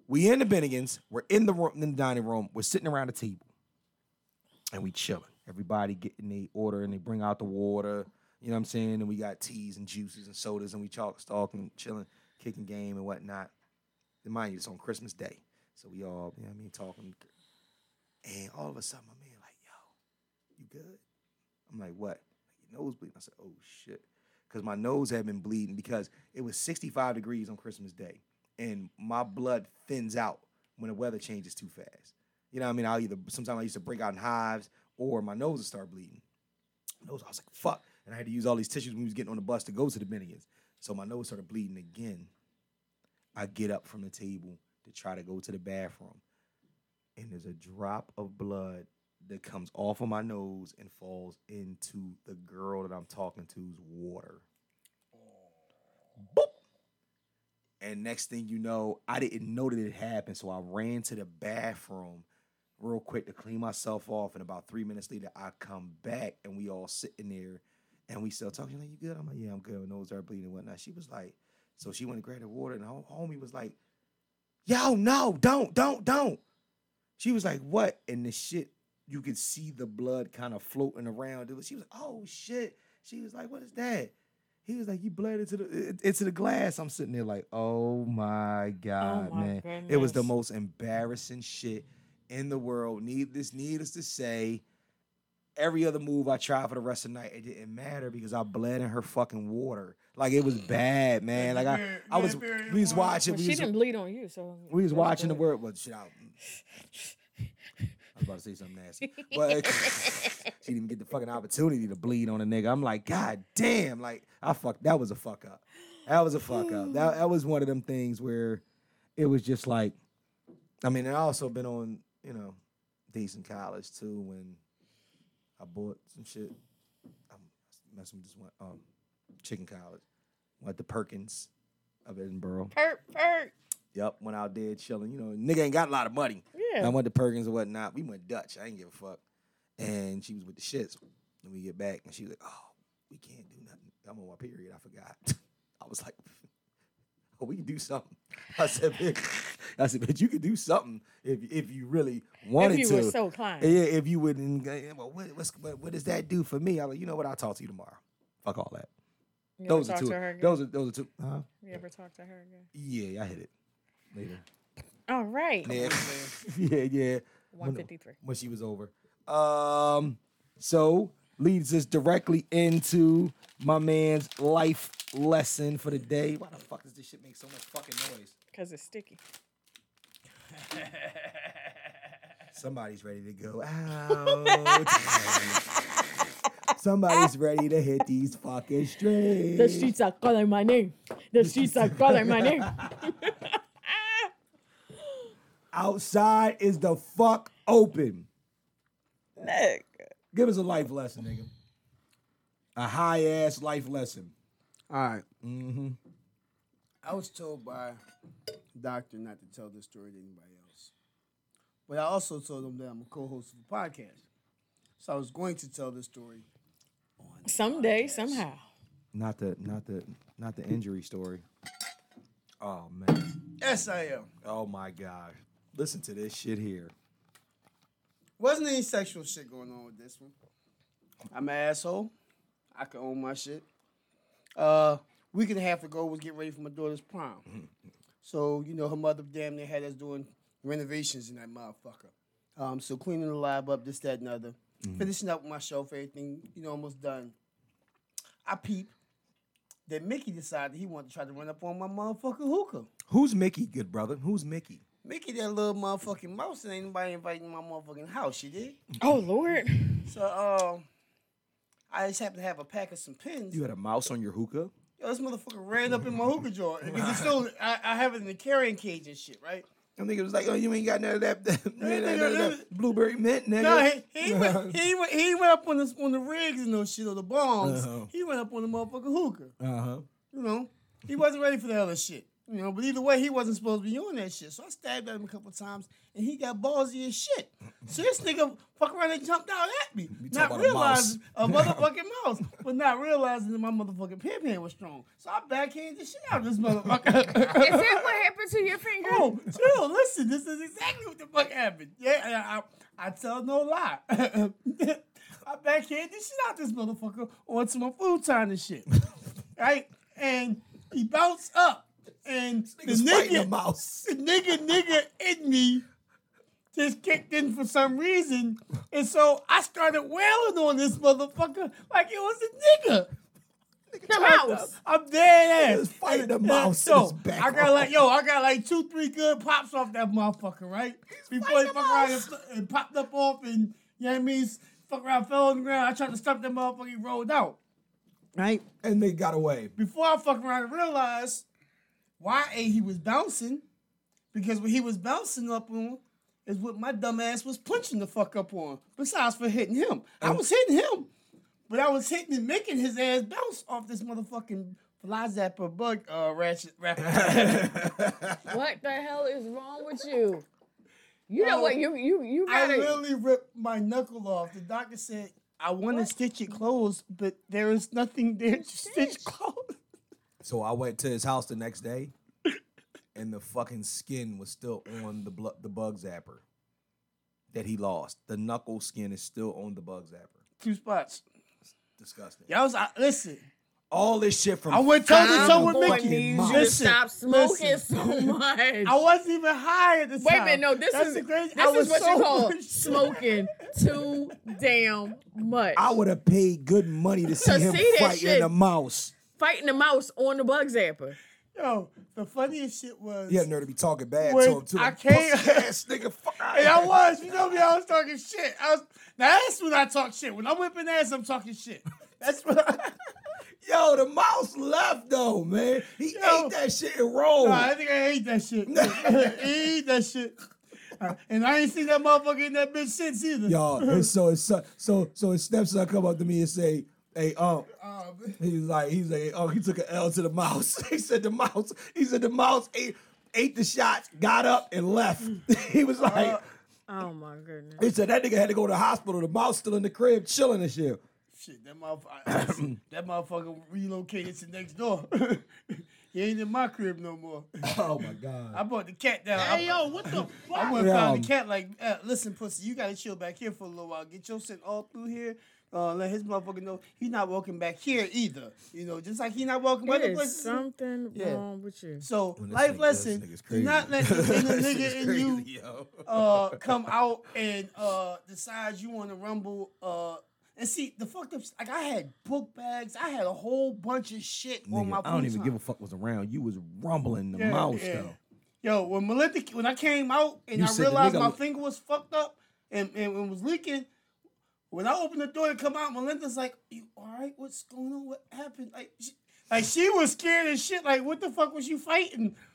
[SPEAKER 1] we in the Bennigan's. We're in the room, in the dining room. We're sitting around the table. and we chilling. Everybody getting they order and they bring out the water. You know what I'm saying? And we got teas and juices and sodas and we chalk stalking, chilling, kicking game and whatnot. And mind you, it's on Christmas Day. So we all, you know what I mean, talking. And all of a sudden my man like, yo, you good? I'm like, what? Your nose bleeding. I said, oh shit. Cause my nose had been bleeding because it was 65 degrees on Christmas Day. And my blood thins out when the weather changes too fast. You know what I mean? I'll either sometimes I used to break out in hives or my nose would start bleeding. Nose, I was like, fuck. And I had to use all these tissues when we was getting on the bus to go to the Bennigan's. So my nose started bleeding again. I get up from the table to try to go to the bathroom. And there's a drop of blood that comes off of my nose and falls into the girl that I'm talking to's water. Boop. And next thing you know, I didn't know that it happened. So I ran to the bathroom real quick to clean myself off. And about three minutes later, I come back and we all sitting there and we still talking. She's like, you good? I'm like, yeah, I'm good. My nose are bleeding and whatnot. She was like, so she went and grabbed the water and hom- homie was like, yo, no, don't, don't, don't. She was like, what? And the shit, you could see the blood kind of floating around. It was- She was like, oh shit. She was like, what is that? He was like, you bled into the it- into the glass. I'm sitting there like, oh my god,
[SPEAKER 2] my
[SPEAKER 1] man, it was the
[SPEAKER 2] goodness.
[SPEAKER 1] most embarrassing shit in the world. Needless, needless to say, every other move I tried for the rest of the night, it didn't matter because I bled in her fucking water. Like it was bad, man. Like I, I was, we was watching,
[SPEAKER 2] Well,
[SPEAKER 1] we
[SPEAKER 2] she
[SPEAKER 1] was,
[SPEAKER 2] didn't bleed on you, so
[SPEAKER 1] we was
[SPEAKER 2] that's
[SPEAKER 1] watching the
[SPEAKER 2] good.
[SPEAKER 1] word. Well, shit, I, I was about to say something nasty, but she didn't get the fucking opportunity to bleed on a nigga. I'm like, god damn, like I fuck. That was a fuck up. That was a fuck up. That that was one of them things where it was just like, I mean, I also been on you know decent college too when I bought some shit. I'm messing with this one um chicken college, went to Perkins of Edinburgh.
[SPEAKER 2] Perk, perk.
[SPEAKER 1] Yep, went out there chilling. You know, nigga ain't got a lot of money.
[SPEAKER 2] Yeah.
[SPEAKER 1] I went to Perkins and whatnot. We went Dutch. I didn't give a fuck. And she was with the shits. And we get back and she was like, oh, we can't do nothing. I'm on my period. I forgot. I was like, oh, we can do something. I said, bitch, I said, bitch, you could do something if if you really wanted
[SPEAKER 2] you
[SPEAKER 1] to.
[SPEAKER 2] were so kind.
[SPEAKER 1] Yeah, if you wouldn't. uh, Well, what, what's, what, what does that do for me? I'm like, you know what? I'll talk to you tomorrow. Fuck all that.
[SPEAKER 2] You ever
[SPEAKER 1] Those are
[SPEAKER 2] talk
[SPEAKER 1] two.
[SPEAKER 2] to her again?
[SPEAKER 1] Those are those are two. Huh?
[SPEAKER 2] You ever talk to her again?
[SPEAKER 1] Yeah, I hit it later.
[SPEAKER 2] All right.
[SPEAKER 1] Yeah, yeah, yeah.
[SPEAKER 2] One fifty three.
[SPEAKER 1] When she was over. Um, so leads us directly into my man's life lesson for the day. Why the fuck does this shit make so much fucking noise?
[SPEAKER 2] Because it's sticky.
[SPEAKER 1] Somebody's ready to go out. Somebody's ready to hit these fucking strings.
[SPEAKER 2] The streets are calling my name. The streets are calling my name.
[SPEAKER 1] Outside is the fuck open.
[SPEAKER 2] Nigga.
[SPEAKER 1] Give us a life lesson, nigga. A high ass life lesson.
[SPEAKER 3] All Mm-hmm. I was told by a doctor not to tell this story to anybody else. But I also told them that I'm a co-host of a podcast. So I was going to tell this story.
[SPEAKER 2] Someday, somehow.
[SPEAKER 1] Not the not the not the injury story. Oh man.
[SPEAKER 3] Yes, I am.
[SPEAKER 1] Oh my gosh. Listen to this shit here.
[SPEAKER 3] Wasn't any sexual shit going on with this one. I'm an asshole. I can own my shit. Uh, week and a half ago was getting ready for my daughter's prom. So, you know, her mother damn near had us doing renovations in that motherfucker. Um, so cleaning the lab up, this, that, and other. Finishing up my shelf, everything, you know, almost done. I peep. Then Mickey decided he wanted to try to run up on my motherfucking hookah.
[SPEAKER 1] Who's Mickey, good brother? Who's Mickey?
[SPEAKER 3] Mickey that little motherfucking mouse and ain't nobody inviting my motherfucking house, she did.
[SPEAKER 2] Oh Lord.
[SPEAKER 3] So um, I just happened to have a pack of some pins.
[SPEAKER 1] You had a mouse on your hookah?
[SPEAKER 3] Yo, this motherfucker ran up in my hookah drawer because it's still I, I have it in the carrying cage and shit, right?
[SPEAKER 1] I think it was like, oh, you ain't got none of that, that, you ain't got none of that blueberry mint, nigga.
[SPEAKER 3] No, he, he, went, he, went, he went up on the on the rigs and those shit or the bombs.
[SPEAKER 1] Uh-huh.
[SPEAKER 3] He went up on the motherfucking hookah.
[SPEAKER 1] uh-huh.
[SPEAKER 3] You know, he wasn't ready for that other shit. You know, but either way, he wasn't supposed to be on that shit. So I stabbed at him a couple times, and he got ballsy as shit. So this nigga fuck around and jumped out at me,
[SPEAKER 1] talk
[SPEAKER 3] not
[SPEAKER 1] about a
[SPEAKER 3] realizing a, motherfucking mouse, but not realizing that my motherfucking pin pin was strong. So I backhanded the shit out of this motherfucker.
[SPEAKER 2] Is that what happened to your finger?
[SPEAKER 3] oh, chill, listen, this is exactly what the fuck happened. Yeah, and I, I, I tell no lie. I backhanded the shit out this motherfucker onto my food time and shit right? And he bounced up, and the
[SPEAKER 1] This nigga. a
[SPEAKER 3] nigga,
[SPEAKER 1] mouse.
[SPEAKER 3] the nigga, nigga in me just kicked in for some reason, and so I started wailing on this motherfucker like it was a nigga.
[SPEAKER 2] The mouse.
[SPEAKER 3] I'm dead
[SPEAKER 1] He
[SPEAKER 3] ass.
[SPEAKER 1] was fighting the
[SPEAKER 3] And-
[SPEAKER 1] mouse in
[SPEAKER 3] Yo,
[SPEAKER 1] his back
[SPEAKER 3] I got like yo, I got like two, three good pops off that motherfucker, right? Before
[SPEAKER 1] fighting
[SPEAKER 3] he
[SPEAKER 1] the
[SPEAKER 3] fuck around and, and popped up off, and you know what I mean. Fuck around, fell on the ground. I tried to stop that motherfucker. He rolled out. Right
[SPEAKER 1] And they got away.
[SPEAKER 3] before I fuck around and realize why A he was bouncing, because what he was bouncing up on is what my dumb ass was punching the fuck up on, besides for hitting him. I was hitting him, but I was hitting and making his ass bounce off this motherfucking fly zapper bug uh ratchet rapper.
[SPEAKER 2] What the hell is wrong with you? You
[SPEAKER 7] Oh.
[SPEAKER 2] know what? You you you
[SPEAKER 3] I
[SPEAKER 2] gotta
[SPEAKER 3] literally ripped my knuckle off. The doctor said, I want to stitch it closed, but there is nothing there to stitch
[SPEAKER 2] stitch.
[SPEAKER 3] closed.
[SPEAKER 1] So I went to his house the next day, and the fucking skin was still on the blu- the bug zapper that he lost. The knuckle skin is still on the bug zapper.
[SPEAKER 3] Two spots.
[SPEAKER 1] Disgusting.
[SPEAKER 3] Y'all was, I, listen,
[SPEAKER 1] all this shit from.
[SPEAKER 7] I went toe
[SPEAKER 1] Tom
[SPEAKER 7] to toe with
[SPEAKER 1] fucking
[SPEAKER 7] Mickey.
[SPEAKER 1] Mom.
[SPEAKER 2] needs you to
[SPEAKER 7] Listen,
[SPEAKER 2] stop smoking
[SPEAKER 7] listen.
[SPEAKER 2] so much.
[SPEAKER 7] I wasn't even high at the
[SPEAKER 2] Wait
[SPEAKER 7] time.
[SPEAKER 2] a minute, no, this
[SPEAKER 7] That's
[SPEAKER 2] is
[SPEAKER 7] the crazy.
[SPEAKER 2] this
[SPEAKER 7] I
[SPEAKER 2] is
[SPEAKER 7] was
[SPEAKER 2] what
[SPEAKER 7] so
[SPEAKER 2] you call
[SPEAKER 7] much-
[SPEAKER 2] smoking too damn much.
[SPEAKER 1] I would have paid good money to see him
[SPEAKER 2] see that
[SPEAKER 1] fighting
[SPEAKER 2] shit.
[SPEAKER 1] the mouse.
[SPEAKER 2] Fighting the mouse on the bug zapper.
[SPEAKER 7] Yo, the funniest shit was.
[SPEAKER 1] He had nerve to be talking bad
[SPEAKER 7] When
[SPEAKER 1] to him too.
[SPEAKER 7] I
[SPEAKER 1] Like,
[SPEAKER 7] came-
[SPEAKER 1] pussy ass nigga. Fuck.
[SPEAKER 7] Hey, I was. You know me. I was talking shit. I was. Now that's when I talk shit. When I'm whipping ass, I'm talking shit. That's when. I,
[SPEAKER 1] Yo, the mouse left though, man. He
[SPEAKER 7] Yo.
[SPEAKER 1] ate that shit and rolled.
[SPEAKER 7] Nah, I think I hate that shit. I hate that shit. Uh, And I ain't seen that motherfucker in that bitch since either.
[SPEAKER 1] Y'all, and so his son, so so his stepson come up to me and say, "Hey, um, he was like, he was like, oh, he took an L to the mouse." he said the mouse, he said the mouse ate ate the shots, got up and left.
[SPEAKER 7] Hmm.
[SPEAKER 1] he was like,
[SPEAKER 7] Uh.
[SPEAKER 2] Oh my goodness.
[SPEAKER 1] he said that nigga had to go to the hospital. The mouse still in the crib chilling and shit.
[SPEAKER 7] Shit, that motherfucker. that motherfucker relocated to next door. he ain't in my crib no more.
[SPEAKER 1] Oh my god.
[SPEAKER 7] I brought the cat down. Hey yo, what the fuck? I went
[SPEAKER 1] Yeah,
[SPEAKER 7] found
[SPEAKER 1] um,
[SPEAKER 7] the cat like, uh, listen, pussy, you gotta chill back here for a little while. Get your scent all through here. Uh, let his motherfucker know he's not walking back here either. You know, just like he not walking
[SPEAKER 2] There
[SPEAKER 7] other
[SPEAKER 2] is
[SPEAKER 7] places.
[SPEAKER 2] something
[SPEAKER 7] Yeah.
[SPEAKER 2] wrong with you.
[SPEAKER 7] so
[SPEAKER 1] When this
[SPEAKER 7] life
[SPEAKER 1] nigga-
[SPEAKER 7] lesson:
[SPEAKER 1] this nigga's
[SPEAKER 7] do not let
[SPEAKER 1] crazy.
[SPEAKER 7] the inner
[SPEAKER 1] This
[SPEAKER 7] nigga
[SPEAKER 1] nigga's
[SPEAKER 7] in you
[SPEAKER 1] crazy, yo.
[SPEAKER 7] uh, come out and uh, decide you want to rumble. Uh, and see, the fucked up, like I had book bags, I had a whole bunch of shit on my.
[SPEAKER 1] Nigga, I don't
[SPEAKER 7] free
[SPEAKER 1] even
[SPEAKER 7] time.
[SPEAKER 1] give a fuck what's around. You was rumbling the
[SPEAKER 7] Yeah,
[SPEAKER 1] mouse
[SPEAKER 7] yeah.
[SPEAKER 1] though.
[SPEAKER 7] Yo, when Melinda, when I came out and
[SPEAKER 1] You
[SPEAKER 7] I
[SPEAKER 1] said the
[SPEAKER 7] realized
[SPEAKER 1] nigga
[SPEAKER 7] my
[SPEAKER 1] le-
[SPEAKER 7] finger was fucked up and, and, and was leaking, when I opened the door to come out, Melinda's like, "You all right? What's going on? What happened?" Like, she, like she was scared as shit. Like, what the fuck was you fighting?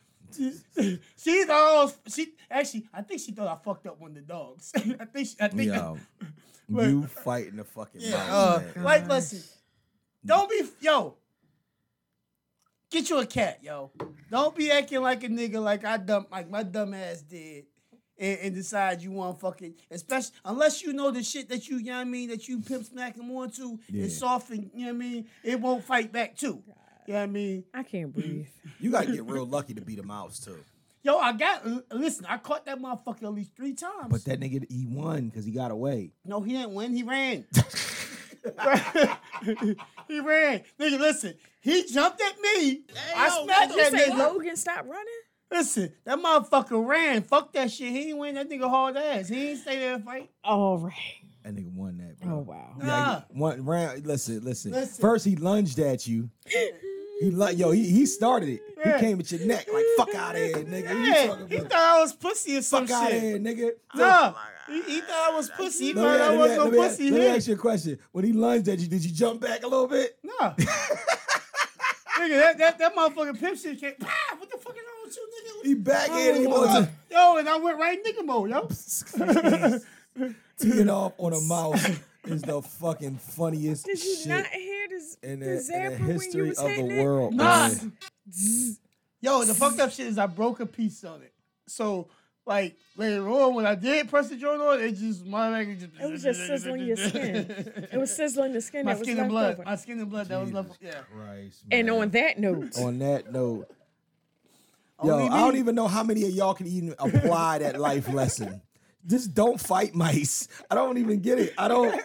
[SPEAKER 7] She, she thought I was, she actually, I think she thought I fucked up one of the dogs. I think she, I think
[SPEAKER 1] Yo,
[SPEAKER 7] But-
[SPEAKER 1] you fighting the fucking
[SPEAKER 7] yeah,
[SPEAKER 1] mouse.
[SPEAKER 7] uh,
[SPEAKER 1] man.
[SPEAKER 7] life lesson. Don't be yo. Get you a cat, yo. Don't be acting like a nigga like I dumb like my dumb ass did. And, and decide you want fucking, especially unless you know the shit that you, you know what I mean, that you pimp smack him on to
[SPEAKER 1] Yeah.
[SPEAKER 7] is soft and, you know what I mean, it won't fight back too. You know what I mean?
[SPEAKER 2] I can't breathe.
[SPEAKER 1] you gotta get real lucky to beat a mouse too.
[SPEAKER 7] Yo, I got, l- listen, I caught that motherfucker at least three times.
[SPEAKER 1] But that nigga, he won because he got away.
[SPEAKER 7] No, he didn't win. He ran. he ran. Nigga, listen. He jumped at me. I smacked
[SPEAKER 2] You
[SPEAKER 7] that
[SPEAKER 2] say
[SPEAKER 7] nigga.
[SPEAKER 2] Logan stop running?
[SPEAKER 7] Listen, that motherfucker ran. Fuck that shit. He ain't win that nigga hard ass. He ain't stay there and fight.
[SPEAKER 2] All right.
[SPEAKER 1] That nigga won that, bro.
[SPEAKER 2] Oh wow.
[SPEAKER 7] Nah.
[SPEAKER 1] One round. Listen, listen,
[SPEAKER 7] Ah. Listen.
[SPEAKER 1] First he lunged at you. He lu- yo, he, he started it.
[SPEAKER 7] Yeah.
[SPEAKER 1] He came at your neck like fuck out of here, nigga. What you
[SPEAKER 7] Yeah,
[SPEAKER 1] talking
[SPEAKER 7] he
[SPEAKER 1] about?
[SPEAKER 7] thought I was pussy or some
[SPEAKER 1] fuck out of
[SPEAKER 7] shit.
[SPEAKER 1] here, nigga. Oh
[SPEAKER 7] Nah, he, he thought I was pussy. He
[SPEAKER 1] Let
[SPEAKER 7] thought
[SPEAKER 1] me-
[SPEAKER 7] I
[SPEAKER 1] let me-
[SPEAKER 7] was no
[SPEAKER 1] let me-
[SPEAKER 7] pussy.
[SPEAKER 1] Let me
[SPEAKER 7] here.
[SPEAKER 1] ask you a question. When he lunged at you, did you jump back a little bit?
[SPEAKER 7] Nah. nigga, that, that, that motherfucking pimp shit came. Ah, what the fuck is wrong with you, nigga?
[SPEAKER 1] He backhanded him
[SPEAKER 7] Hold
[SPEAKER 1] on
[SPEAKER 7] up. Yo, and I went right nigga mode, yo.
[SPEAKER 1] teeing off on a mouse is the fucking funniest
[SPEAKER 2] Did you
[SPEAKER 1] shit
[SPEAKER 2] not hear this
[SPEAKER 1] in,
[SPEAKER 2] the
[SPEAKER 1] the, in the
[SPEAKER 2] zapper when you
[SPEAKER 1] history of
[SPEAKER 2] was
[SPEAKER 1] the
[SPEAKER 2] hitting it?
[SPEAKER 1] world.
[SPEAKER 7] Nah.
[SPEAKER 1] man.
[SPEAKER 7] Yo, the fucked up shit is I broke a piece on it. So like later on when I did press the joint on, it just my language just
[SPEAKER 2] It was just sizzling your skin. It was sizzling the skin
[SPEAKER 7] my
[SPEAKER 2] that was
[SPEAKER 7] skin and
[SPEAKER 2] left
[SPEAKER 7] blood.
[SPEAKER 2] over.
[SPEAKER 7] My skin and blood that was left. Yeah.
[SPEAKER 1] Christ,
[SPEAKER 2] And
[SPEAKER 1] man.
[SPEAKER 2] on that note,
[SPEAKER 1] on that note, yo,
[SPEAKER 7] Only
[SPEAKER 1] I don't
[SPEAKER 7] me.
[SPEAKER 1] even know how many of y'all can even apply that life lesson. Just don't fight mice. I don't even get it. I don't.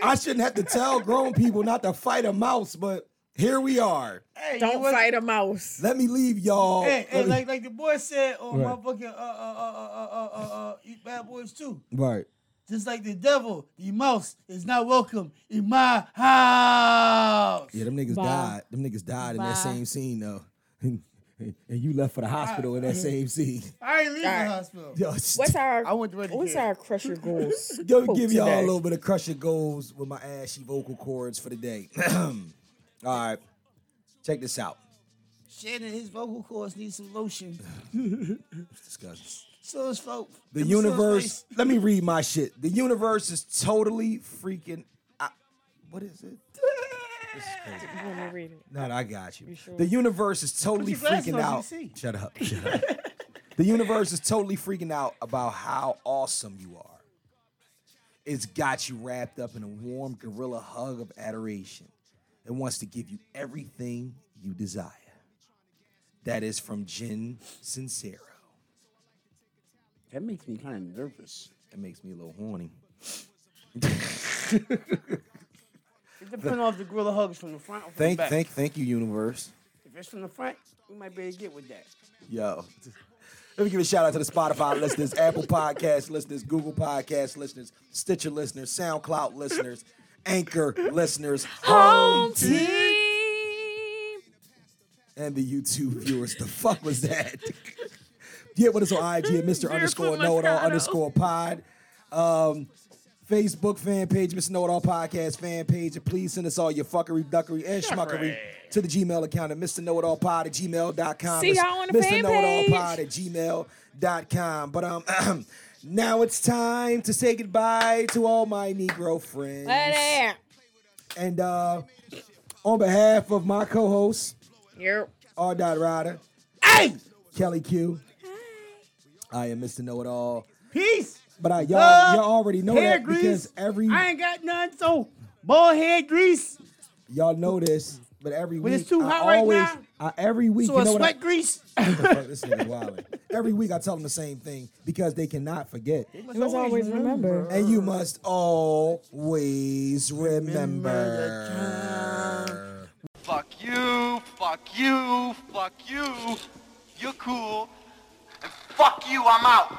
[SPEAKER 1] I shouldn't have to tell grown people not to fight a mouse, but here we are.
[SPEAKER 7] Hey, it
[SPEAKER 2] don't
[SPEAKER 7] was-
[SPEAKER 2] fight a mouse.
[SPEAKER 1] Let me leave y'all.
[SPEAKER 7] Hey, hey,
[SPEAKER 1] let me-
[SPEAKER 7] like like the boy said on
[SPEAKER 1] Right.
[SPEAKER 7] my fucking uh uh uh uh uh uh, uh eat bad boys too.
[SPEAKER 1] right.
[SPEAKER 7] Just like the devil, the mouse is not welcome in my house.
[SPEAKER 1] Yeah, them niggas
[SPEAKER 2] Bye.
[SPEAKER 1] died. Them niggas died in that
[SPEAKER 2] Bye.
[SPEAKER 1] same scene though. And, you left for the hospital in that same scene.
[SPEAKER 7] I ain't leaving
[SPEAKER 2] Alright.
[SPEAKER 7] the hospital.
[SPEAKER 1] Yo,
[SPEAKER 2] What's our
[SPEAKER 7] I went to Reddit
[SPEAKER 2] what's
[SPEAKER 7] here.
[SPEAKER 2] our crusher goals?
[SPEAKER 1] Yo,
[SPEAKER 2] quote
[SPEAKER 1] give y'all
[SPEAKER 2] today?
[SPEAKER 1] a little bit of crusher goals with my ashy vocal cords for the day. All right, check this out.
[SPEAKER 7] Shannon, his vocal cords need some lotion.
[SPEAKER 1] Disgusting.
[SPEAKER 7] So is folk.
[SPEAKER 1] The
[SPEAKER 7] Give him some space.
[SPEAKER 1] universe. Let me read my shit. The universe is totally freaking. I, what is it? This is crazy.
[SPEAKER 2] You want me to read it?
[SPEAKER 1] No, I got you.
[SPEAKER 2] sure?
[SPEAKER 1] The universe is totally
[SPEAKER 7] your glasses
[SPEAKER 1] freaking
[SPEAKER 7] on so you
[SPEAKER 1] out.
[SPEAKER 7] see.
[SPEAKER 1] Shut up. Shut up. the universe is totally freaking out about how awesome you are. It's got you wrapped up in a warm gorilla hug of adoration. It wants to give you everything you desire. That is from Jen Sincero.
[SPEAKER 7] That makes me kind of nervous.
[SPEAKER 1] That makes me a little horny.
[SPEAKER 3] to print off the gorilla hugs from the front. Or from
[SPEAKER 1] Thank,
[SPEAKER 3] the back.
[SPEAKER 1] thank, thank you, universe.
[SPEAKER 3] If it's from the front, we might be able to get with that.
[SPEAKER 1] Yo. Let me give a shout out to the Spotify listeners, Apple Podcast listeners, Google Podcast listeners, Stitcher listeners, SoundCloud listeners, Anchor listeners, Home Team, and the YouTube viewers. The fuck was that? yeah, what is on IG at Mr. underscore Know It All underscore Pod. Um, Facebook fan page, Mr. Know It All Podcast fan page. And please send us all your fuckery, duckery, and schmuckery to the Gmail account at Mr. Know It All Pod at gmail.com.
[SPEAKER 2] See y'all on the
[SPEAKER 1] Mr.
[SPEAKER 2] fan
[SPEAKER 1] Know It All
[SPEAKER 2] page.
[SPEAKER 1] Pod at gmail.com. But um, now it's time to say goodbye to all my Negro friends.
[SPEAKER 2] Let
[SPEAKER 1] And uh, on behalf of my co hosts,
[SPEAKER 2] it. Yep.
[SPEAKER 1] R. Dot Ryder, Kelly Q, I am Mr. Know It All.
[SPEAKER 3] Peace.
[SPEAKER 1] But I, y'all,
[SPEAKER 3] Love,
[SPEAKER 1] y'all already know
[SPEAKER 3] hair
[SPEAKER 1] that
[SPEAKER 3] grease.
[SPEAKER 1] because every
[SPEAKER 3] I ain't got none, so bald head grease
[SPEAKER 1] y'all know this. But every
[SPEAKER 3] When
[SPEAKER 1] week,
[SPEAKER 3] it's too
[SPEAKER 1] I
[SPEAKER 3] hot right
[SPEAKER 1] always,
[SPEAKER 3] now,
[SPEAKER 1] I, every week,
[SPEAKER 3] to
[SPEAKER 1] you
[SPEAKER 3] a
[SPEAKER 1] know what? I-
[SPEAKER 3] sweat grease.
[SPEAKER 1] Fuck, this nigga's wilding. Every week, I tell them the same thing because they cannot forget.
[SPEAKER 2] You must always remember.
[SPEAKER 1] And you must always remember.
[SPEAKER 7] Fuck you, fuck you, fuck you. You're cool. And fuck you, I'm out.